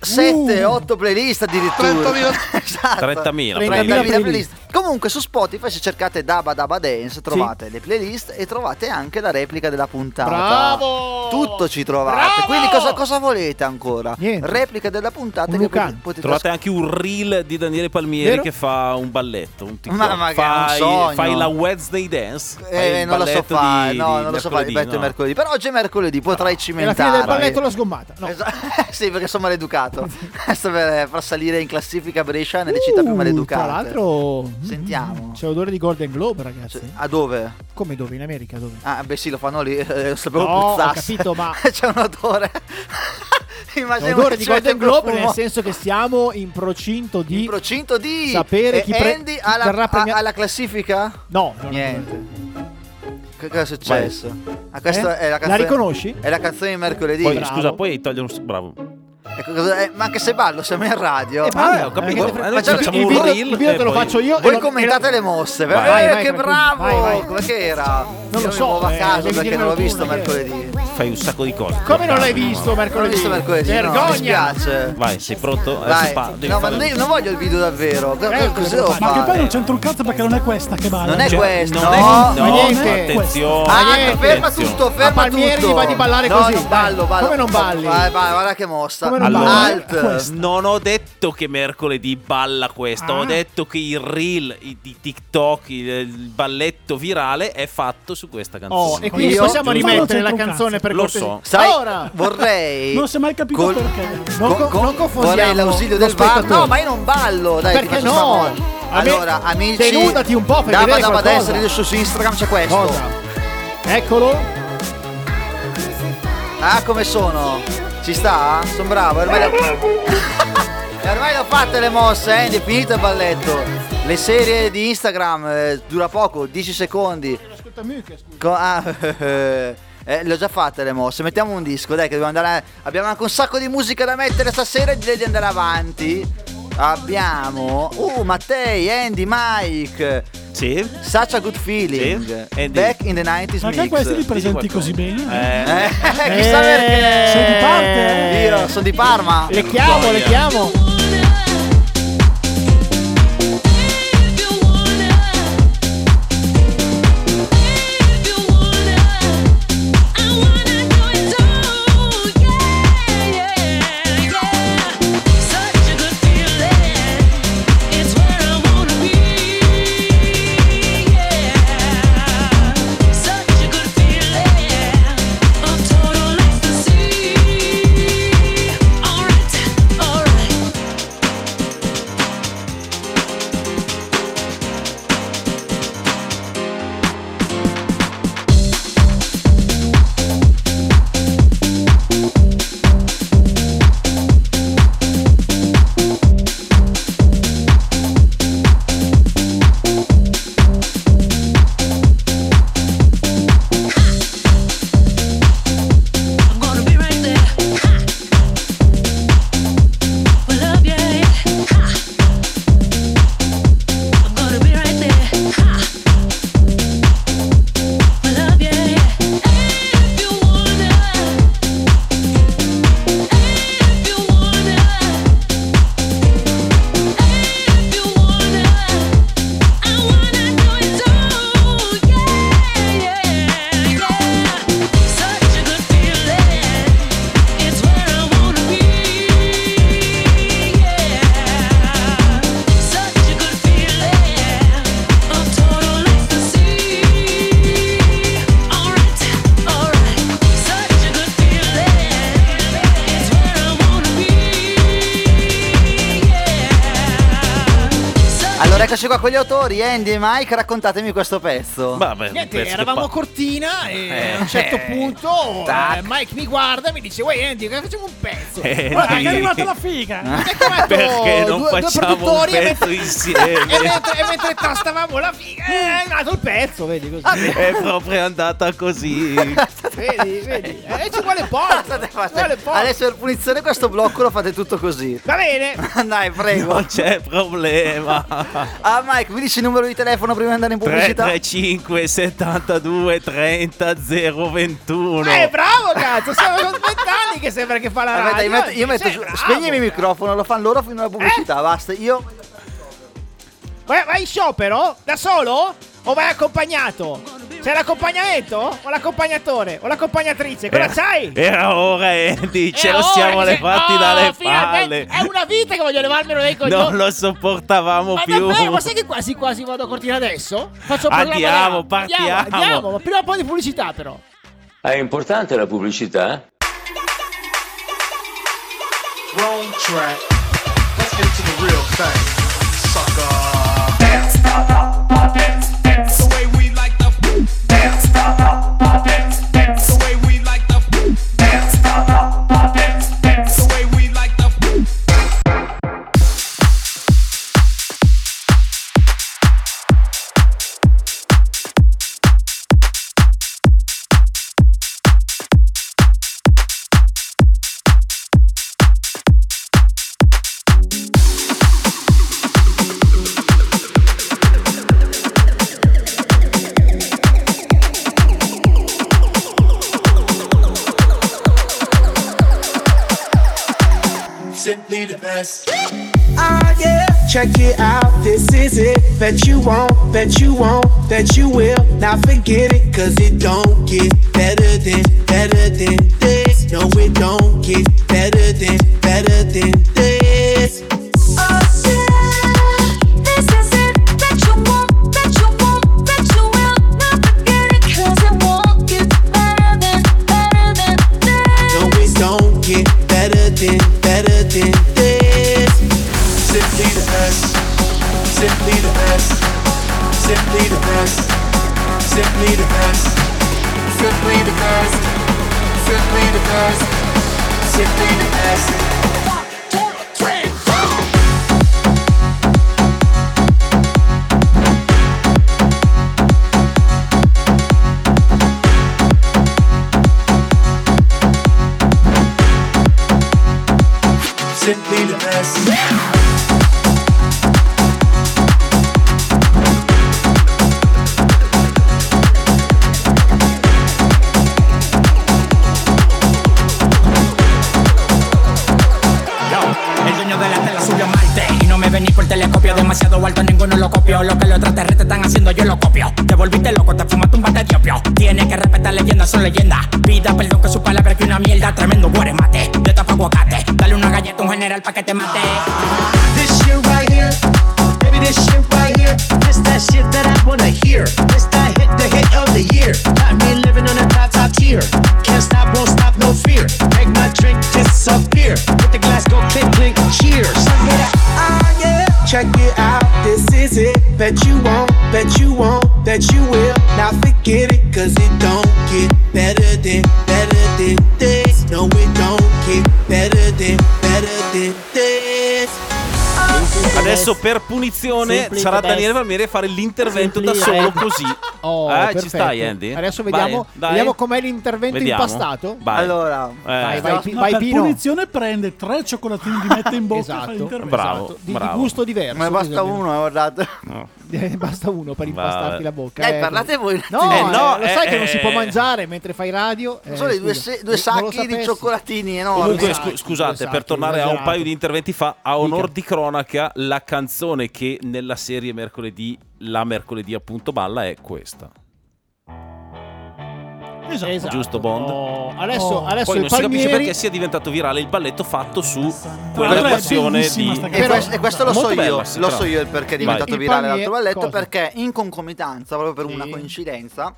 [SPEAKER 4] 7, 8 playlist addirittura.
[SPEAKER 13] 30.000.
[SPEAKER 4] esatto.
[SPEAKER 3] 30.000
[SPEAKER 4] 30.000
[SPEAKER 2] playlist.
[SPEAKER 4] playlist. Comunque su Spotify se cercate Daba Daba Dance trovate le playlist e trovate anche la replica della puntata.
[SPEAKER 2] Bravo!
[SPEAKER 4] Tutto ci trovate.
[SPEAKER 2] Bravo!
[SPEAKER 4] Quindi cosa, cosa volete ancora?
[SPEAKER 2] Ah, Niente.
[SPEAKER 4] Replica della puntata
[SPEAKER 2] Un
[SPEAKER 4] che
[SPEAKER 2] Lucan.
[SPEAKER 4] pot- potete
[SPEAKER 3] Trovate anche un reel di Daniele Palmieri
[SPEAKER 2] Vero?
[SPEAKER 3] che fa un balletto, un TikTok.
[SPEAKER 4] Ma magari,
[SPEAKER 3] fai,
[SPEAKER 4] un sogno.
[SPEAKER 3] fai la Wednesday dance. fai
[SPEAKER 4] Eh,
[SPEAKER 3] il
[SPEAKER 4] non lo so
[SPEAKER 3] balletto
[SPEAKER 4] fare,
[SPEAKER 3] di-
[SPEAKER 4] no,
[SPEAKER 3] di
[SPEAKER 4] non lo so fare,
[SPEAKER 3] mercoledì,
[SPEAKER 4] ripeto
[SPEAKER 3] no.
[SPEAKER 4] mercoledì. Però oggi è mercoledì, potrai
[SPEAKER 2] E la fine del
[SPEAKER 4] cimentarla.
[SPEAKER 2] balletto l'ho sgommata. No.
[SPEAKER 4] Esa- sì, perché sono maleducato. Questo per eh, far salire in classifica Brescia nelle città più
[SPEAKER 2] Uh,
[SPEAKER 4] maleducate.
[SPEAKER 2] Tra l'altro,
[SPEAKER 4] Sentiamo.
[SPEAKER 2] mm, C'è odore di Golden Globe, ragazzi.
[SPEAKER 4] Cioè, a dove?
[SPEAKER 2] Come dove? In America dove?
[SPEAKER 4] Ah, beh sì, lo fanno lì, eh, lo sapevo
[SPEAKER 2] No, ho
[SPEAKER 4] puzzasse.
[SPEAKER 2] capito, ma-
[SPEAKER 4] C'è un odore. Immagino
[SPEAKER 2] C'è odore
[SPEAKER 4] che
[SPEAKER 2] di
[SPEAKER 4] ci mette
[SPEAKER 2] Golden
[SPEAKER 4] il
[SPEAKER 2] Globe,
[SPEAKER 4] profumo.
[SPEAKER 2] nel senso che siamo in procinto di.
[SPEAKER 4] In procinto di...
[SPEAKER 2] Sapere
[SPEAKER 4] E
[SPEAKER 2] chi pre-
[SPEAKER 4] Andy
[SPEAKER 2] chi
[SPEAKER 4] alla,
[SPEAKER 2] verrà
[SPEAKER 4] a-
[SPEAKER 2] premia-
[SPEAKER 4] alla classifica?
[SPEAKER 2] No, no, no,
[SPEAKER 4] Niente.
[SPEAKER 2] no.
[SPEAKER 4] Che cosa è successo? Ah, questa
[SPEAKER 2] Eh?
[SPEAKER 4] è la
[SPEAKER 2] La
[SPEAKER 4] canzone...
[SPEAKER 2] riconosci?
[SPEAKER 4] È la canzone di mercoledì.
[SPEAKER 3] Poi,
[SPEAKER 2] Bravo.
[SPEAKER 3] scusa, poi toglio un. Bravo.
[SPEAKER 4] Ecco cosa- eh, ma anche se ballo, siamo in radio.
[SPEAKER 3] Eh,
[SPEAKER 2] Vabbè,
[SPEAKER 3] ho capito,
[SPEAKER 2] perché-
[SPEAKER 3] guarda,
[SPEAKER 2] perché
[SPEAKER 4] facciamo
[SPEAKER 2] il
[SPEAKER 4] un
[SPEAKER 2] video,
[SPEAKER 3] reel
[SPEAKER 2] il video
[SPEAKER 3] e
[SPEAKER 2] te lo
[SPEAKER 3] poi-
[SPEAKER 2] faccio io. e
[SPEAKER 4] Voi
[SPEAKER 2] lo-
[SPEAKER 4] commentate
[SPEAKER 2] e lo-
[SPEAKER 4] le mosse,
[SPEAKER 3] Vai,
[SPEAKER 4] eh,
[SPEAKER 2] vai, vai,
[SPEAKER 4] che
[SPEAKER 2] tranquillo.
[SPEAKER 4] bravo!
[SPEAKER 2] Vai, vai.
[SPEAKER 4] Come che era?
[SPEAKER 2] lo
[SPEAKER 4] Io
[SPEAKER 2] so,
[SPEAKER 4] mi muovo a
[SPEAKER 2] eh,
[SPEAKER 4] caso
[SPEAKER 2] devi
[SPEAKER 4] perché
[SPEAKER 2] dirmelo
[SPEAKER 4] non l'ho
[SPEAKER 2] tu,
[SPEAKER 4] visto
[SPEAKER 2] perché-
[SPEAKER 4] mercoledì. Non
[SPEAKER 3] Fai un sacco di cose.
[SPEAKER 2] Come non l'hai visto
[SPEAKER 4] l'ho
[SPEAKER 2] mercoledì?
[SPEAKER 4] visto mercoledì. no, mi
[SPEAKER 2] Vergogna!
[SPEAKER 4] spiace.
[SPEAKER 3] Vai, sei pronto? Eh, si
[SPEAKER 4] Vai.
[SPEAKER 3] fa, devi
[SPEAKER 4] No, ma
[SPEAKER 3] fare-
[SPEAKER 4] ne- non voglio il video davvero.
[SPEAKER 2] Eh,
[SPEAKER 4] Co- co- Cosa devo
[SPEAKER 5] Ma che poi non
[SPEAKER 4] fare?
[SPEAKER 5] c'entra un cazzo perché non è questa che balla.
[SPEAKER 4] Non è
[SPEAKER 3] Cioè,
[SPEAKER 4] questo,
[SPEAKER 3] non è-
[SPEAKER 4] no.
[SPEAKER 3] no,
[SPEAKER 2] Ma niente.
[SPEAKER 3] attenzione.
[SPEAKER 4] Ah,
[SPEAKER 2] niente.
[SPEAKER 4] ferma
[SPEAKER 3] attenzione.
[SPEAKER 4] tutto, ferma
[SPEAKER 2] A Palmieri
[SPEAKER 4] tutto.
[SPEAKER 2] gli va di ballare
[SPEAKER 4] No,
[SPEAKER 2] così,
[SPEAKER 4] no,
[SPEAKER 2] dai.
[SPEAKER 4] ballo, ballo.
[SPEAKER 2] Come non balli?
[SPEAKER 4] Vai, vai, guarda che mossa.
[SPEAKER 2] Come non
[SPEAKER 3] Allora,
[SPEAKER 2] balli?
[SPEAKER 4] Alt.
[SPEAKER 3] non ho detto che mercoledì balla questo,
[SPEAKER 2] Ah.
[SPEAKER 3] ho detto che il reel i- di TikTok, il, il balletto virale è fatto su questa
[SPEAKER 2] Oh,
[SPEAKER 3] canzone.
[SPEAKER 2] e quindi
[SPEAKER 4] Io-
[SPEAKER 2] possiamo
[SPEAKER 5] Io-
[SPEAKER 2] rimettere la
[SPEAKER 5] Io-
[SPEAKER 2] canzone per
[SPEAKER 3] Lo
[SPEAKER 2] cortesia?
[SPEAKER 3] so.
[SPEAKER 4] Sai,
[SPEAKER 2] Ora!
[SPEAKER 4] vorrei.
[SPEAKER 5] Non si è mai capito
[SPEAKER 4] Col-
[SPEAKER 5] perché.
[SPEAKER 2] Non, co-
[SPEAKER 4] co-
[SPEAKER 2] non confondiamo
[SPEAKER 4] vorrei l'ausilio del
[SPEAKER 2] lo
[SPEAKER 4] VAR.
[SPEAKER 2] spettatore.
[SPEAKER 4] No, ma io non ballo. Dai,
[SPEAKER 2] Perché
[SPEAKER 4] ti faccio
[SPEAKER 2] no?
[SPEAKER 4] spavore.
[SPEAKER 2] A me-
[SPEAKER 4] Allora, amici,
[SPEAKER 2] denudati un po' per
[SPEAKER 4] Dabba
[SPEAKER 2] vedere
[SPEAKER 4] Dabba
[SPEAKER 2] qualcosa.
[SPEAKER 4] destra, adesso su Instagram c'è questo.
[SPEAKER 2] Cosa? Eccolo.
[SPEAKER 4] Ah, come sono? Ci sta? Sono bravo. Ormai, le- ormai l'ho fatte le mosse, Andy. È finito il balletto. Le serie di Instagram eh, dura poco, 10 secondi. Co- ah, eh, le ho già fatte le mosse. Mettiamo un disco, dai, che dobbiamo andare. a- Abbiamo anche un sacco di musica da mettere stasera e direi di andare avanti. Abbiamo. Uh, Mattei, Andy, Mike.
[SPEAKER 3] Sì?
[SPEAKER 4] Such a good feeling.
[SPEAKER 3] Sì, Andy.
[SPEAKER 4] Back in the 90s
[SPEAKER 5] Perché
[SPEAKER 4] mix.
[SPEAKER 5] questi li presenti
[SPEAKER 3] qualcosa.
[SPEAKER 5] così bene?
[SPEAKER 3] Eh,
[SPEAKER 4] Eh, chissà perché.
[SPEAKER 5] Sei di parte?
[SPEAKER 2] Eh,
[SPEAKER 4] Io sono di Parma.
[SPEAKER 2] Le chiamo, le chiamo.
[SPEAKER 1] Alright, alright.
[SPEAKER 4] Allora, eccoci qua con gli autori, Andy e Mike, raccontatemi questo pezzo.
[SPEAKER 3] Ma beh, un
[SPEAKER 2] Niente,
[SPEAKER 3] pezzo che
[SPEAKER 2] eravamo a
[SPEAKER 3] Eh, pa-
[SPEAKER 2] Cortina e
[SPEAKER 3] Eh,
[SPEAKER 2] a un certo
[SPEAKER 3] eh,
[SPEAKER 2] punto
[SPEAKER 4] tac.
[SPEAKER 2] eh, Mike mi guarda e mi dice Uè Andy, facciamo un pezzo
[SPEAKER 3] Eh,
[SPEAKER 2] Guarda,
[SPEAKER 13] Guarda
[SPEAKER 3] dai.
[SPEAKER 13] che è arrivata la figa.
[SPEAKER 2] mi ha chiamato
[SPEAKER 3] Perché non
[SPEAKER 2] Eh, due, due
[SPEAKER 3] facciamo un
[SPEAKER 2] produttori e
[SPEAKER 3] pezzo
[SPEAKER 2] mentre-
[SPEAKER 3] insieme?
[SPEAKER 2] e mentre, e mentre tastavamo la figa eh, è arrivato il pezzo, vedi così
[SPEAKER 3] È proprio andata così.
[SPEAKER 2] Vedi, vedi Eh, ci vuole poco
[SPEAKER 4] State
[SPEAKER 2] ci
[SPEAKER 4] facendo-
[SPEAKER 2] vuole poco.
[SPEAKER 4] Adesso per punizione questo blocco lo fate tutto così.
[SPEAKER 2] Va bene
[SPEAKER 4] Dai, prego.
[SPEAKER 3] Non c'è problema.
[SPEAKER 4] Ah, Mike, mi dici il numero di telefono prima di andare in pubblicità? Eh,
[SPEAKER 3] 335 72 30 021.
[SPEAKER 2] Eh bravo cazzo, sono sono vent'anni che sembra che fa la radio eh,
[SPEAKER 4] Aspetta, io metto, io metto
[SPEAKER 2] Sei
[SPEAKER 4] su-
[SPEAKER 2] bravo,
[SPEAKER 4] spegnimi il
[SPEAKER 2] cazzo. Eh.
[SPEAKER 4] microfono, lo fanno loro fino alla pubblicità, basta. Io
[SPEAKER 2] Vai, vai in sciopero? Da solo? O vai accompagnato? C'è l'accompagnamento? O l'accompagnatore? O l'accompagnatrice? Cosa
[SPEAKER 3] Eh,
[SPEAKER 2] c'hai?
[SPEAKER 3] Era ora, Andy. Ce
[SPEAKER 2] Eh,
[SPEAKER 3] lo
[SPEAKER 2] oh,
[SPEAKER 3] siamo
[SPEAKER 2] eh,
[SPEAKER 3] levati
[SPEAKER 2] oh,
[SPEAKER 3] dalle
[SPEAKER 2] finalmente.
[SPEAKER 3] palle.
[SPEAKER 2] È una vita che voglio levarmelo dai coglioni.
[SPEAKER 3] Non lo sopportavamo
[SPEAKER 2] ma
[SPEAKER 3] più.
[SPEAKER 2] davvero, ma sai che quasi quasi vado a cortina adesso? Faccio un programma
[SPEAKER 3] Andiamo,
[SPEAKER 2] da- Andiamo,
[SPEAKER 3] partiamo.
[SPEAKER 2] andiamo, ma prima un po' di pubblicità però.
[SPEAKER 16] È importante la pubblicità?
[SPEAKER 5] Ah, yeah.
[SPEAKER 1] Check it out, this is it. Bet you won't, bet you won't, that you will. Now forget it, cause it don't get better than, better than this. No, it don't get better than, better than this. No, it don't get better than, better than this. Simply the best, simply the best, simply the best, simply the best, simply the best, simply the best, simply the best. Simply the best. El dueño de la tela subió a Marte Y no me venís por telescopio Demasiado alto, ninguno lo copio Lo que los extraterrestres están haciendo, yo lo copio Te volviste loco, te fumaste un bate de opio Tienes que respetar leyendas, son leyendas Vida, perdón que su palabra que una mierda Tremendo guaremate, yo tapo aguacate Dale una galleta a un general pa' que te mate
[SPEAKER 5] This shit right here, baby, this shit right here. It's that shit that I wanna hear. It's that hit, the hit of the year. Got me living on a top, top tier. Can't stop, won't stop, no fear. Make my drink disappear. With the glass go clink, clink, cheers.
[SPEAKER 1] Ah, yeah. Check it out, this is it. Bet you won't, bet you won't, that you will. Now forget it, cause it don't get better than, better than this. No, it don't get better than, better than this.
[SPEAKER 3] Adesso per punizione
[SPEAKER 13] Simply
[SPEAKER 3] sarà
[SPEAKER 13] the best.
[SPEAKER 3] Daniele Valmieri a fare l'intervento da
[SPEAKER 13] Simply
[SPEAKER 3] solo
[SPEAKER 2] the best.
[SPEAKER 3] così.
[SPEAKER 2] Oh,
[SPEAKER 3] Eh,
[SPEAKER 2] perfetto.
[SPEAKER 3] ci stai Andy?
[SPEAKER 2] Adesso vediamo,
[SPEAKER 3] Vai, dai.
[SPEAKER 2] vediamo com'è l'intervento
[SPEAKER 3] Vediamo.
[SPEAKER 2] impastato.
[SPEAKER 3] Vai.
[SPEAKER 4] Allora,
[SPEAKER 3] Eh,
[SPEAKER 2] Vai, vai, Pi-
[SPEAKER 13] No,
[SPEAKER 2] vai
[SPEAKER 13] per
[SPEAKER 2] Pino.
[SPEAKER 13] punizione prende tre cioccolatini di mette in bocca e fa
[SPEAKER 2] Esatto.
[SPEAKER 13] l'intervento.
[SPEAKER 3] Bravo,
[SPEAKER 2] Esatto, di, di
[SPEAKER 3] bravo.
[SPEAKER 2] gusto diverso.
[SPEAKER 4] me ne basta
[SPEAKER 2] bisogna-
[SPEAKER 4] uno, eh, guardate.
[SPEAKER 2] Eh, Basta uno per impastarti la bocca.
[SPEAKER 4] Dai,
[SPEAKER 2] eh.
[SPEAKER 4] parlate voi. un
[SPEAKER 2] No,
[SPEAKER 4] attimo.
[SPEAKER 3] Eh, no,
[SPEAKER 2] eh, lo sai
[SPEAKER 3] eh,
[SPEAKER 2] che non si può
[SPEAKER 3] eh.
[SPEAKER 2] mangiare mentre fai radio. Eh,
[SPEAKER 4] Sono i due,
[SPEAKER 2] scusa.
[SPEAKER 4] se- due
[SPEAKER 2] Non lo
[SPEAKER 4] sacchi di
[SPEAKER 2] sapessi.
[SPEAKER 4] cioccolatini enormi.
[SPEAKER 3] Comunque, scu-
[SPEAKER 2] Due sacchi, due
[SPEAKER 3] scusate,
[SPEAKER 2] sacchi,
[SPEAKER 3] per tornare a un
[SPEAKER 2] esagerato.
[SPEAKER 3] paio di interventi fa, a onor
[SPEAKER 2] esatto, Dica.
[SPEAKER 3] di cronaca, la canzone che nella serie mercoledì, la mercoledì appunto, balla è questa.
[SPEAKER 13] Esatto.
[SPEAKER 2] Esatto.
[SPEAKER 3] Giusto, Bond?
[SPEAKER 2] Oh, adesso
[SPEAKER 13] Oh.
[SPEAKER 2] adesso
[SPEAKER 3] Poi
[SPEAKER 2] il
[SPEAKER 3] non si capisce
[SPEAKER 2] Palmieri
[SPEAKER 3] perché sia diventato virale il balletto fatto su
[SPEAKER 13] Tra
[SPEAKER 3] quella
[SPEAKER 13] l'altro è
[SPEAKER 3] versione
[SPEAKER 13] bellissima
[SPEAKER 3] di...
[SPEAKER 13] sta canzone.
[SPEAKER 4] E,
[SPEAKER 2] però-
[SPEAKER 4] questo, e questo lo so
[SPEAKER 3] Molto
[SPEAKER 4] io,
[SPEAKER 3] bella, sì,
[SPEAKER 4] lo
[SPEAKER 3] però.
[SPEAKER 4] so io il perché è
[SPEAKER 3] Vai.
[SPEAKER 4] diventato
[SPEAKER 2] Il
[SPEAKER 4] virale
[SPEAKER 2] Palmier-
[SPEAKER 4] l'altro balletto
[SPEAKER 2] cosa?
[SPEAKER 4] perché in concomitanza, proprio per
[SPEAKER 2] Sì.
[SPEAKER 4] una coincidenza,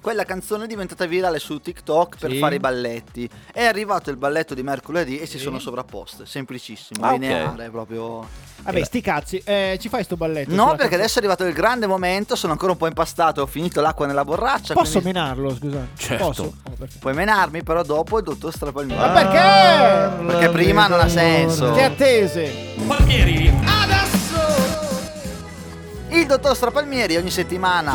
[SPEAKER 4] quella canzone è diventata virale su TikTok per
[SPEAKER 2] Sì.
[SPEAKER 4] fare i balletti. È arrivato il balletto di mercoledì e si sono sovrapposte, semplicissimo,
[SPEAKER 3] Ah, ok.
[SPEAKER 4] lineare proprio.
[SPEAKER 2] Vabbè, sti cazzi, eh, ci fai sto balletto?
[SPEAKER 4] No,
[SPEAKER 2] sulla
[SPEAKER 4] perché
[SPEAKER 2] canzone?
[SPEAKER 4] adesso è arrivato il grande momento, sono ancora un po' impastato, ho finito l'acqua nella borraccia.
[SPEAKER 2] Posso
[SPEAKER 4] quindi
[SPEAKER 2] menarlo, scusate?
[SPEAKER 3] Certo.
[SPEAKER 2] Posso? Oh, perfetto.
[SPEAKER 4] puoi menarmi, però dopo il dottor Strapalmino.
[SPEAKER 2] Ma perché?
[SPEAKER 4] Perché prima non ha senso.
[SPEAKER 2] Che attese?
[SPEAKER 4] Il dottor Strapalmieri ogni settimana.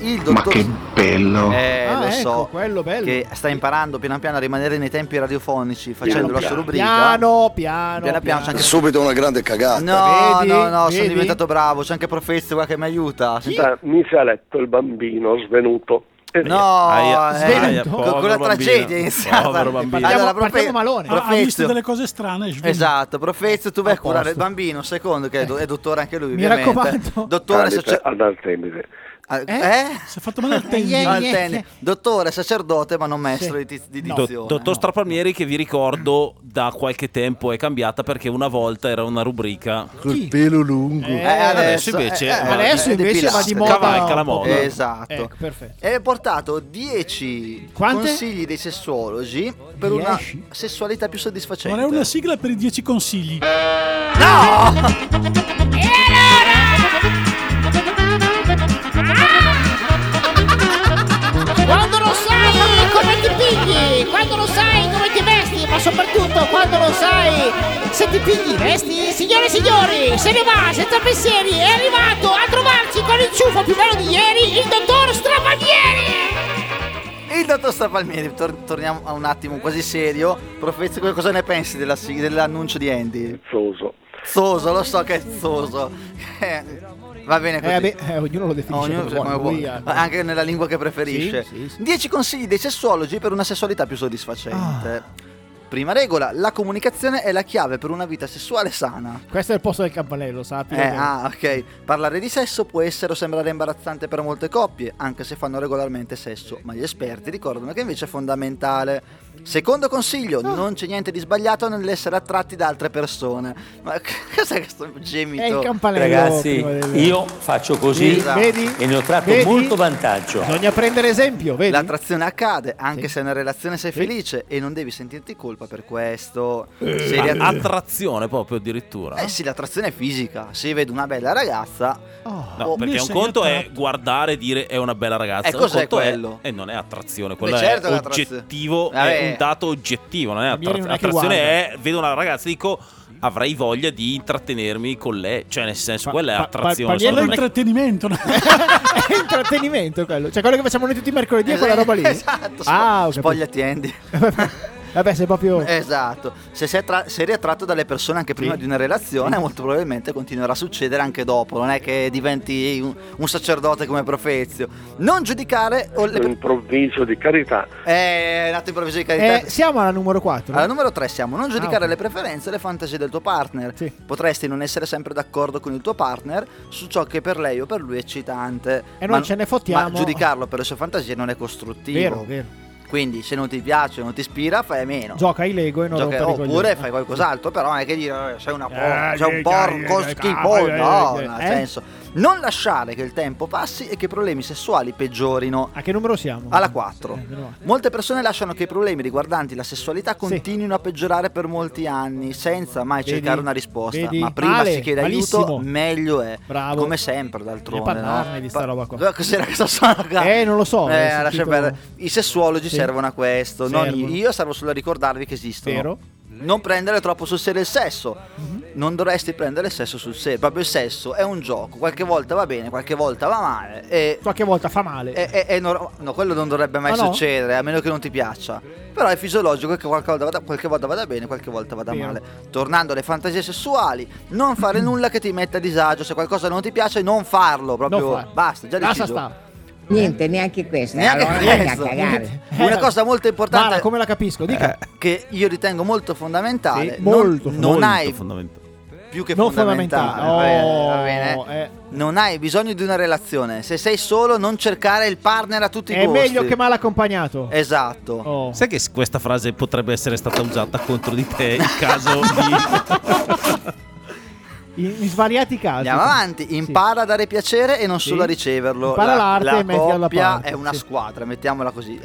[SPEAKER 4] Il dottor...
[SPEAKER 13] Ma che bello.
[SPEAKER 4] Eh,
[SPEAKER 2] Ah,
[SPEAKER 4] lo
[SPEAKER 2] ecco,
[SPEAKER 4] so.
[SPEAKER 2] quello bello.
[SPEAKER 4] Che sta imparando piano piano a rimanere nei tempi radiofonici facendo la sua
[SPEAKER 13] piano.
[SPEAKER 4] rubrica.
[SPEAKER 2] Piano, piano.
[SPEAKER 4] Piano piano, c'è anche
[SPEAKER 15] Subito una grande cagata.
[SPEAKER 4] No,
[SPEAKER 2] Vedi?
[SPEAKER 4] no, no, sono
[SPEAKER 2] Vedi?
[SPEAKER 4] diventato bravo. C'è anche Profezio qua che mi aiuta. Senta-
[SPEAKER 13] Eh, Mi si è letto il bambino svenuto. E
[SPEAKER 4] No,
[SPEAKER 3] Aia,
[SPEAKER 4] eh,
[SPEAKER 2] svenuto.
[SPEAKER 3] aia,
[SPEAKER 4] con-
[SPEAKER 3] povero
[SPEAKER 4] con la
[SPEAKER 3] bambino.
[SPEAKER 4] tragedia è iniziata.
[SPEAKER 3] Povero bambino.
[SPEAKER 2] Partiamo-
[SPEAKER 4] Profe-
[SPEAKER 2] partiamo malone.
[SPEAKER 5] Ah, Ha, ha visto
[SPEAKER 4] Profezio.
[SPEAKER 5] delle cose strane. svin-
[SPEAKER 4] Esatto, Profezio, tu vai a
[SPEAKER 2] eh, posto.
[SPEAKER 4] curare il bambino, secondo che è, do- è dottore anche lui.
[SPEAKER 2] Mi
[SPEAKER 4] ovviamente.
[SPEAKER 2] raccomando.
[SPEAKER 4] Dottore, sacer-
[SPEAKER 13] eh, ad Artemide.
[SPEAKER 4] Ah,
[SPEAKER 2] Eh?
[SPEAKER 4] eh?
[SPEAKER 5] Si è fatto male al tempo.
[SPEAKER 2] Eh,
[SPEAKER 4] No,
[SPEAKER 2] eh,
[SPEAKER 4] intendi.
[SPEAKER 2] eh.
[SPEAKER 4] Dottore, sacerdote, ma non maestro
[SPEAKER 2] Sì.
[SPEAKER 4] di, tiz- di
[SPEAKER 2] No.
[SPEAKER 3] Do-
[SPEAKER 4] dizione.
[SPEAKER 3] dottor Strapalmieri che vi ricordo da qualche tempo è cambiata perché una volta era una rubrica
[SPEAKER 2] Chi?
[SPEAKER 15] pelo lungo.
[SPEAKER 3] É,
[SPEAKER 2] Eh,
[SPEAKER 4] Eh, adesso,
[SPEAKER 3] adesso invece-
[SPEAKER 4] eh, eh,
[SPEAKER 2] adesso
[SPEAKER 4] eh,
[SPEAKER 17] é
[SPEAKER 2] invece va
[SPEAKER 4] depilante.
[SPEAKER 2] di moda.
[SPEAKER 3] Cavalca la
[SPEAKER 2] un po'
[SPEAKER 3] moda.
[SPEAKER 2] più.
[SPEAKER 4] Esatto.
[SPEAKER 2] Ecco, perfetto.
[SPEAKER 4] E ho portato 10
[SPEAKER 2] Quante?
[SPEAKER 4] consigli dei sessuologi per una
[SPEAKER 2] Dieci?
[SPEAKER 4] sessualità più soddisfacente.
[SPEAKER 5] Vorrei una sigla per i 10 consigli.
[SPEAKER 18] Quando lo sai come ti pigli, quando lo sai come ti vesti, ma soprattutto quando lo sai se ti pigli i vesti. Signore e signori, se ne va senza pensieri, è arrivato a trovarci con il ciuffo più bello di ieri, il dottor Strapanieri.
[SPEAKER 4] Il dottor Strapalmieri, tor- torniamo a un attimo quasi serio. Profezio, co- cosa ne pensi della sig- dell'annuncio di Andy?
[SPEAKER 13] Zoso.
[SPEAKER 4] Zoso, lo so che è zoso. Eh, Va bene così.
[SPEAKER 2] Eh, vabbè, eh, ognuno lo definisce
[SPEAKER 4] Ognuno
[SPEAKER 2] come
[SPEAKER 4] sa come
[SPEAKER 2] vuole,
[SPEAKER 4] vuole,
[SPEAKER 2] lui ha-
[SPEAKER 4] anche nella lingua che preferisce.
[SPEAKER 2] Sì, sì, sì.
[SPEAKER 4] 10 consigli dei sessuologi per una sessualità più soddisfacente.
[SPEAKER 2] Ah.
[SPEAKER 4] Prima regola, la comunicazione è la chiave per una vita sessuale sana.
[SPEAKER 2] Questo è il posto del campanello, sappi.
[SPEAKER 4] Eh, ah, ok. Parlare di sesso può essere o sembrare imbarazzante per molte coppie, anche se fanno regolarmente sesso, ma gli esperti ricordano che invece è fondamentale. Secondo consiglio,
[SPEAKER 2] Ah.
[SPEAKER 4] non c'è niente di sbagliato nell'essere attratti da altre persone. Ma cos'è questo gemito?
[SPEAKER 2] è il campanello.
[SPEAKER 14] Ragazzi,
[SPEAKER 2] prima del-
[SPEAKER 14] io faccio
[SPEAKER 2] Sì,
[SPEAKER 14] così
[SPEAKER 2] vedi?
[SPEAKER 14] e ne ho tratto
[SPEAKER 2] Vedi?
[SPEAKER 14] molto vantaggio.
[SPEAKER 2] Bisogna prendere esempio, vedi?
[SPEAKER 4] L'attrazione accade anche
[SPEAKER 2] Sì.
[SPEAKER 4] se nella relazione sei
[SPEAKER 2] Sì.
[SPEAKER 4] felice e non devi sentirti colpa per questo. Se in realtà-
[SPEAKER 3] Ah, attrazione proprio addirittura
[SPEAKER 4] eh sì, l'attrazione è fisica. Se vedo una bella ragazza,
[SPEAKER 2] Oh.
[SPEAKER 3] No,
[SPEAKER 4] Oh,
[SPEAKER 3] perché
[SPEAKER 5] mi
[SPEAKER 3] un
[SPEAKER 5] sei
[SPEAKER 3] conto è
[SPEAKER 5] attratto.
[SPEAKER 3] guardare e dire è una bella ragazza.
[SPEAKER 4] Eh, cos'è
[SPEAKER 3] un conto
[SPEAKER 4] quello?
[SPEAKER 3] È, e non è attrazione, quello
[SPEAKER 4] certo che
[SPEAKER 3] è
[SPEAKER 4] è attrazione.
[SPEAKER 3] oggettivo,
[SPEAKER 4] Vabbè.
[SPEAKER 3] è un dato oggettivo, non è
[SPEAKER 2] Palmieri
[SPEAKER 3] attrazione.
[SPEAKER 2] non è che
[SPEAKER 3] Attrazione
[SPEAKER 2] guarda.
[SPEAKER 3] è vedo una ragazza e dico avrei voglia di intrattenermi con lei, cioè nel senso
[SPEAKER 2] Pa-
[SPEAKER 3] quella è
[SPEAKER 2] pa-
[SPEAKER 3] attrazione.
[SPEAKER 2] Palmieri
[SPEAKER 5] Quello è
[SPEAKER 3] secondo me.
[SPEAKER 5] intrattenimento. no?
[SPEAKER 2] è intrattenimento quello. Cioè quello che facciamo noi tutti i mercoledì è quella roba lì.
[SPEAKER 4] Esatto,
[SPEAKER 2] Ah, ho capito.
[SPEAKER 4] spogliati Andy.
[SPEAKER 2] Vabbè, sei proprio
[SPEAKER 4] esatto. Se sei, attra- se eri attratto dalle persone anche prima
[SPEAKER 2] Sì.
[SPEAKER 4] di una relazione, molto probabilmente continuerà a succedere anche dopo. Non è che diventi un, un sacerdote come Profezio. Non giudicare o le
[SPEAKER 13] Un proviso di carità.
[SPEAKER 4] Eh, un atto improvviso di carità.
[SPEAKER 2] Eh, siamo alla numero 4.
[SPEAKER 4] Alla numero 3 siamo, non giudicare
[SPEAKER 2] ok.
[SPEAKER 4] le preferenze e le fantasie del tuo partner.
[SPEAKER 2] Sì.
[SPEAKER 4] Potresti non essere sempre d'accordo con il tuo partner su ciò che per lei o per lui è eccitante.
[SPEAKER 2] E non
[SPEAKER 4] Ma-
[SPEAKER 2] ce ne fottiamo.
[SPEAKER 4] Ma giudicarlo per le sue fantasie non è costruttivo.
[SPEAKER 2] Vero, vero.
[SPEAKER 4] Quindi se non ti piace, non ti ispira, fai a meno.
[SPEAKER 2] Gioca ai Lego e non
[SPEAKER 4] Gioca-
[SPEAKER 2] rompere i coglioni. Ah,
[SPEAKER 4] oppure fai qualcos'altro, però non è che dire "Eh, sei una porca,
[SPEAKER 2] Eh,
[SPEAKER 4] sei
[SPEAKER 2] eh,
[SPEAKER 4] un porco
[SPEAKER 2] eh, eh,
[SPEAKER 4] schifo,
[SPEAKER 2] eh,
[SPEAKER 4] no,
[SPEAKER 2] eh,
[SPEAKER 4] nel
[SPEAKER 2] eh.
[SPEAKER 4] senso. Non lasciare che il tempo passi e che i problemi sessuali peggiorino.
[SPEAKER 2] A che numero siamo?
[SPEAKER 4] Alla 4.
[SPEAKER 2] Eh, meno male.
[SPEAKER 4] Molte persone lasciano che i problemi riguardanti la sessualità continuino a peggiorare per molti anni senza mai
[SPEAKER 2] Vedi?
[SPEAKER 4] cercare una risposta.
[SPEAKER 2] Vedi?
[SPEAKER 4] Ma prima
[SPEAKER 2] Male,
[SPEAKER 4] si chiede aiuto,
[SPEAKER 2] malissimo.
[SPEAKER 4] meglio è.
[SPEAKER 2] Bravo.
[SPEAKER 4] Come sempre, d'altronde.
[SPEAKER 2] Bisogna parlarne
[SPEAKER 4] no?
[SPEAKER 2] di sta
[SPEAKER 4] Pa-
[SPEAKER 2] roba qua.
[SPEAKER 4] Dove- Cos'era questa saga?
[SPEAKER 2] Eh, non lo so,
[SPEAKER 4] Eh,
[SPEAKER 2] ho sentito-
[SPEAKER 4] lascia perdere. I sessuologi
[SPEAKER 2] Sì.
[SPEAKER 4] servono a questo. non io.
[SPEAKER 2] Servono.
[SPEAKER 4] Io servo solo a ricordarvi che esistono.
[SPEAKER 2] Vero. Mhm.
[SPEAKER 4] Non prendere troppo sul serio il sesso. Non dovresti prendere il sesso sul serio. Proprio il sesso è un gioco. Qualche volta va bene, qualche volta va male. E
[SPEAKER 2] Qualche volta fa male.
[SPEAKER 4] è, è- è nor- no, quello non dovrebbe mai
[SPEAKER 2] Ah, no?
[SPEAKER 4] succedere, a meno che non ti piaccia. Però è fisiologico che qualche volta vada, qualche volta vada bene, qualche volta vada
[SPEAKER 2] Vero.
[SPEAKER 4] male. Tornando alle fantasie sessuali, non fare nulla che ti metta a disagio. Se qualcosa non ti piace, non farlo. Proprio
[SPEAKER 2] Non farlo.
[SPEAKER 4] basta, già
[SPEAKER 2] Lascia
[SPEAKER 4] deciso.
[SPEAKER 2] stare.
[SPEAKER 18] Niente, neanche questo.
[SPEAKER 4] Neanche questo. Una cosa molto importante Eh,
[SPEAKER 2] Guarda, come la capisco, dica.
[SPEAKER 4] che io ritengo molto fondamentale,
[SPEAKER 2] Sì,
[SPEAKER 4] non-
[SPEAKER 2] molto
[SPEAKER 4] non,
[SPEAKER 3] Molto
[SPEAKER 4] hai
[SPEAKER 3] fondamentale.
[SPEAKER 4] più che
[SPEAKER 2] non
[SPEAKER 4] fondamentale,
[SPEAKER 2] fondamentale.
[SPEAKER 4] va bene, va
[SPEAKER 2] Oh,
[SPEAKER 4] bene.
[SPEAKER 2] eh.
[SPEAKER 4] non hai bisogno di una relazione. Se sei solo, non cercare il partner a tutti i
[SPEAKER 2] È
[SPEAKER 4] costi.
[SPEAKER 2] meglio che mal accompagnato.
[SPEAKER 4] Esatto.
[SPEAKER 2] Oh.
[SPEAKER 3] Sai che s- questa frase potrebbe essere stata usata contro di te in caso di
[SPEAKER 2] In, in svariati casi.
[SPEAKER 4] Andiamo avanti, impara a dare piacere e non solo a riceverlo.
[SPEAKER 2] Impara
[SPEAKER 4] La-
[SPEAKER 2] l'arte
[SPEAKER 4] la
[SPEAKER 2] e metti alla
[SPEAKER 4] coppia
[SPEAKER 2] parte,
[SPEAKER 4] è una
[SPEAKER 2] sì. Oh,
[SPEAKER 4] squadra, mettiamola così.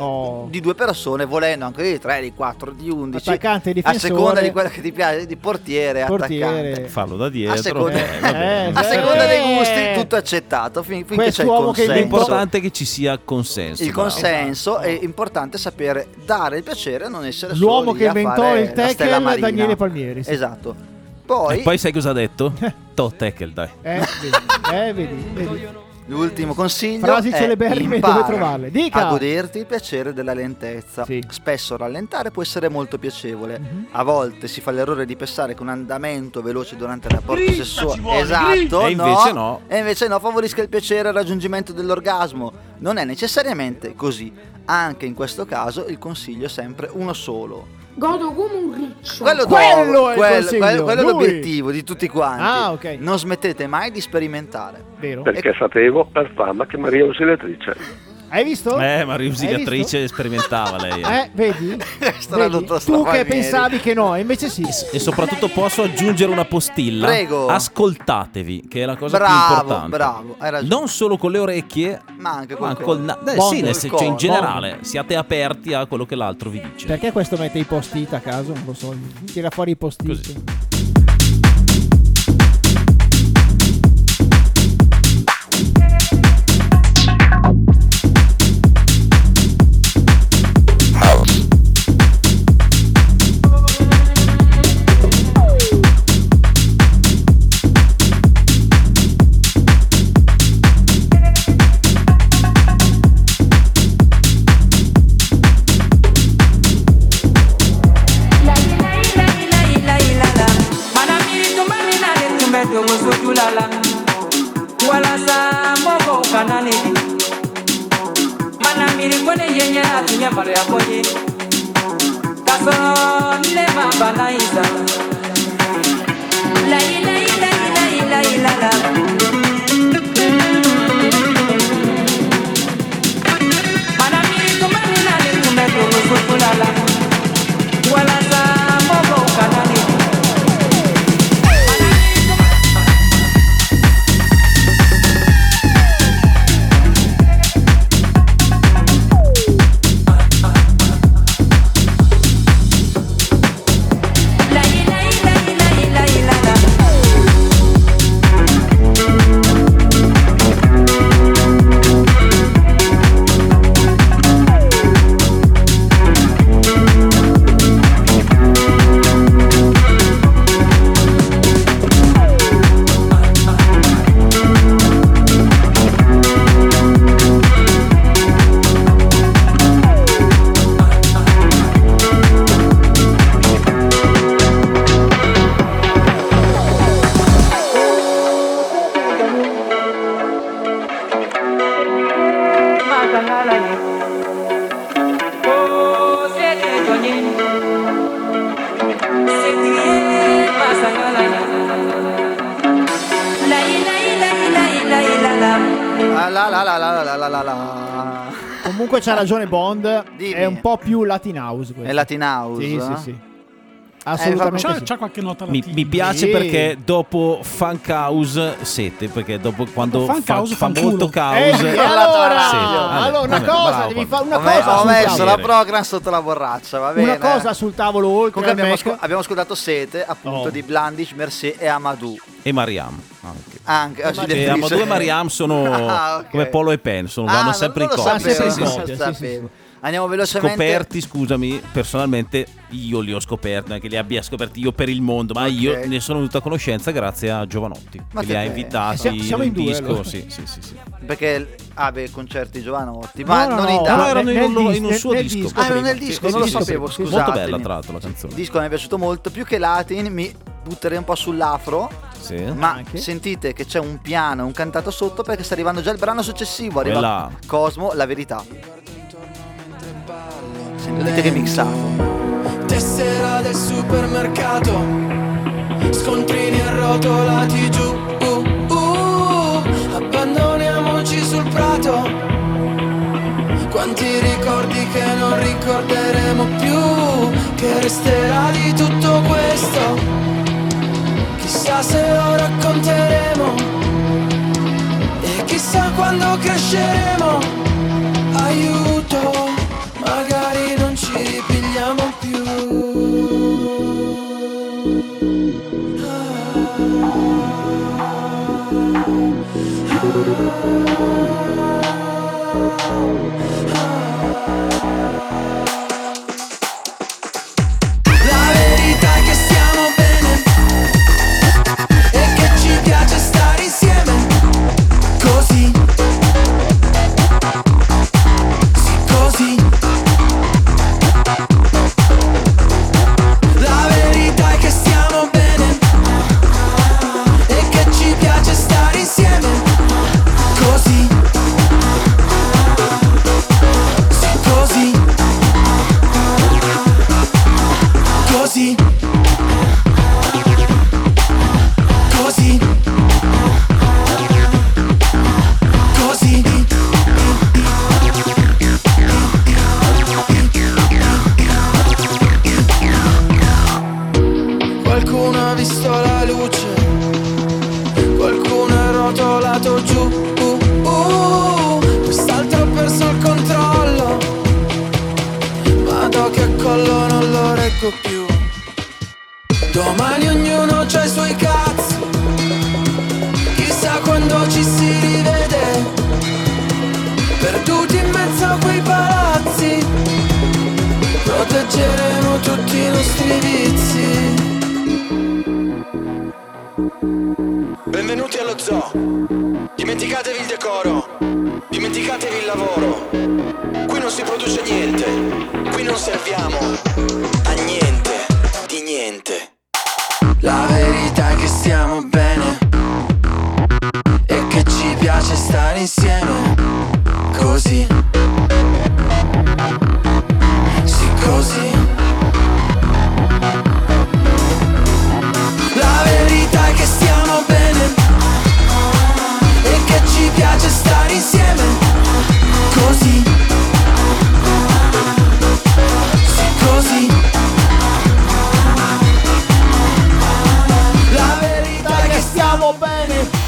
[SPEAKER 4] Di due persone, volendo anche di tre, di quattro, di undici.
[SPEAKER 2] Attaccante,
[SPEAKER 4] A
[SPEAKER 2] difensore.
[SPEAKER 4] seconda di quella che ti piace, di portiere,
[SPEAKER 2] Portiere.
[SPEAKER 4] attaccante.
[SPEAKER 3] Farlo da dietro.
[SPEAKER 4] A seconda, certo.
[SPEAKER 3] eh, va bene.
[SPEAKER 4] a seconda dei
[SPEAKER 2] Eh.
[SPEAKER 4] gusti, tutto accettato. Fin, finché c'è il
[SPEAKER 2] Quest'uomo che
[SPEAKER 4] consenso.
[SPEAKER 3] L'importante è che ci sia consenso.
[SPEAKER 4] Il
[SPEAKER 3] bravo.
[SPEAKER 4] consenso è importante sapere dare il piacere e non essere
[SPEAKER 2] L'uomo
[SPEAKER 4] soli
[SPEAKER 2] che
[SPEAKER 4] a
[SPEAKER 2] inventò
[SPEAKER 4] fare
[SPEAKER 2] il
[SPEAKER 4] la
[SPEAKER 2] tackle,
[SPEAKER 4] stella marina.
[SPEAKER 2] Daniele Palmieri, sì.
[SPEAKER 4] Esatto. Poi,
[SPEAKER 3] E poi sai cosa ha detto? To tackle, dai.
[SPEAKER 2] Eh, vedi, eh, vedi, vedi.
[SPEAKER 4] l'ultimo consiglio
[SPEAKER 2] Frasi
[SPEAKER 4] è
[SPEAKER 2] celeberrime
[SPEAKER 4] impara
[SPEAKER 2] dove trovarle. Dica!
[SPEAKER 4] a goderti il piacere della lentezza. Spesso rallentare può essere molto piacevole.
[SPEAKER 2] Mhm.
[SPEAKER 4] A volte si fa l'errore di pensare che un andamento veloce durante il rapporto
[SPEAKER 3] Grinta ci vuole,
[SPEAKER 4] sessuale esatto,
[SPEAKER 3] grinta! E invece no.
[SPEAKER 4] E invece no, favorisca il piacere e il raggiungimento dell'orgasmo. Non è necessariamente così. Anche in questo caso il consiglio è sempre uno solo.
[SPEAKER 19] Godo come un riccio.
[SPEAKER 4] Quello,
[SPEAKER 2] Quello è il
[SPEAKER 4] quello-
[SPEAKER 2] consiglio,
[SPEAKER 4] quello- quello è
[SPEAKER 2] lui.
[SPEAKER 4] l'obiettivo di tutti quanti.
[SPEAKER 2] Ah, ok.
[SPEAKER 4] Non smettete mai di sperimentare.
[SPEAKER 2] Vero.
[SPEAKER 20] Perché sapevo per fama che Maria è Ausiliatrice.
[SPEAKER 2] Hai visto?
[SPEAKER 3] Eh, ma
[SPEAKER 2] Hai visto?
[SPEAKER 3] riusiliatrice sperimentava lei. eh.
[SPEAKER 2] Eh, vedi? Vedi?
[SPEAKER 3] dottor
[SPEAKER 2] Tu che
[SPEAKER 3] Palmieri.
[SPEAKER 2] pensavi che no, invece sì.
[SPEAKER 3] E soprattutto posso aggiungere una postilla.
[SPEAKER 4] Prego.
[SPEAKER 3] Ascoltatevi, che è la cosa
[SPEAKER 4] Bravo,
[SPEAKER 3] più importante.
[SPEAKER 4] bravo, hai ragione.
[SPEAKER 3] Non solo con le orecchie,
[SPEAKER 4] Ma anche col
[SPEAKER 3] ma
[SPEAKER 4] collo.
[SPEAKER 3] col na- eh,
[SPEAKER 2] Mondo,
[SPEAKER 3] sì, nel
[SPEAKER 2] col
[SPEAKER 3] sen-
[SPEAKER 2] collo.
[SPEAKER 3] cioè, in generale, siate aperti a quello che l'altro vi dice.
[SPEAKER 2] Perché questo mette i post-it a caso? Non lo so, tira fuori i post-it.
[SPEAKER 4] Ah, la, la, la, la, la, la, la, la.
[SPEAKER 2] Comunque c'ha ragione Bond,
[SPEAKER 4] Dimmi.
[SPEAKER 2] è un po' più Latin House questo.
[SPEAKER 4] È Latin House,
[SPEAKER 2] Sì,
[SPEAKER 4] eh?
[SPEAKER 2] sì, sì. Assolutamente.
[SPEAKER 5] Eh,
[SPEAKER 2] sì.
[SPEAKER 5] c'ha, c'ha qualche nota
[SPEAKER 3] Mi,
[SPEAKER 5] latina.
[SPEAKER 3] mi piace
[SPEAKER 2] Sì.
[SPEAKER 3] perché dopo Funk House siete, perché dopo quando
[SPEAKER 5] Funk
[SPEAKER 3] fa,
[SPEAKER 5] house,
[SPEAKER 3] fa
[SPEAKER 5] fanculo.
[SPEAKER 3] molto
[SPEAKER 2] Eh,
[SPEAKER 3] house
[SPEAKER 2] sì, allora,
[SPEAKER 3] Sì.
[SPEAKER 2] allora una
[SPEAKER 3] vabbè,
[SPEAKER 2] cosa,
[SPEAKER 3] bravo,
[SPEAKER 2] devi
[SPEAKER 3] bravo.
[SPEAKER 2] fare una
[SPEAKER 4] ho, me-
[SPEAKER 2] cosa.
[SPEAKER 4] ho
[SPEAKER 2] sul
[SPEAKER 4] messo
[SPEAKER 2] tavolo.
[SPEAKER 4] la program sotto la borraccia, va bene. eh.
[SPEAKER 2] Una cosa sul tavolo oltre.
[SPEAKER 4] Comunque
[SPEAKER 2] al
[SPEAKER 4] abbiamo,
[SPEAKER 2] Mac.
[SPEAKER 4] asco- abbiamo ascoltato Sete, appunto,
[SPEAKER 3] Oh.
[SPEAKER 4] di Blandish, Mercier e Amadou.
[SPEAKER 3] E Mariam. Anche.
[SPEAKER 4] Anche, eh, si
[SPEAKER 3] Cioè,
[SPEAKER 4] definisce-
[SPEAKER 3] Amadou e Mariam sono
[SPEAKER 4] Ah, ok.
[SPEAKER 3] come Polo e Pen, sono-
[SPEAKER 4] Ah,
[SPEAKER 3] vanno
[SPEAKER 4] non-
[SPEAKER 3] sempre in
[SPEAKER 4] non lo
[SPEAKER 3] coppia.
[SPEAKER 4] sapevo,
[SPEAKER 3] Sì, sì,
[SPEAKER 4] non
[SPEAKER 3] sì.
[SPEAKER 4] lo
[SPEAKER 2] sì, sì,
[SPEAKER 4] sapevo. Andiamo velocemente.
[SPEAKER 3] Scoperti, scusami, personalmente io li ho scoperti, non è che li abbia scoperti io per il mondo, ma io ne sono venuto a conoscenza grazie a Giovanotti,
[SPEAKER 4] Ma
[SPEAKER 3] che
[SPEAKER 4] che
[SPEAKER 3] li ha
[SPEAKER 4] bello.
[SPEAKER 3] invitati
[SPEAKER 4] Siamo- siamo
[SPEAKER 3] in
[SPEAKER 4] in due,
[SPEAKER 3] disco.
[SPEAKER 4] allora.
[SPEAKER 3] Sì, sì, sì, sì.
[SPEAKER 4] Perché aveva i concerti Giovanotti, ma
[SPEAKER 2] No,
[SPEAKER 4] non
[SPEAKER 2] no, no,
[SPEAKER 4] in
[SPEAKER 2] no,
[SPEAKER 4] Italia.
[SPEAKER 2] erano in un- Nel dis- in un nel- suo nel disco. disco
[SPEAKER 4] Ah, erano
[SPEAKER 2] prima.
[SPEAKER 4] nel disco,
[SPEAKER 2] Sì,
[SPEAKER 4] non
[SPEAKER 2] sì,
[SPEAKER 4] lo
[SPEAKER 2] sì,
[SPEAKER 4] sapevo,
[SPEAKER 2] sì.
[SPEAKER 4] scusate.
[SPEAKER 3] Molto bella tra l'altro la canzone.
[SPEAKER 4] Il disco mi è piaciuto molto, più che Latin mi butterei un po' sull'afro,
[SPEAKER 3] Sì.
[SPEAKER 4] ma sentite che c'è un piano, un cantato sotto perché sta arrivando già il brano successivo, arriva
[SPEAKER 3] Quella-
[SPEAKER 4] Cosmo, la verità. Sentite che mixato.
[SPEAKER 15] Tessera del supermercato Scontrini arrotolati giù uh, uh. Abbandoniamoci sul prato Quanti ricordi che non ricorderemo più Che resterà di tutto questo Chissà se ora quando cresceremo, aiuto, magari non ci pigliamo più. La verità è che stiamo bene e che ci piace stare insieme così, sì così. La verità è che stiamo bene e che ci piace stare insieme così, sì così. Così Così Così Qualcuno ha visto la luce Qualcuno è rotolato giù uh, uh. Quest'altro ha perso il controllo Vado che collo non lo reggo più Domani ognuno c'ha i suoi cazzi Chissà quando ci si rivede Perduti in mezzo a quei palazzi Proteggeremo tutti i nostri vizi Benvenuti allo zoo Dimenticatevi il decoro Dimenticatevi il lavoro Qui non si produce niente Qui non serviamo A niente Di niente La verità è che stiamo bene E che ci piace stare insieme Così Sì così La verità è che stiamo bene E che ci piace stare insieme Così Sì così La verità è che stiamo bene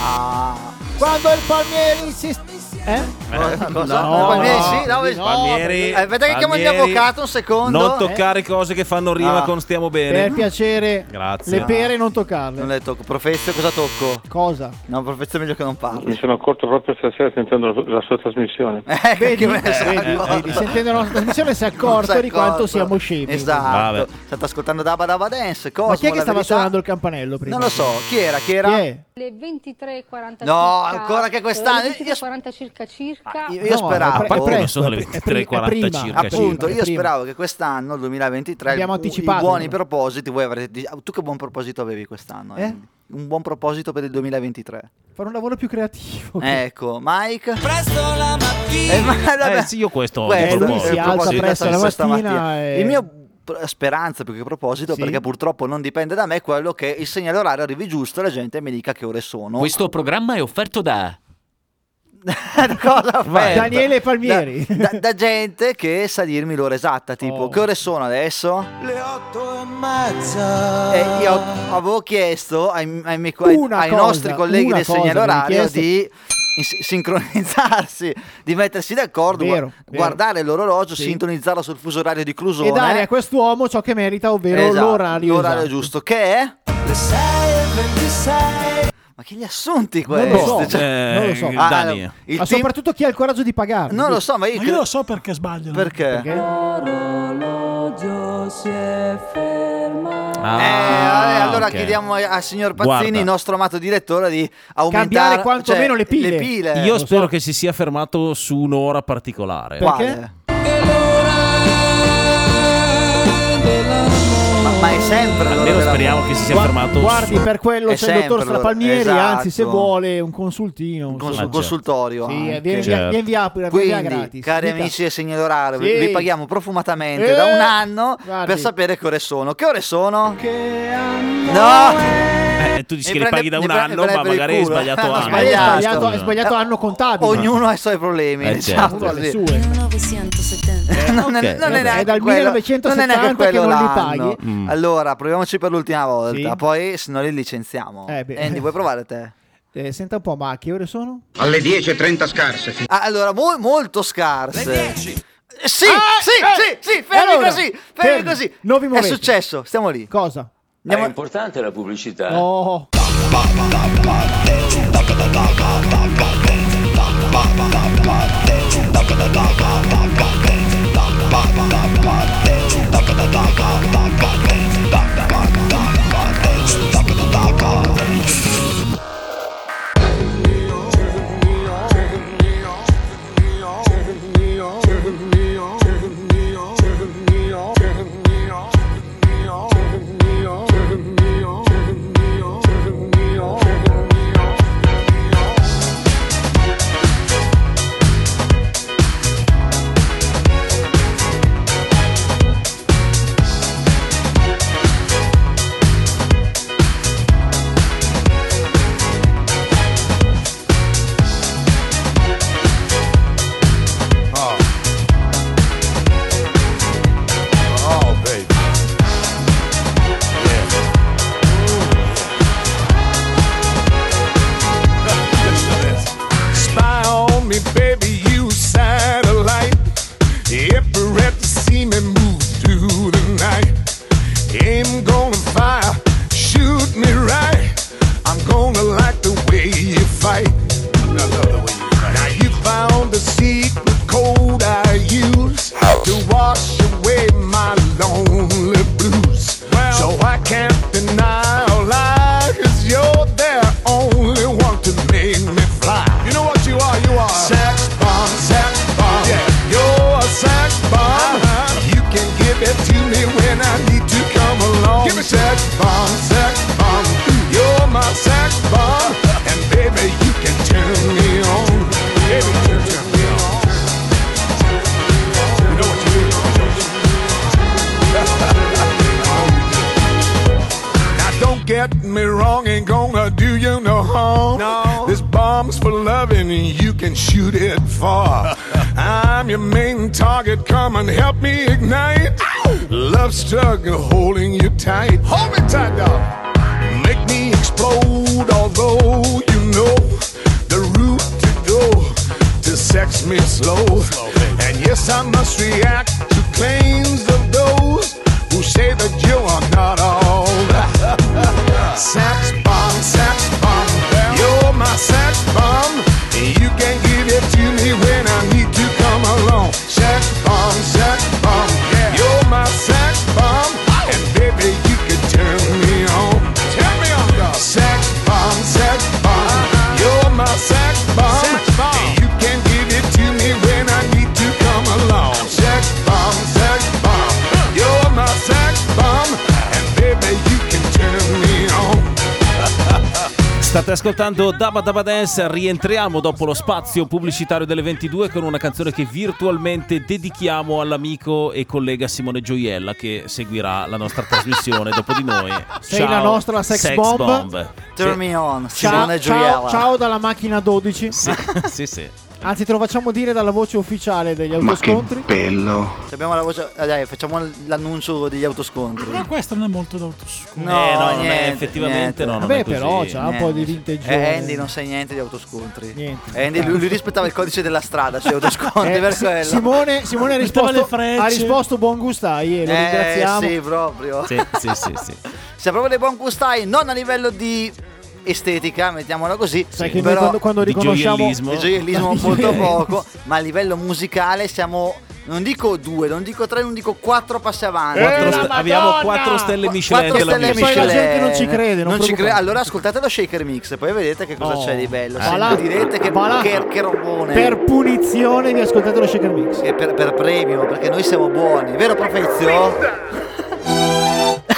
[SPEAKER 4] Ah,
[SPEAKER 2] Quando il palmieri si... Eh?
[SPEAKER 4] Cosa? Palmieri, sì, no,
[SPEAKER 3] Palmieri, eh,
[SPEAKER 4] no, aspetta che chiamo il mio
[SPEAKER 3] Palmieri,
[SPEAKER 4] avvocato un secondo. eh.
[SPEAKER 3] Non toccare cose che fanno rima
[SPEAKER 4] Ah.
[SPEAKER 3] con stiamo bene.
[SPEAKER 2] Per piacere,
[SPEAKER 3] Grazie.
[SPEAKER 2] le pere non toccarle.
[SPEAKER 4] Non le tocco, professore, cosa tocco?
[SPEAKER 2] Cosa?
[SPEAKER 4] No, professore, meglio che non parli.
[SPEAKER 20] Mi sono accorto proprio stasera sentendo la, la sua trasmissione.
[SPEAKER 4] Eh,
[SPEAKER 2] Vedi, Eh,
[SPEAKER 4] me ne sono
[SPEAKER 2] vedi,
[SPEAKER 4] accorto.
[SPEAKER 2] vedi, sentendo la nostra trasmissione si è
[SPEAKER 4] Non
[SPEAKER 2] accorto
[SPEAKER 4] si è
[SPEAKER 2] di quanto
[SPEAKER 4] accorto.
[SPEAKER 2] siamo scemi.
[SPEAKER 4] Esatto. State ascoltando Dabba Dabba Dance. Cosmo,
[SPEAKER 2] Ma chi è che
[SPEAKER 4] la
[SPEAKER 2] stava
[SPEAKER 4] verità-
[SPEAKER 2] suonando il campanello prima?
[SPEAKER 4] Non lo so, chi era? Chi era?
[SPEAKER 19] Le 23.40
[SPEAKER 4] No,
[SPEAKER 19] circa-
[SPEAKER 4] ancora che quest'anno- Ah,
[SPEAKER 19] le 23.40 circa circa.
[SPEAKER 4] Io, io speravo.
[SPEAKER 3] poi prima sono le 23.40 circa.
[SPEAKER 4] Appunto,
[SPEAKER 3] circa.
[SPEAKER 4] io speravo che quest'anno, il 2023,
[SPEAKER 2] Abbiamo
[SPEAKER 4] i-
[SPEAKER 2] anticipato.
[SPEAKER 4] i buoni propositi. Voi avrete. di- Tu che buon proposito avevi quest'anno?
[SPEAKER 2] Eh?
[SPEAKER 4] Andy? Un buon proposito per il 2023.
[SPEAKER 2] Fare un lavoro più creativo.
[SPEAKER 4] Ecco, Mike. Presto la mattina. Eh, ma- vabbè.
[SPEAKER 3] Eh, sì, io questo.
[SPEAKER 4] Questo
[SPEAKER 2] Eh, lui
[SPEAKER 4] è
[SPEAKER 2] si
[SPEAKER 4] il
[SPEAKER 2] alza
[SPEAKER 4] proposito
[SPEAKER 2] presto la
[SPEAKER 4] di questa
[SPEAKER 2] mattina e-
[SPEAKER 4] Il mio pr- speranza più che proposito, perché purtroppo non dipende da me, è quello che il segnale orario arrivi giusto e la gente mi dica che ore sono.
[SPEAKER 21] Questo programma è offerto da
[SPEAKER 4] cosa
[SPEAKER 21] Vai.
[SPEAKER 4] offerta?
[SPEAKER 21] Daniele Palmieri.
[SPEAKER 4] Da, da- da gente che sa dirmi l'ora esatta, tipo
[SPEAKER 2] Oh.
[SPEAKER 4] che ore sono adesso? Le otto e mezza. E io avevo chiesto ai, ai miei co- ai
[SPEAKER 2] Una cosa,
[SPEAKER 4] nostri colleghi
[SPEAKER 2] una
[SPEAKER 4] del
[SPEAKER 2] cosa
[SPEAKER 4] segnale
[SPEAKER 2] avevi
[SPEAKER 4] orario
[SPEAKER 2] chiesto.
[SPEAKER 4] di ins- sincronizzarsi, di mettersi d'accordo, gua-
[SPEAKER 2] Vero, vero.
[SPEAKER 4] guardare l'orologio,
[SPEAKER 2] Sì.
[SPEAKER 4] sintonizzarlo sul fuso orario di Clusone.
[SPEAKER 2] E dare a quest'uomo ciò che merita, ovvero
[SPEAKER 4] eh? Esatto,
[SPEAKER 2] l'orario.
[SPEAKER 4] l'orario
[SPEAKER 2] esatto.
[SPEAKER 4] giusto, che è le 6:26. Ma chi li ha assunti questi?
[SPEAKER 2] Non lo so,
[SPEAKER 5] Eh,
[SPEAKER 4] Cioè-
[SPEAKER 2] non lo so.
[SPEAKER 4] Ah, il
[SPEAKER 2] Ma
[SPEAKER 4] team-
[SPEAKER 2] soprattutto chi ha il coraggio di pagare.
[SPEAKER 4] Non lo so, ma io
[SPEAKER 5] Ma io
[SPEAKER 4] credo-
[SPEAKER 5] lo so perché sbaglio.
[SPEAKER 4] Perché?
[SPEAKER 15] L'orologio si è fermato.
[SPEAKER 4] Eh, allora
[SPEAKER 3] Ah, ok.
[SPEAKER 4] chiediamo a- al signor Pazzini,
[SPEAKER 3] Guarda.
[SPEAKER 4] il nostro amato direttore, di aumentare
[SPEAKER 2] Cambiare quantomeno
[SPEAKER 4] cioè,
[SPEAKER 2] le pile.
[SPEAKER 4] pile.
[SPEAKER 3] Io spero che si sia fermato su un'ora particolare.
[SPEAKER 4] Quale? Ma, ma è sempre l'ora
[SPEAKER 3] Almeno
[SPEAKER 4] della-
[SPEAKER 3] speriamo che si sia
[SPEAKER 2] Gua-
[SPEAKER 3] fermato
[SPEAKER 2] Guardi,
[SPEAKER 3] su-
[SPEAKER 2] per quello
[SPEAKER 4] È
[SPEAKER 2] c'è il dottor
[SPEAKER 4] sempre l'ora-
[SPEAKER 2] Strapalmieri,
[SPEAKER 4] esatto.
[SPEAKER 2] anzi, se vuole un consultino.
[SPEAKER 4] Cons-
[SPEAKER 3] Certo.
[SPEAKER 2] insomma.
[SPEAKER 4] consultorio
[SPEAKER 2] Sì,
[SPEAKER 4] anche.
[SPEAKER 2] eh, vieni via, vieni via, pure, vieni via
[SPEAKER 4] Quindi,
[SPEAKER 2] gratis.
[SPEAKER 4] cari
[SPEAKER 2] Mica-
[SPEAKER 4] amici del segnale orario, vi-
[SPEAKER 2] Sì.
[SPEAKER 4] vi paghiamo profumatamente
[SPEAKER 2] Eh,
[SPEAKER 4] da un anno
[SPEAKER 2] guardi.
[SPEAKER 4] per sapere che ore sono. Che ore sono? no!
[SPEAKER 3] Eh, tu dici
[SPEAKER 4] Mi
[SPEAKER 3] che li
[SPEAKER 4] prende-
[SPEAKER 3] paghi da
[SPEAKER 4] mi
[SPEAKER 3] un
[SPEAKER 4] pre-
[SPEAKER 3] anno,
[SPEAKER 4] prende
[SPEAKER 3] ma
[SPEAKER 4] per il
[SPEAKER 3] magari hai
[SPEAKER 4] culo.
[SPEAKER 3] sbagliato
[SPEAKER 4] No,
[SPEAKER 3] anno.
[SPEAKER 2] Magari hai
[SPEAKER 4] Sbagliato.
[SPEAKER 2] sbagliato, hai sbagliato anno contabile.
[SPEAKER 4] Ognuno ha i suoi problemi,
[SPEAKER 3] Eh,
[SPEAKER 4] diciamo
[SPEAKER 3] certo.
[SPEAKER 4] così. Eh,
[SPEAKER 2] Non
[SPEAKER 4] non è, non è neanche
[SPEAKER 2] dal
[SPEAKER 4] quello,
[SPEAKER 2] 1970
[SPEAKER 4] non è neanche
[SPEAKER 2] che
[SPEAKER 4] quello
[SPEAKER 2] non li
[SPEAKER 4] l'anno.
[SPEAKER 2] paghi.
[SPEAKER 4] Allora, proviamoci per l'ultima volta,
[SPEAKER 2] Sì.
[SPEAKER 4] poi se no li licenziamo.
[SPEAKER 2] Eh, beh.
[SPEAKER 4] Andy, vuoi provare te?
[SPEAKER 2] Eh, senta un po', ma che ore sono?
[SPEAKER 4] Alle 10.30 scarse. Ah, allora, mo- molto scarse.
[SPEAKER 2] Alle
[SPEAKER 4] Sì,
[SPEAKER 2] Ah,
[SPEAKER 4] sì,
[SPEAKER 2] eh,
[SPEAKER 4] sì, sì, fermi
[SPEAKER 2] allora,
[SPEAKER 4] così, fermi,
[SPEAKER 2] fermi,
[SPEAKER 4] così.
[SPEAKER 2] non vi
[SPEAKER 4] È
[SPEAKER 2] muovete.
[SPEAKER 4] successo, stiamo lì.
[SPEAKER 2] Cosa? Oh.
[SPEAKER 14] È importante la pubblicità?
[SPEAKER 2] No.
[SPEAKER 22] Oh. Oh, baby. Yeah. Spy on me, baby, you satellite. Every red see me move through the night. Aim gonna fire, shoot me right. I'm gonna like the way you fight. Now you found the secret code I use to wash away my lonely blues. so I can't deny or lie, cause you're the only one to make me fly. You know what you are, you are. Sex bomb, sex bomb. Yeah, you're a sex bomb. You can give it to me when I need to come along. Give me sex bomb, sex bomb. You're my sex bomb. And baby, you can turn me on. Baby, you can turn me on. You know what you Now don't get me wrong, ain't gonna do you no harm. No. This bomb's for loving and you can shoot it far. I'm your main target, come and help me ignite. Love struggle holding you tight. Hold me tight, dog. Make me explode, although you know the route to go to sex me slow. And yes, I must react to claims of those who say that you are not all that. Sex bomb, sex bomb, you're my sex bomb. You can give it to me when I need to come along. Sex bomb, sex bomb, you're my sex bomb. And baby, you can turn me on. Turn me on, dog. Sex bomb, sex bomb, you're my sex bomb. You can give it to me when I need to come along. Sex bomb, sex bomb, you're my sex bomb. And baby, you can turn me on.
[SPEAKER 3] State ascoltando Dabba Dabba Dance, rientriamo dopo lo spazio pubblicitario delle 22 con una canzone che virtualmente dedichiamo all'amico e collega Simone Gioiella che seguirà la nostra trasmissione dopo di noi.
[SPEAKER 2] Sei la nostra sex bomb.
[SPEAKER 4] Turn
[SPEAKER 3] Sì.
[SPEAKER 4] me on,
[SPEAKER 2] Ciao,
[SPEAKER 4] Simone
[SPEAKER 2] ciao,
[SPEAKER 4] Gioiella.
[SPEAKER 2] ciao dalla macchina 12.
[SPEAKER 3] Sì, sì.
[SPEAKER 2] Anzi, te lo facciamo dire dalla voce ufficiale degli autoscontri.
[SPEAKER 4] bello. Abbiamo la voce. eh, Dai, facciamo l'annuncio degli autoscontri.
[SPEAKER 5] Però questa non è molto da autoscuola.
[SPEAKER 3] Eh, no, non è effettivamente, no, non Vabbè, è così. però, c'ha un po' di
[SPEAKER 4] vintage.
[SPEAKER 3] vintage.
[SPEAKER 4] Eh, Andy non sa niente di autoscontri.
[SPEAKER 2] Niente.
[SPEAKER 4] Eh, Andy, lui, lui rispettava il codice della strada sui autoscontri,
[SPEAKER 2] Eh,
[SPEAKER 4] per
[SPEAKER 2] Si-
[SPEAKER 4] quello.
[SPEAKER 2] Simone, Simone ha,
[SPEAKER 4] Metteva
[SPEAKER 2] risposto,
[SPEAKER 4] le frecce.
[SPEAKER 2] ha risposto buon gustai e lo
[SPEAKER 4] Eh,
[SPEAKER 2] ringraziamo.
[SPEAKER 4] sì, proprio.
[SPEAKER 3] Sì, sì, sì, sì.
[SPEAKER 4] Se proprio dei buon gustai, non a livello di estetica, mettiamola così.
[SPEAKER 2] Sai che noi
[SPEAKER 4] però
[SPEAKER 2] quando- quando Di riconosciamo- gioiellismo.
[SPEAKER 4] di gioiellismo molto poco, ma a livello musicale siamo non dico due, non dico tre, non dico quattro passi avanti.
[SPEAKER 2] Eh,
[SPEAKER 3] Quattro ste- abbiamo quattro stelle Eh. Michelin
[SPEAKER 4] Eh, Quattro
[SPEAKER 3] della
[SPEAKER 4] stelle
[SPEAKER 3] musica.
[SPEAKER 4] Michelin.
[SPEAKER 3] Poi la gente non ci crede, non
[SPEAKER 4] Non ci
[SPEAKER 3] preoccupate.
[SPEAKER 4] cre- allora ascoltate lo shaker mix, poi vedete che cosa
[SPEAKER 2] Oh.
[SPEAKER 4] c'è di bello. Se
[SPEAKER 2] Voilà.
[SPEAKER 4] lo direte che,
[SPEAKER 2] Voilà.
[SPEAKER 4] che, che robone.
[SPEAKER 2] Per punizione vi ascoltate lo shaker mix.
[SPEAKER 4] E per, per premio, perché noi siamo buoni, vero Profezio?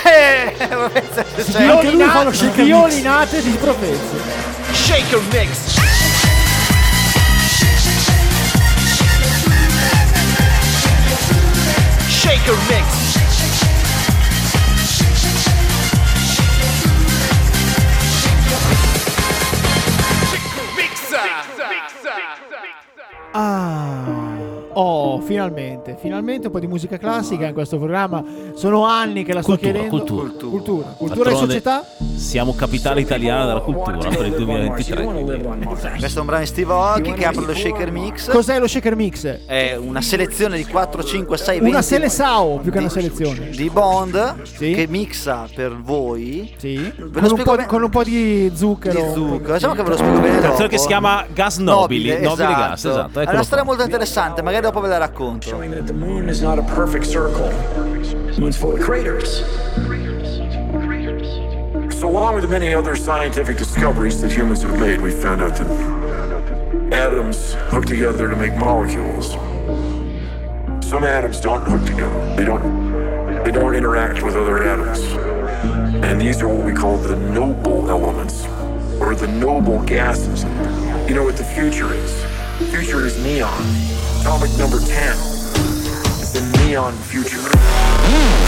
[SPEAKER 4] Eh, Profezio, cioè-
[SPEAKER 2] Violinate, violinate di profezio.
[SPEAKER 4] Shaker Mix. Shaker Mix.
[SPEAKER 2] Ah, oh, finalmente, finalmente un po' di musica classica in questo programma. Sono anni che la sto
[SPEAKER 3] Cultura,
[SPEAKER 2] chiedendo.
[SPEAKER 3] cultura.
[SPEAKER 2] cultura. Cultura
[SPEAKER 3] D'altronde,
[SPEAKER 2] e società?
[SPEAKER 3] Siamo capitale italiana della cultura per il
[SPEAKER 4] Diciamo
[SPEAKER 3] 2023.
[SPEAKER 4] Questo è un brano di Steve Aoki che apre lo shaker mix.
[SPEAKER 2] Cos'è lo shaker mix?
[SPEAKER 4] È una selezione di 4, 5, 6, 20
[SPEAKER 2] Una sele sao più che una selezione.
[SPEAKER 4] di Bond che mixa per voi. Ve lo
[SPEAKER 2] Con un,
[SPEAKER 4] spiego
[SPEAKER 2] po',
[SPEAKER 4] bene.
[SPEAKER 2] con un po' di zucchero.
[SPEAKER 4] Di zucchero. Diciamo che ve lo spiego bene.
[SPEAKER 3] Canzone che si chiama Gas Nobili. Nobili Gas, esatto.
[SPEAKER 4] È
[SPEAKER 3] eccolo
[SPEAKER 4] una storia
[SPEAKER 3] qua.
[SPEAKER 4] molto interessante, magari dopo ve la racconto.
[SPEAKER 23] Moon's full of craters. So, along with many other scientific discoveries that humans have made, we found out that atoms hook together to make molecules. Some atoms don't hook together. They don't. They don't interact with other atoms. And these are what we call the noble elements, or the noble gases. You know what the future is? The future is neon. Atomic number 10 is the neon future.
[SPEAKER 22] Mm.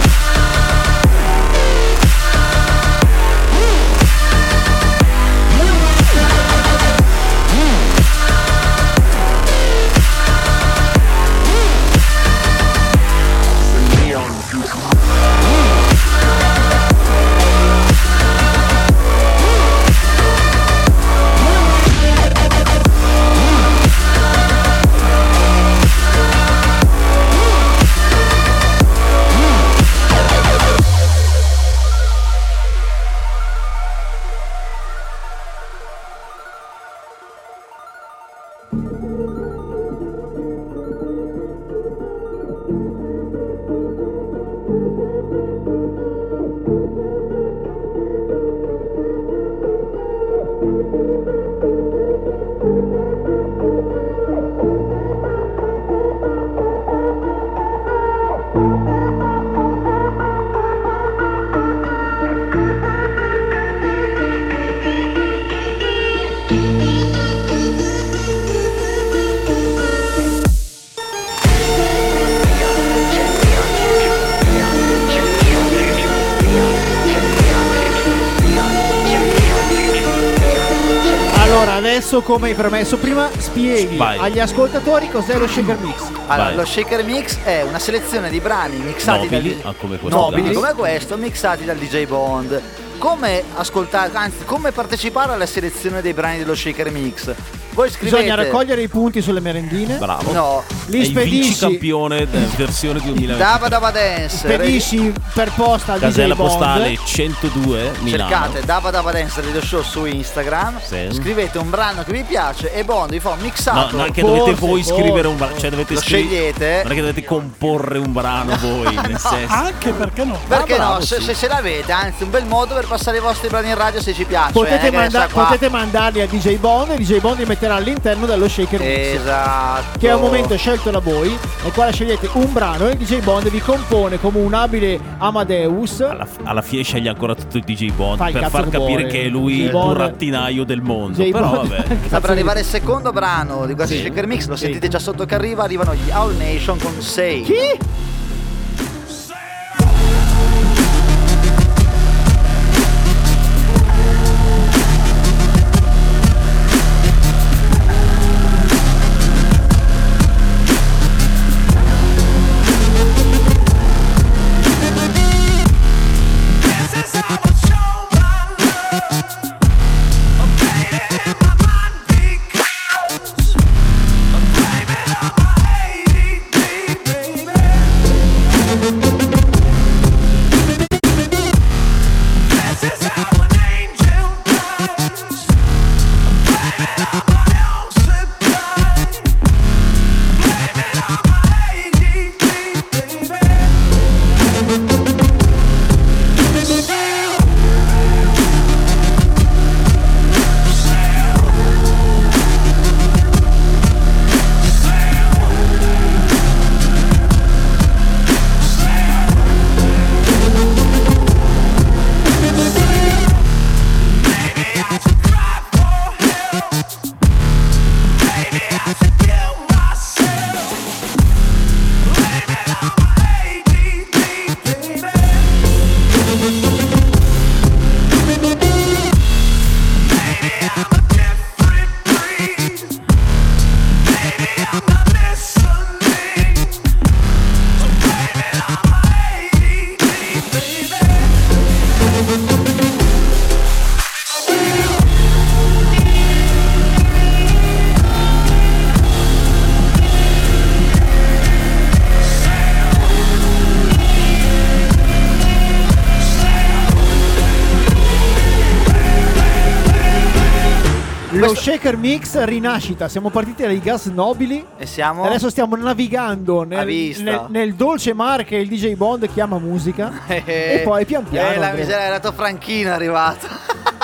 [SPEAKER 2] Allora, adesso come hai promesso prima, spieghi
[SPEAKER 4] Vai.
[SPEAKER 2] agli ascoltatori cos'è lo shaker mix.
[SPEAKER 4] Allora,
[SPEAKER 2] Vai.
[SPEAKER 4] lo shaker mix è una selezione di brani mixati
[SPEAKER 3] Nobili,
[SPEAKER 4] dal
[SPEAKER 3] ah, come questo.
[SPEAKER 4] nobili
[SPEAKER 3] Gas.
[SPEAKER 4] come questo, mixati dal DJ Bond. Come ascoltare, anzi, come partecipare alla selezione dei brani dello shaker mix? Voi scrivete
[SPEAKER 2] Bisogna raccogliere i punti sulle merendine.
[SPEAKER 3] Bravo.
[SPEAKER 4] No.
[SPEAKER 3] È
[SPEAKER 2] Li
[SPEAKER 3] il vice
[SPEAKER 2] spedisci.
[SPEAKER 3] campione della versione 2020.
[SPEAKER 4] Dava Dava Dance.
[SPEAKER 2] Spedisci per posta al
[SPEAKER 3] Casella
[SPEAKER 2] DJ Bond.
[SPEAKER 3] postale 102 Milano.
[SPEAKER 4] Cercate Dava Dava Dance Radio Show su Instagram.
[SPEAKER 3] Sì.
[SPEAKER 4] Scrivete un brano che vi piace e Bond vi fa un
[SPEAKER 3] No,
[SPEAKER 4] mixato.
[SPEAKER 3] non è che dovete voi scrivere un brano, cioè dovete
[SPEAKER 4] Esatto. Lo
[SPEAKER 3] scrivere-
[SPEAKER 4] scegliete.
[SPEAKER 3] Non è che dovete comporre un brano voi, nel senso.
[SPEAKER 4] Anche perché no? Perché
[SPEAKER 3] Ah, bravo,
[SPEAKER 4] no? Se,
[SPEAKER 3] sì.
[SPEAKER 4] se ce l'avete, anzi, un bel modo per passare i vostri brani in radio se ci piace.
[SPEAKER 2] Potete,
[SPEAKER 4] eh, che adesso
[SPEAKER 2] manda-
[SPEAKER 4] qua-
[SPEAKER 2] potete mandarli a DJ Bond e DJ Bond li metterà all'interno dello shaker mix.
[SPEAKER 4] Esatto.
[SPEAKER 2] Che è un momento scelto da voi, nel quale scegliete un brano e DJ Bond vi compone come un abile Amadeus.
[SPEAKER 3] Alla fine sceglie ancora tutto il DJ Bond
[SPEAKER 2] Fa il
[SPEAKER 3] per
[SPEAKER 2] cazzo
[SPEAKER 3] far
[SPEAKER 2] che
[SPEAKER 3] capire
[SPEAKER 2] vuole.
[SPEAKER 3] che è lui
[SPEAKER 2] DJ
[SPEAKER 3] il
[SPEAKER 2] Bond-
[SPEAKER 3] burattinaio del mondo.
[SPEAKER 2] DJ
[SPEAKER 3] Però
[SPEAKER 2] Bond-
[SPEAKER 3] vabbè.
[SPEAKER 4] Sta per arrivare il secondo brano di questo Shaker Mix, lo sentite già sotto che arriva, arrivano gli All Nation con 6.
[SPEAKER 2] Chi?
[SPEAKER 15] Baby,
[SPEAKER 2] Lo shaker mix rinascita. Siamo partiti dai gas nobili.
[SPEAKER 4] E siamo?
[SPEAKER 2] Adesso stiamo navigando
[SPEAKER 4] A
[SPEAKER 2] nel,
[SPEAKER 4] vista.
[SPEAKER 2] nel- nel dolce mar che il DJ Bond chiama musica. e poi pian piano.
[SPEAKER 4] Eh, la
[SPEAKER 2] andremo.
[SPEAKER 4] miseria, è la tua Franchina è arrivata.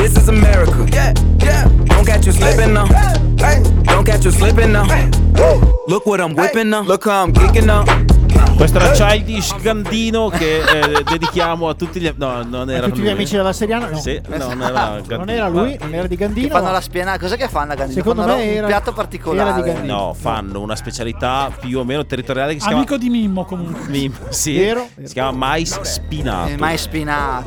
[SPEAKER 24] This is America. Don't catch you slipping now. Don't catch you slipping now. Look what I'm whipping up. Look how I'm kicking up.
[SPEAKER 3] Questo era Childish Gandino che eh, dedichiamo a tutti gli... No, non era
[SPEAKER 2] Tutti gli
[SPEAKER 3] lui.
[SPEAKER 2] amici della Seriana? No.
[SPEAKER 3] Sì, no, non era
[SPEAKER 2] Non era lui, non era di Gandino.
[SPEAKER 4] Eh, Che fanno la spianata. Cos'è che fanno a Gandino?
[SPEAKER 2] Secondo
[SPEAKER 4] fanno
[SPEAKER 2] me
[SPEAKER 4] un
[SPEAKER 2] era-
[SPEAKER 4] piatto
[SPEAKER 2] era di
[SPEAKER 4] particolare.
[SPEAKER 2] Gandino.
[SPEAKER 3] No, fanno una specialità più o meno territoriale che si
[SPEAKER 5] Amico di Mimmo comunque.
[SPEAKER 3] chiama... Mim- sì,
[SPEAKER 5] Vero?
[SPEAKER 3] si chiama mais spinato.
[SPEAKER 4] Il mais Eh, spinato,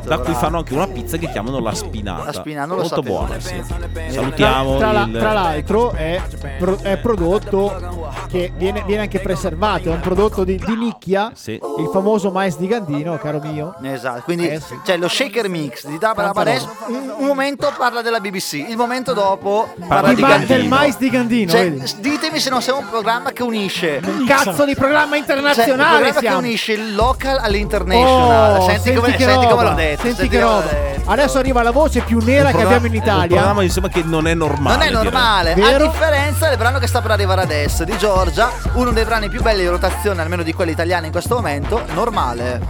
[SPEAKER 3] Da cui
[SPEAKER 4] bravo.
[SPEAKER 3] Esatto. fanno anche una pizza che chiamano la spinata.
[SPEAKER 4] La spinata, non lo
[SPEAKER 3] Molto
[SPEAKER 4] sapevo.
[SPEAKER 3] buona, sì.
[SPEAKER 2] Tra,
[SPEAKER 3] Salutiamo
[SPEAKER 2] tra la-
[SPEAKER 3] il...
[SPEAKER 2] tra l'altro è, pro- è prodotto che viene, viene anche preservato, è un prodotto di, di nicchia, il famoso mais di Gandino, caro mio.
[SPEAKER 4] Esatto, quindi
[SPEAKER 2] Eh,
[SPEAKER 4] c'è lo shaker mix di Dabra
[SPEAKER 2] Tanta
[SPEAKER 4] Bares. Un, un momento parla della BBC, il momento dopo parla
[SPEAKER 2] Parla
[SPEAKER 4] di
[SPEAKER 2] di
[SPEAKER 4] Gandino.
[SPEAKER 2] del mais di Gandino.
[SPEAKER 4] Cioè,
[SPEAKER 2] vedi?
[SPEAKER 4] ditemi se non siamo un programma che unisce.
[SPEAKER 2] Un cazzo di programma internazionale
[SPEAKER 4] Cioè, un programma
[SPEAKER 2] siamo.
[SPEAKER 4] che unisce il local all'international.
[SPEAKER 2] Oh,
[SPEAKER 4] senti, come,
[SPEAKER 2] che
[SPEAKER 4] senti come
[SPEAKER 2] roba,
[SPEAKER 4] l'ho detto.
[SPEAKER 2] senti
[SPEAKER 4] senti
[SPEAKER 2] che
[SPEAKER 4] come l'ho
[SPEAKER 2] roba.
[SPEAKER 4] detto.
[SPEAKER 2] Adesso arriva la voce più nera che abbiamo in
[SPEAKER 3] Un
[SPEAKER 2] Italia.
[SPEAKER 3] programma insomma che non è normale.
[SPEAKER 4] Non è
[SPEAKER 3] direi.
[SPEAKER 4] normale,
[SPEAKER 2] Vero?
[SPEAKER 4] a differenza del brano che sta per arrivare adesso di Giorgia, uno dei brani più belli di rotazione, almeno di quelli italiani in questo momento, normale.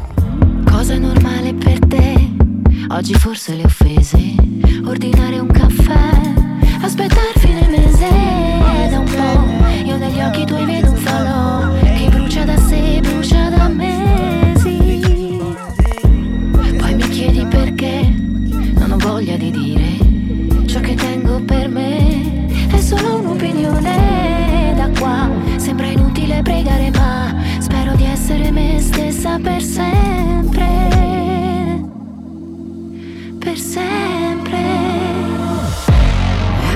[SPEAKER 17] Cosa è normale per te? Oggi forse le offese. Ordinare un caffè, aspettar fine mese. È Da un po' io negli occhi tuoi vedo un falò che brucia da sé, brucia da mesi. Poi mi chiedi perché non ho voglia di dire ciò che tengo per me. È solo un'opinione da qua. Sembra inutile pregare, ma spero di essere me stessa per sempre. Per sempre.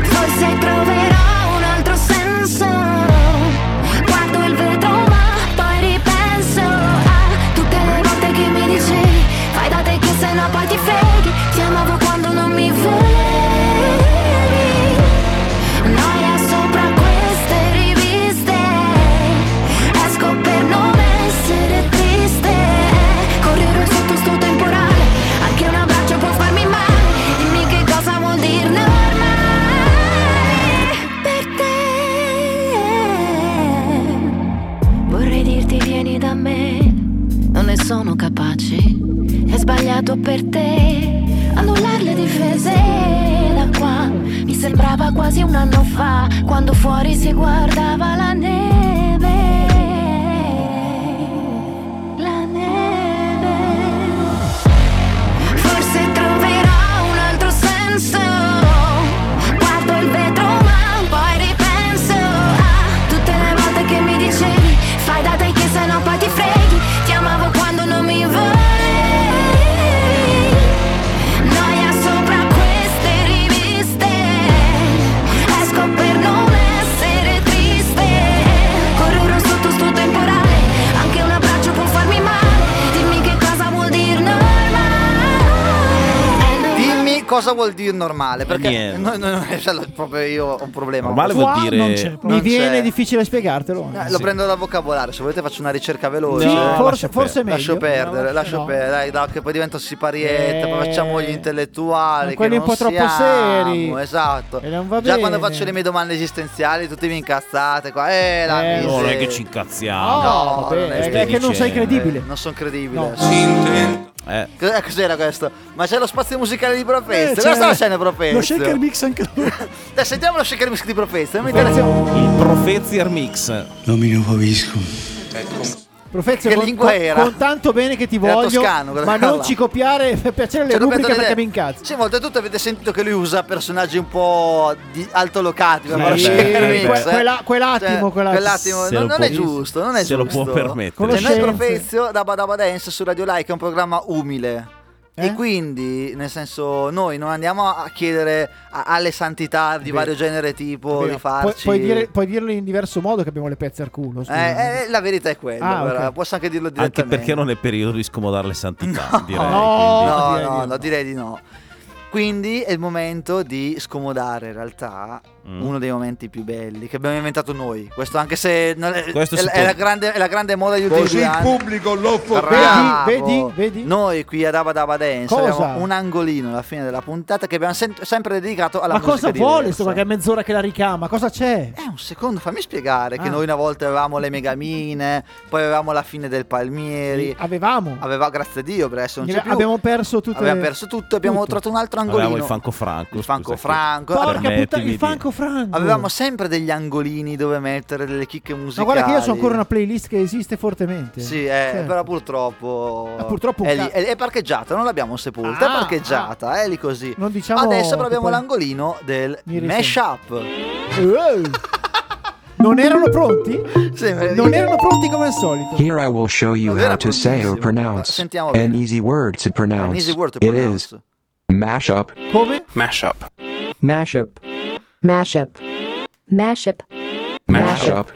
[SPEAKER 17] Forse troverò un altro senso. Guardo il vetro, ma poi ripenso a tutte le volte che mi dicevi: Fai da te che se no poi ti freghi. Ti amavo quando non mi vedi. Noia sopra queste riviste. Esco per non essere triste. Correre sotto sto temporale. Anche un abbraccio può farmi male. Dimmi che cosa vuol dire normale per te. Vorrei dirti vieni da me. Non ne sono capace. È sbagliato per te. Annullare le difese da qua. Mi sembrava quasi un anno fa, quando fuori si guardava la neve. La neve. Forse troverò un altro senso. Guardo il vetro, ma poi ripenso a tutte le volte che mi dicevi: Fai da te che se no poi ti freghi. Ti amavo quando non mi volevi. Noia sopra queste riviste. Esco per non essere triste. Correrò sotto sto temporale. Anche un abbraccio può farmi male. Dimmi che cosa vuol dire normale.
[SPEAKER 4] Dimmi cosa vuol dire normale, perché
[SPEAKER 3] Niente.
[SPEAKER 4] no, no, no, cioè, proprio io ho un problema.
[SPEAKER 3] Normale
[SPEAKER 2] Qua
[SPEAKER 3] vuol dire...
[SPEAKER 2] non c'è, Mi
[SPEAKER 4] Non
[SPEAKER 2] viene
[SPEAKER 4] c'è.
[SPEAKER 2] difficile spiegartelo.
[SPEAKER 4] cioè, Eh, Lo prendo da vocabolario, se volete faccio una ricerca veloce.
[SPEAKER 2] Sì, No, forse- lascia forse perdere.
[SPEAKER 4] Lascio
[SPEAKER 2] meglio.
[SPEAKER 4] perdere,
[SPEAKER 2] No,
[SPEAKER 4] lascio
[SPEAKER 2] no.
[SPEAKER 4] perdere. Dai, dai, che poi divento siparietta,
[SPEAKER 2] Eh,
[SPEAKER 4] poi facciamo gli intellettuali. Che
[SPEAKER 2] quelli un
[SPEAKER 4] non
[SPEAKER 2] po' troppo
[SPEAKER 4] siamo,
[SPEAKER 2] seri.
[SPEAKER 4] Esatto.
[SPEAKER 2] va
[SPEAKER 4] Già quando
[SPEAKER 2] bene.
[SPEAKER 4] faccio le mie domande esistenziali, tutti mi incazzate qua. Eh, la
[SPEAKER 2] Eh,
[SPEAKER 4] miseria.
[SPEAKER 3] Non è che ci incazziamo.
[SPEAKER 4] No, non è
[SPEAKER 2] è,
[SPEAKER 4] che-
[SPEAKER 2] è che non sei credibile.
[SPEAKER 4] Non sono credibile.
[SPEAKER 2] No.
[SPEAKER 3] Eh.
[SPEAKER 4] Cos'è- Cos'era questo? Ma c'è lo spazio musicale di
[SPEAKER 5] Eh,
[SPEAKER 2] cioè,
[SPEAKER 4] Propezio.
[SPEAKER 5] c'è-
[SPEAKER 4] Cosa sta facendo Propezio?
[SPEAKER 5] Lo shaker mix anche lui.
[SPEAKER 4] Dai, sentiamo lo shaker mix di Propezio. non mi interessa.
[SPEAKER 3] Il Profezier Mix.
[SPEAKER 4] Ecco.
[SPEAKER 25] Non mi capisco.
[SPEAKER 2] Profezio,
[SPEAKER 4] Che
[SPEAKER 2] con-
[SPEAKER 4] lingua
[SPEAKER 2] con-
[SPEAKER 4] era?
[SPEAKER 2] Con tanto bene che ti
[SPEAKER 4] Era
[SPEAKER 2] voglio,
[SPEAKER 4] toscano, quella
[SPEAKER 2] ma
[SPEAKER 4] cosa
[SPEAKER 2] non
[SPEAKER 4] là.
[SPEAKER 2] ci copiare per piacere le
[SPEAKER 4] Cioè, Roberto
[SPEAKER 2] rubriche perché
[SPEAKER 4] Dedè-
[SPEAKER 2] mi incazzo.
[SPEAKER 4] Sì, ma oltretutto avete sentito che lui usa personaggi un po' di altolocati. per
[SPEAKER 2] Sì,
[SPEAKER 4] far
[SPEAKER 2] sì,
[SPEAKER 4] uscire il
[SPEAKER 2] que-
[SPEAKER 4] mix, eh.
[SPEAKER 2] quella- quell'attimo, quella-
[SPEAKER 4] quell'attimo.
[SPEAKER 2] Se
[SPEAKER 4] Non,
[SPEAKER 2] lo
[SPEAKER 4] non
[SPEAKER 2] può-
[SPEAKER 4] è giusto, non è
[SPEAKER 3] se lo
[SPEAKER 4] giusto.
[SPEAKER 3] può permettere.
[SPEAKER 4] E Cioè,
[SPEAKER 3] Conoscenze.
[SPEAKER 4] noi Profezio, Dabba Dabba Dance su Radio Like è un programma umile.
[SPEAKER 2] Eh?
[SPEAKER 4] E quindi, nel senso, noi non andiamo a chiedere a- alle santità di
[SPEAKER 2] Vero.
[SPEAKER 4] vario genere e tipo
[SPEAKER 2] Vabbè,
[SPEAKER 4] di
[SPEAKER 2] puoi-
[SPEAKER 4] farci.
[SPEAKER 2] puoi, dire- puoi dirlo in diverso modo che abbiamo le pezze al culo.
[SPEAKER 4] Eh,
[SPEAKER 2] scusa.
[SPEAKER 4] eh, la verità è quella,
[SPEAKER 2] Ah,
[SPEAKER 4] guarda,
[SPEAKER 2] ok.
[SPEAKER 4] posso anche dirlo direttamente.
[SPEAKER 3] Anche perché non è periodo di scomodare le santità, direi.
[SPEAKER 4] No,
[SPEAKER 3] quindi.
[SPEAKER 4] no, no, no, direi di no. Quindi è il momento di scomodare in realtà
[SPEAKER 3] Mm.
[SPEAKER 4] uno dei momenti più belli che abbiamo inventato noi. Questo anche se non è,
[SPEAKER 3] Questo si
[SPEAKER 4] è-
[SPEAKER 3] può-
[SPEAKER 4] è la grande, è la grande moda degli ultimi
[SPEAKER 2] Così
[SPEAKER 4] due
[SPEAKER 2] il
[SPEAKER 4] anni.
[SPEAKER 2] pubblico lo fa-
[SPEAKER 4] Bravo.
[SPEAKER 2] Vedi, vedi, vedi?
[SPEAKER 4] Noi qui a Daba Daba Dance
[SPEAKER 2] Cosa?
[SPEAKER 4] abbiamo un angolino alla fine della puntata che abbiamo sen- sempre dedicato alla
[SPEAKER 2] Ma
[SPEAKER 4] musica
[SPEAKER 2] cosa
[SPEAKER 4] diversa.
[SPEAKER 2] vuole? Insomma, che è mezz'ora che la ricama, cosa c'è?
[SPEAKER 4] Eh, un secondo, fammi spiegare che
[SPEAKER 2] Ah.
[SPEAKER 4] noi una volta avevamo le megamine, poi avevamo la fine del Palmieri.
[SPEAKER 2] Avevamo.
[SPEAKER 4] Aveva, grazie a Dio, per adesso non c'è più.
[SPEAKER 2] Abbiamo perso tutte
[SPEAKER 4] Abbiamo perso tutto, abbiamo trovato un altro angolino.
[SPEAKER 3] Avevamo il Franco Franco.
[SPEAKER 4] Il Franco Franco.
[SPEAKER 2] Porca
[SPEAKER 4] Avevamo-
[SPEAKER 2] puttana, il Franco Franco.
[SPEAKER 4] Avevamo sempre degli angolini dove mettere delle chicche
[SPEAKER 2] Ma
[SPEAKER 4] musicali.
[SPEAKER 2] guarda che io so ancora una playlist che esiste fortemente.
[SPEAKER 4] Sì, eh,
[SPEAKER 2] Certo. Eh,
[SPEAKER 4] però purtroppo,
[SPEAKER 2] purtroppo un
[SPEAKER 4] è, lì,
[SPEAKER 2] ca-
[SPEAKER 4] è, è parcheggiata, non l'abbiamo sepolta,
[SPEAKER 2] Ah,
[SPEAKER 4] è parcheggiata, è lì così.
[SPEAKER 2] Non diciamo
[SPEAKER 4] Adesso però
[SPEAKER 2] che
[SPEAKER 4] abbiamo
[SPEAKER 2] poi-
[SPEAKER 4] l'angolino del
[SPEAKER 2] Mi risento.
[SPEAKER 4] mashup.
[SPEAKER 2] Eh. Non erano pronti?
[SPEAKER 4] Sì, ma-
[SPEAKER 2] Non erano pronti come al solito.
[SPEAKER 25] Here I will show you how to say or pronounce
[SPEAKER 4] Sentiamo
[SPEAKER 25] an easy word to pronounce.
[SPEAKER 4] easy word to
[SPEAKER 25] It is mashup.
[SPEAKER 2] Come?
[SPEAKER 25] Mashup. Mashup.
[SPEAKER 26] Mashup. Mashup.
[SPEAKER 25] Mashup.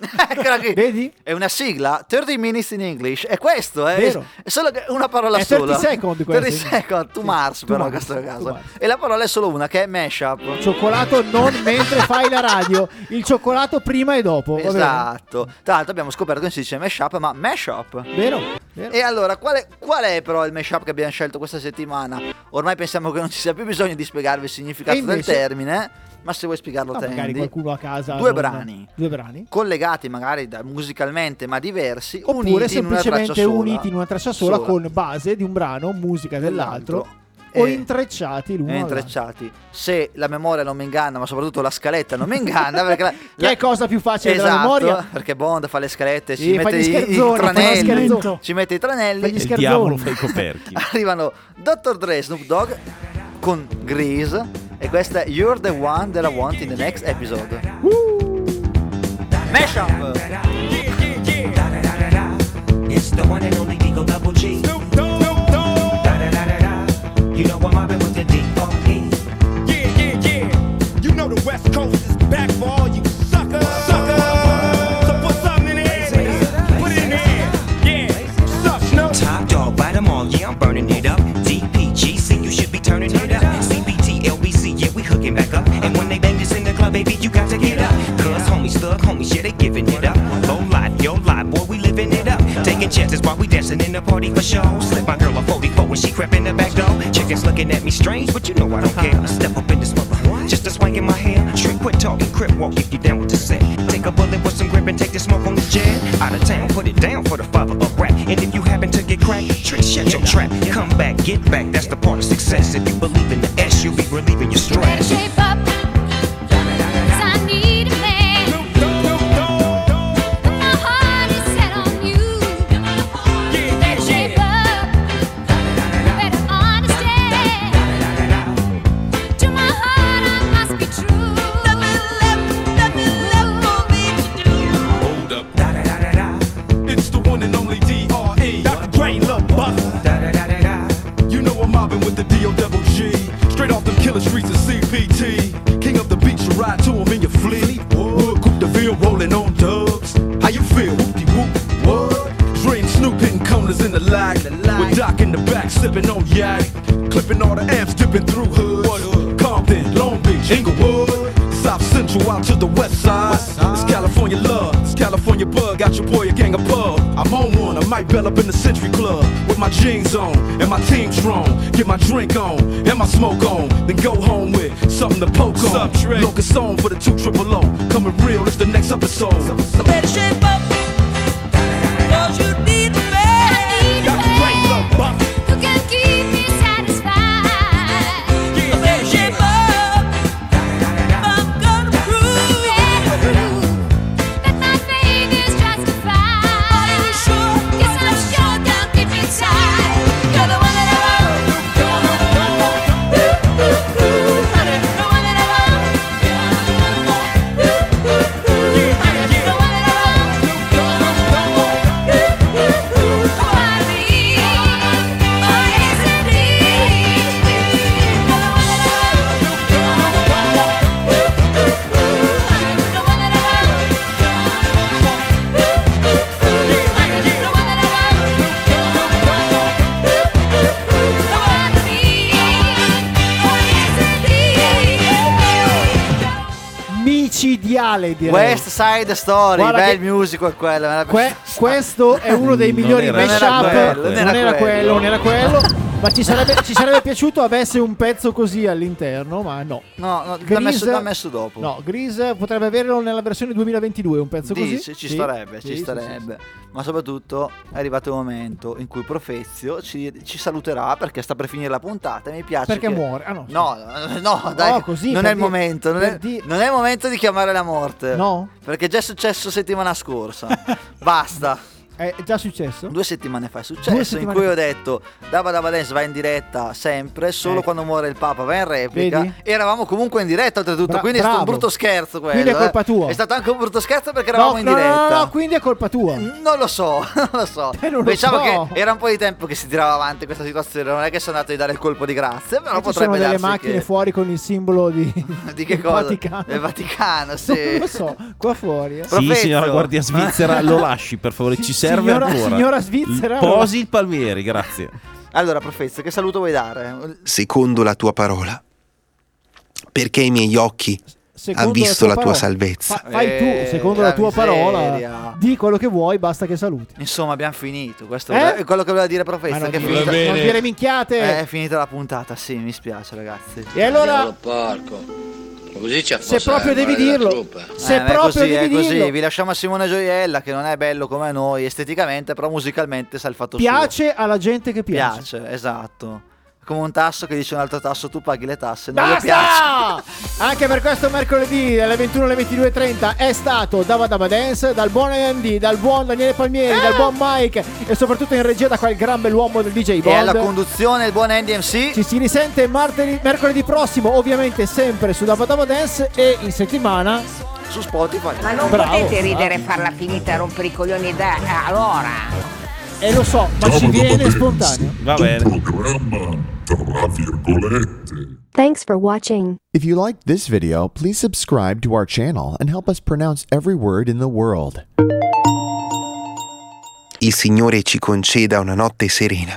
[SPEAKER 4] Eccola qui.
[SPEAKER 2] Vedi?
[SPEAKER 4] È una sigla 30 minutes in English. È questo, eh.
[SPEAKER 2] Vero.
[SPEAKER 4] È solo che una parola
[SPEAKER 2] È 30
[SPEAKER 4] sola.
[SPEAKER 2] second questo.
[SPEAKER 4] 30 second, to Mars però in questo caso. E la parola è solo una che è mashup.
[SPEAKER 2] Cioccolato non mentre fai la radio, il cioccolato prima e dopo. va bene?
[SPEAKER 4] Esatto. Tra l'altro abbiamo scoperto che non si dice mashup, ma mashup.
[SPEAKER 2] Vero,
[SPEAKER 4] E allora, qual è, qual è però il mashup che abbiamo scelto questa settimana? Ormai pensiamo che non ci sia più bisogno di spiegarvi il significato
[SPEAKER 2] E invece-
[SPEAKER 4] del termine, ma se vuoi spiegarlo
[SPEAKER 2] No,
[SPEAKER 4] te,
[SPEAKER 2] Ah, magari qualcuno a casa.
[SPEAKER 4] Due
[SPEAKER 2] non-
[SPEAKER 4] brani.
[SPEAKER 2] Due brani.
[SPEAKER 4] collegati magari da- musicalmente ma diversi,
[SPEAKER 2] Oppure
[SPEAKER 4] uniti in una traccia
[SPEAKER 2] semplicemente
[SPEAKER 4] sola.
[SPEAKER 2] uniti in una traccia sola,
[SPEAKER 4] Sola.
[SPEAKER 2] con base di un brano, musica dell'altro. O
[SPEAKER 4] E-
[SPEAKER 2] intrecciati l'uno.
[SPEAKER 4] e
[SPEAKER 2] all'altro.
[SPEAKER 4] intrecciati. Se la memoria non mi inganna, ma soprattutto la scaletta non mi inganna, perché la, la-
[SPEAKER 2] Che è cosa più facile
[SPEAKER 4] esatto,
[SPEAKER 2] della memoria?
[SPEAKER 4] perché Bond fa le scalette,
[SPEAKER 2] Sì,
[SPEAKER 4] ci
[SPEAKER 2] fa
[SPEAKER 4] mette
[SPEAKER 2] gli
[SPEAKER 4] i, i
[SPEAKER 2] scherzoni, fa gli
[SPEAKER 4] tranelli,
[SPEAKER 2] scherzoni.
[SPEAKER 4] ci mette i tranelli,
[SPEAKER 3] Il diavolo fa i coperchi.
[SPEAKER 4] arrivano Dr. Dre e Snoop Dogg con Grease e questa è You're the one that I want in the next episode. Mashup!
[SPEAKER 27] It's the one and only Deagle Double G. Da-da-da-da-da. You know I'm mobbing with the E. D.O.E. Yeah, yeah, yeah. You know the West Coast is back for all you suckers. Suckers. So put something in the air. nigga. Put it in the air. Yeah. Suck, no. Top dog, bite 'em all. Yeah, I'm burning it up. DPGC, you should be turning it up. CBT, LBC, yeah, we hooking back up. And when they bang this in the club, baby, you got to get up. Cause homies, thug homies, yeah, they giving it up. Low life, yo life, boy, we living it up. Taking chances while we dancing in the party for show. Slip my girl a 44 when she crept in the back door. Chickens looking at me strange, but you know I don't care. Step up in this mother, just a swing in my hair. Trick, quit talking, crip walk if you down with the set. Take a bullet with some grip and take the smoke on the jet. Out of town, put it down for the father of rap. And if you happen to get cracked, trick, shut your trap. Come back, get back, that's the part of success. If you believe in the S, you'll be relieving your stress.
[SPEAKER 1] Shape up, 'cause I need a man. My heart is set on you. Better shape up, better understand. To my heart, I must be true.
[SPEAKER 27] Hold up. Da da da da da. It's the one and only E. D.R.E. Dr. Dre, Lil Buff. Da da da da da. You know I'm mobbing with the D.O. double G. Straight off them killer streets of CPT. King of the beach, you ride to him in your fleet. Wood, coupe de ville rolling on dubs. How you feel? Whoop de whoop. What? Dre and Snoop hitting corners in the lag. With Doc in the back sipping on yak. Clipping all the amps, dipping through hoods. Compton, Long Beach, Inglewood. South Central out to the west side. It's California love, it's California bug. Got your boy a gang of pub. I'm on one, I might bell up in the Century Club. With my jeans on and my team strong. Get my drink on and my smoke on. Then go home with something to poke on. Locust on for the two triple O. Coming real, it's the next episode. Better shape up. Cause you need a man. Dr. Dre, love,
[SPEAKER 1] Who can keep me satisfied? Better shape up, I'm gonna prove it. That my faith is justified.
[SPEAKER 2] Valley direi.
[SPEAKER 4] West Side Story,
[SPEAKER 2] Guarda
[SPEAKER 4] bel
[SPEAKER 2] che-
[SPEAKER 4] musical quello. era-
[SPEAKER 2] Que- questo è uno dei
[SPEAKER 4] Non
[SPEAKER 2] migliori
[SPEAKER 4] era- non era
[SPEAKER 2] mashup.
[SPEAKER 4] quello,
[SPEAKER 2] Non,
[SPEAKER 4] non era
[SPEAKER 2] era quello,
[SPEAKER 4] quello.
[SPEAKER 2] non era quello. Ma ci sarebbe, ci sarebbe piaciuto avesse un pezzo così all'interno, ma no.
[SPEAKER 4] No, no, l'ha
[SPEAKER 2] Grease-
[SPEAKER 4] messo- l'ha messo dopo.
[SPEAKER 2] No, Grease potrebbe averlo nella versione 2022, un pezzo
[SPEAKER 4] Dici,
[SPEAKER 2] così.
[SPEAKER 4] ci
[SPEAKER 2] Sì,
[SPEAKER 4] starebbe,
[SPEAKER 2] sì,
[SPEAKER 4] ci
[SPEAKER 2] sì, sì,
[SPEAKER 4] starebbe. Ma soprattutto è arrivato il momento in cui Profezio ci, ci saluterà perché sta per finire la puntata. e Mi piace.
[SPEAKER 2] Perché
[SPEAKER 4] che-
[SPEAKER 2] muore. Ah, no.
[SPEAKER 4] No, no, no, dai,
[SPEAKER 2] No, così,
[SPEAKER 4] non
[SPEAKER 2] per
[SPEAKER 4] è il
[SPEAKER 2] dire-
[SPEAKER 4] momento. Non
[SPEAKER 2] per
[SPEAKER 4] è,
[SPEAKER 2] dire-
[SPEAKER 4] non è il momento di chiamare la morte.
[SPEAKER 2] No?
[SPEAKER 4] Perché già è successo settimana scorsa. Basta.
[SPEAKER 2] È già successo?
[SPEAKER 4] Due settimane fa è
[SPEAKER 2] Due
[SPEAKER 4] successo in
[SPEAKER 2] settimane
[SPEAKER 4] cui
[SPEAKER 2] fa.
[SPEAKER 4] ho detto Dabba Dabba Dance va in diretta sempre, solo
[SPEAKER 2] Eh.
[SPEAKER 4] quando muore il Papa va in replica.
[SPEAKER 2] Vedi?
[SPEAKER 4] E eravamo comunque in diretta oltretutto,
[SPEAKER 2] Bra-
[SPEAKER 4] quindi è stato un
[SPEAKER 2] bravo.
[SPEAKER 4] brutto scherzo quello.
[SPEAKER 2] Quindi è
[SPEAKER 4] eh.
[SPEAKER 2] colpa tua.
[SPEAKER 4] È stato anche un brutto scherzo perché
[SPEAKER 2] No,
[SPEAKER 4] eravamo in
[SPEAKER 2] no, no,
[SPEAKER 4] diretta. Mm,
[SPEAKER 2] no, no, quindi è colpa tua.
[SPEAKER 4] Non lo so, non lo so.
[SPEAKER 2] non lo
[SPEAKER 4] Pensavo
[SPEAKER 2] so.
[SPEAKER 4] che era un po' di tempo che si tirava avanti questa situazione. Non è che sono andato a dare il colpo di grazia, però
[SPEAKER 2] E ci
[SPEAKER 4] potrebbe
[SPEAKER 2] sono delle
[SPEAKER 4] darsi
[SPEAKER 2] macchine
[SPEAKER 4] che-
[SPEAKER 2] fuori con il simbolo di,
[SPEAKER 4] Di che
[SPEAKER 2] del
[SPEAKER 4] cosa?
[SPEAKER 2] Vaticano.
[SPEAKER 4] Del Vaticano, sì.
[SPEAKER 2] Non lo so, qua fuori. Eh.
[SPEAKER 3] Sì, signora Guardia Svizzera, lo lasci per favore, ci serve
[SPEAKER 2] signora-
[SPEAKER 3] ancora.
[SPEAKER 2] signora Svizzera,
[SPEAKER 3] Posi il Palmieri, grazie.
[SPEAKER 4] Allora, professore, che saluto vuoi dare?
[SPEAKER 6] secondo la tua parola, perché i miei occhi hanno visto la tua,
[SPEAKER 2] parola.
[SPEAKER 6] salvezza.
[SPEAKER 2] Fa- fai
[SPEAKER 4] Eh,
[SPEAKER 2] tu, secondo
[SPEAKER 4] la
[SPEAKER 2] la tua
[SPEAKER 4] miseria.
[SPEAKER 2] parola, di quello che vuoi, basta che saluti.
[SPEAKER 4] Insomma, abbiamo finito. Questo
[SPEAKER 2] Eh?
[SPEAKER 4] è quello che voleva dire professore.
[SPEAKER 2] Ma non
[SPEAKER 4] che è
[SPEAKER 2] dire-
[SPEAKER 4] finita-
[SPEAKER 2] Va bene. non dire minchiate.
[SPEAKER 4] Eh, È finita la puntata, sì, mi spiace, ragazzi.
[SPEAKER 2] E allora- Cavolo,
[SPEAKER 4] porco. Così ci
[SPEAKER 2] Se proprio devi dirlo, se
[SPEAKER 4] Eh, ma è
[SPEAKER 2] proprio
[SPEAKER 4] così,
[SPEAKER 2] devi
[SPEAKER 4] è così.
[SPEAKER 2] dirlo,
[SPEAKER 4] Vi lasciamo a Simone Gioiella, che non è bello come noi esteticamente, però musicalmente sa il fatto suo.
[SPEAKER 2] piace alla gente che piace.
[SPEAKER 4] Piace, esatto. Come un tasso che dice un altro tasso, tu paghi le tasse. Non gli piace.
[SPEAKER 2] Basta! Anche per questo mercoledì dalle 21 alle 22.30 è stato Dava Dava Dance dal buon Andy, dal buon Daniele Palmieri,
[SPEAKER 4] Eh!
[SPEAKER 2] dal buon Mike e soprattutto in regia da quel gran bell'uomo del DJ
[SPEAKER 4] E alla
[SPEAKER 2] Bond.
[SPEAKER 4] conduzione il buon Andy MC.
[SPEAKER 2] Ci si risente martedì, mercoledì prossimo, ovviamente sempre su Dava Dava Dance e in settimana
[SPEAKER 4] su Spotify.
[SPEAKER 13] Ma non
[SPEAKER 2] Bravo.
[SPEAKER 13] potete ridere e farla finita a rompere i coglioni da
[SPEAKER 4] Eh,
[SPEAKER 13] allora.
[SPEAKER 2] E lo so, ma ci viene spontaneo.
[SPEAKER 3] Va bene.
[SPEAKER 26] Thanks for watching.
[SPEAKER 28] If you liked this video, please subscribe to our channel and help us pronounce every word in the world.
[SPEAKER 6] Il Signore ci conceda una notte serena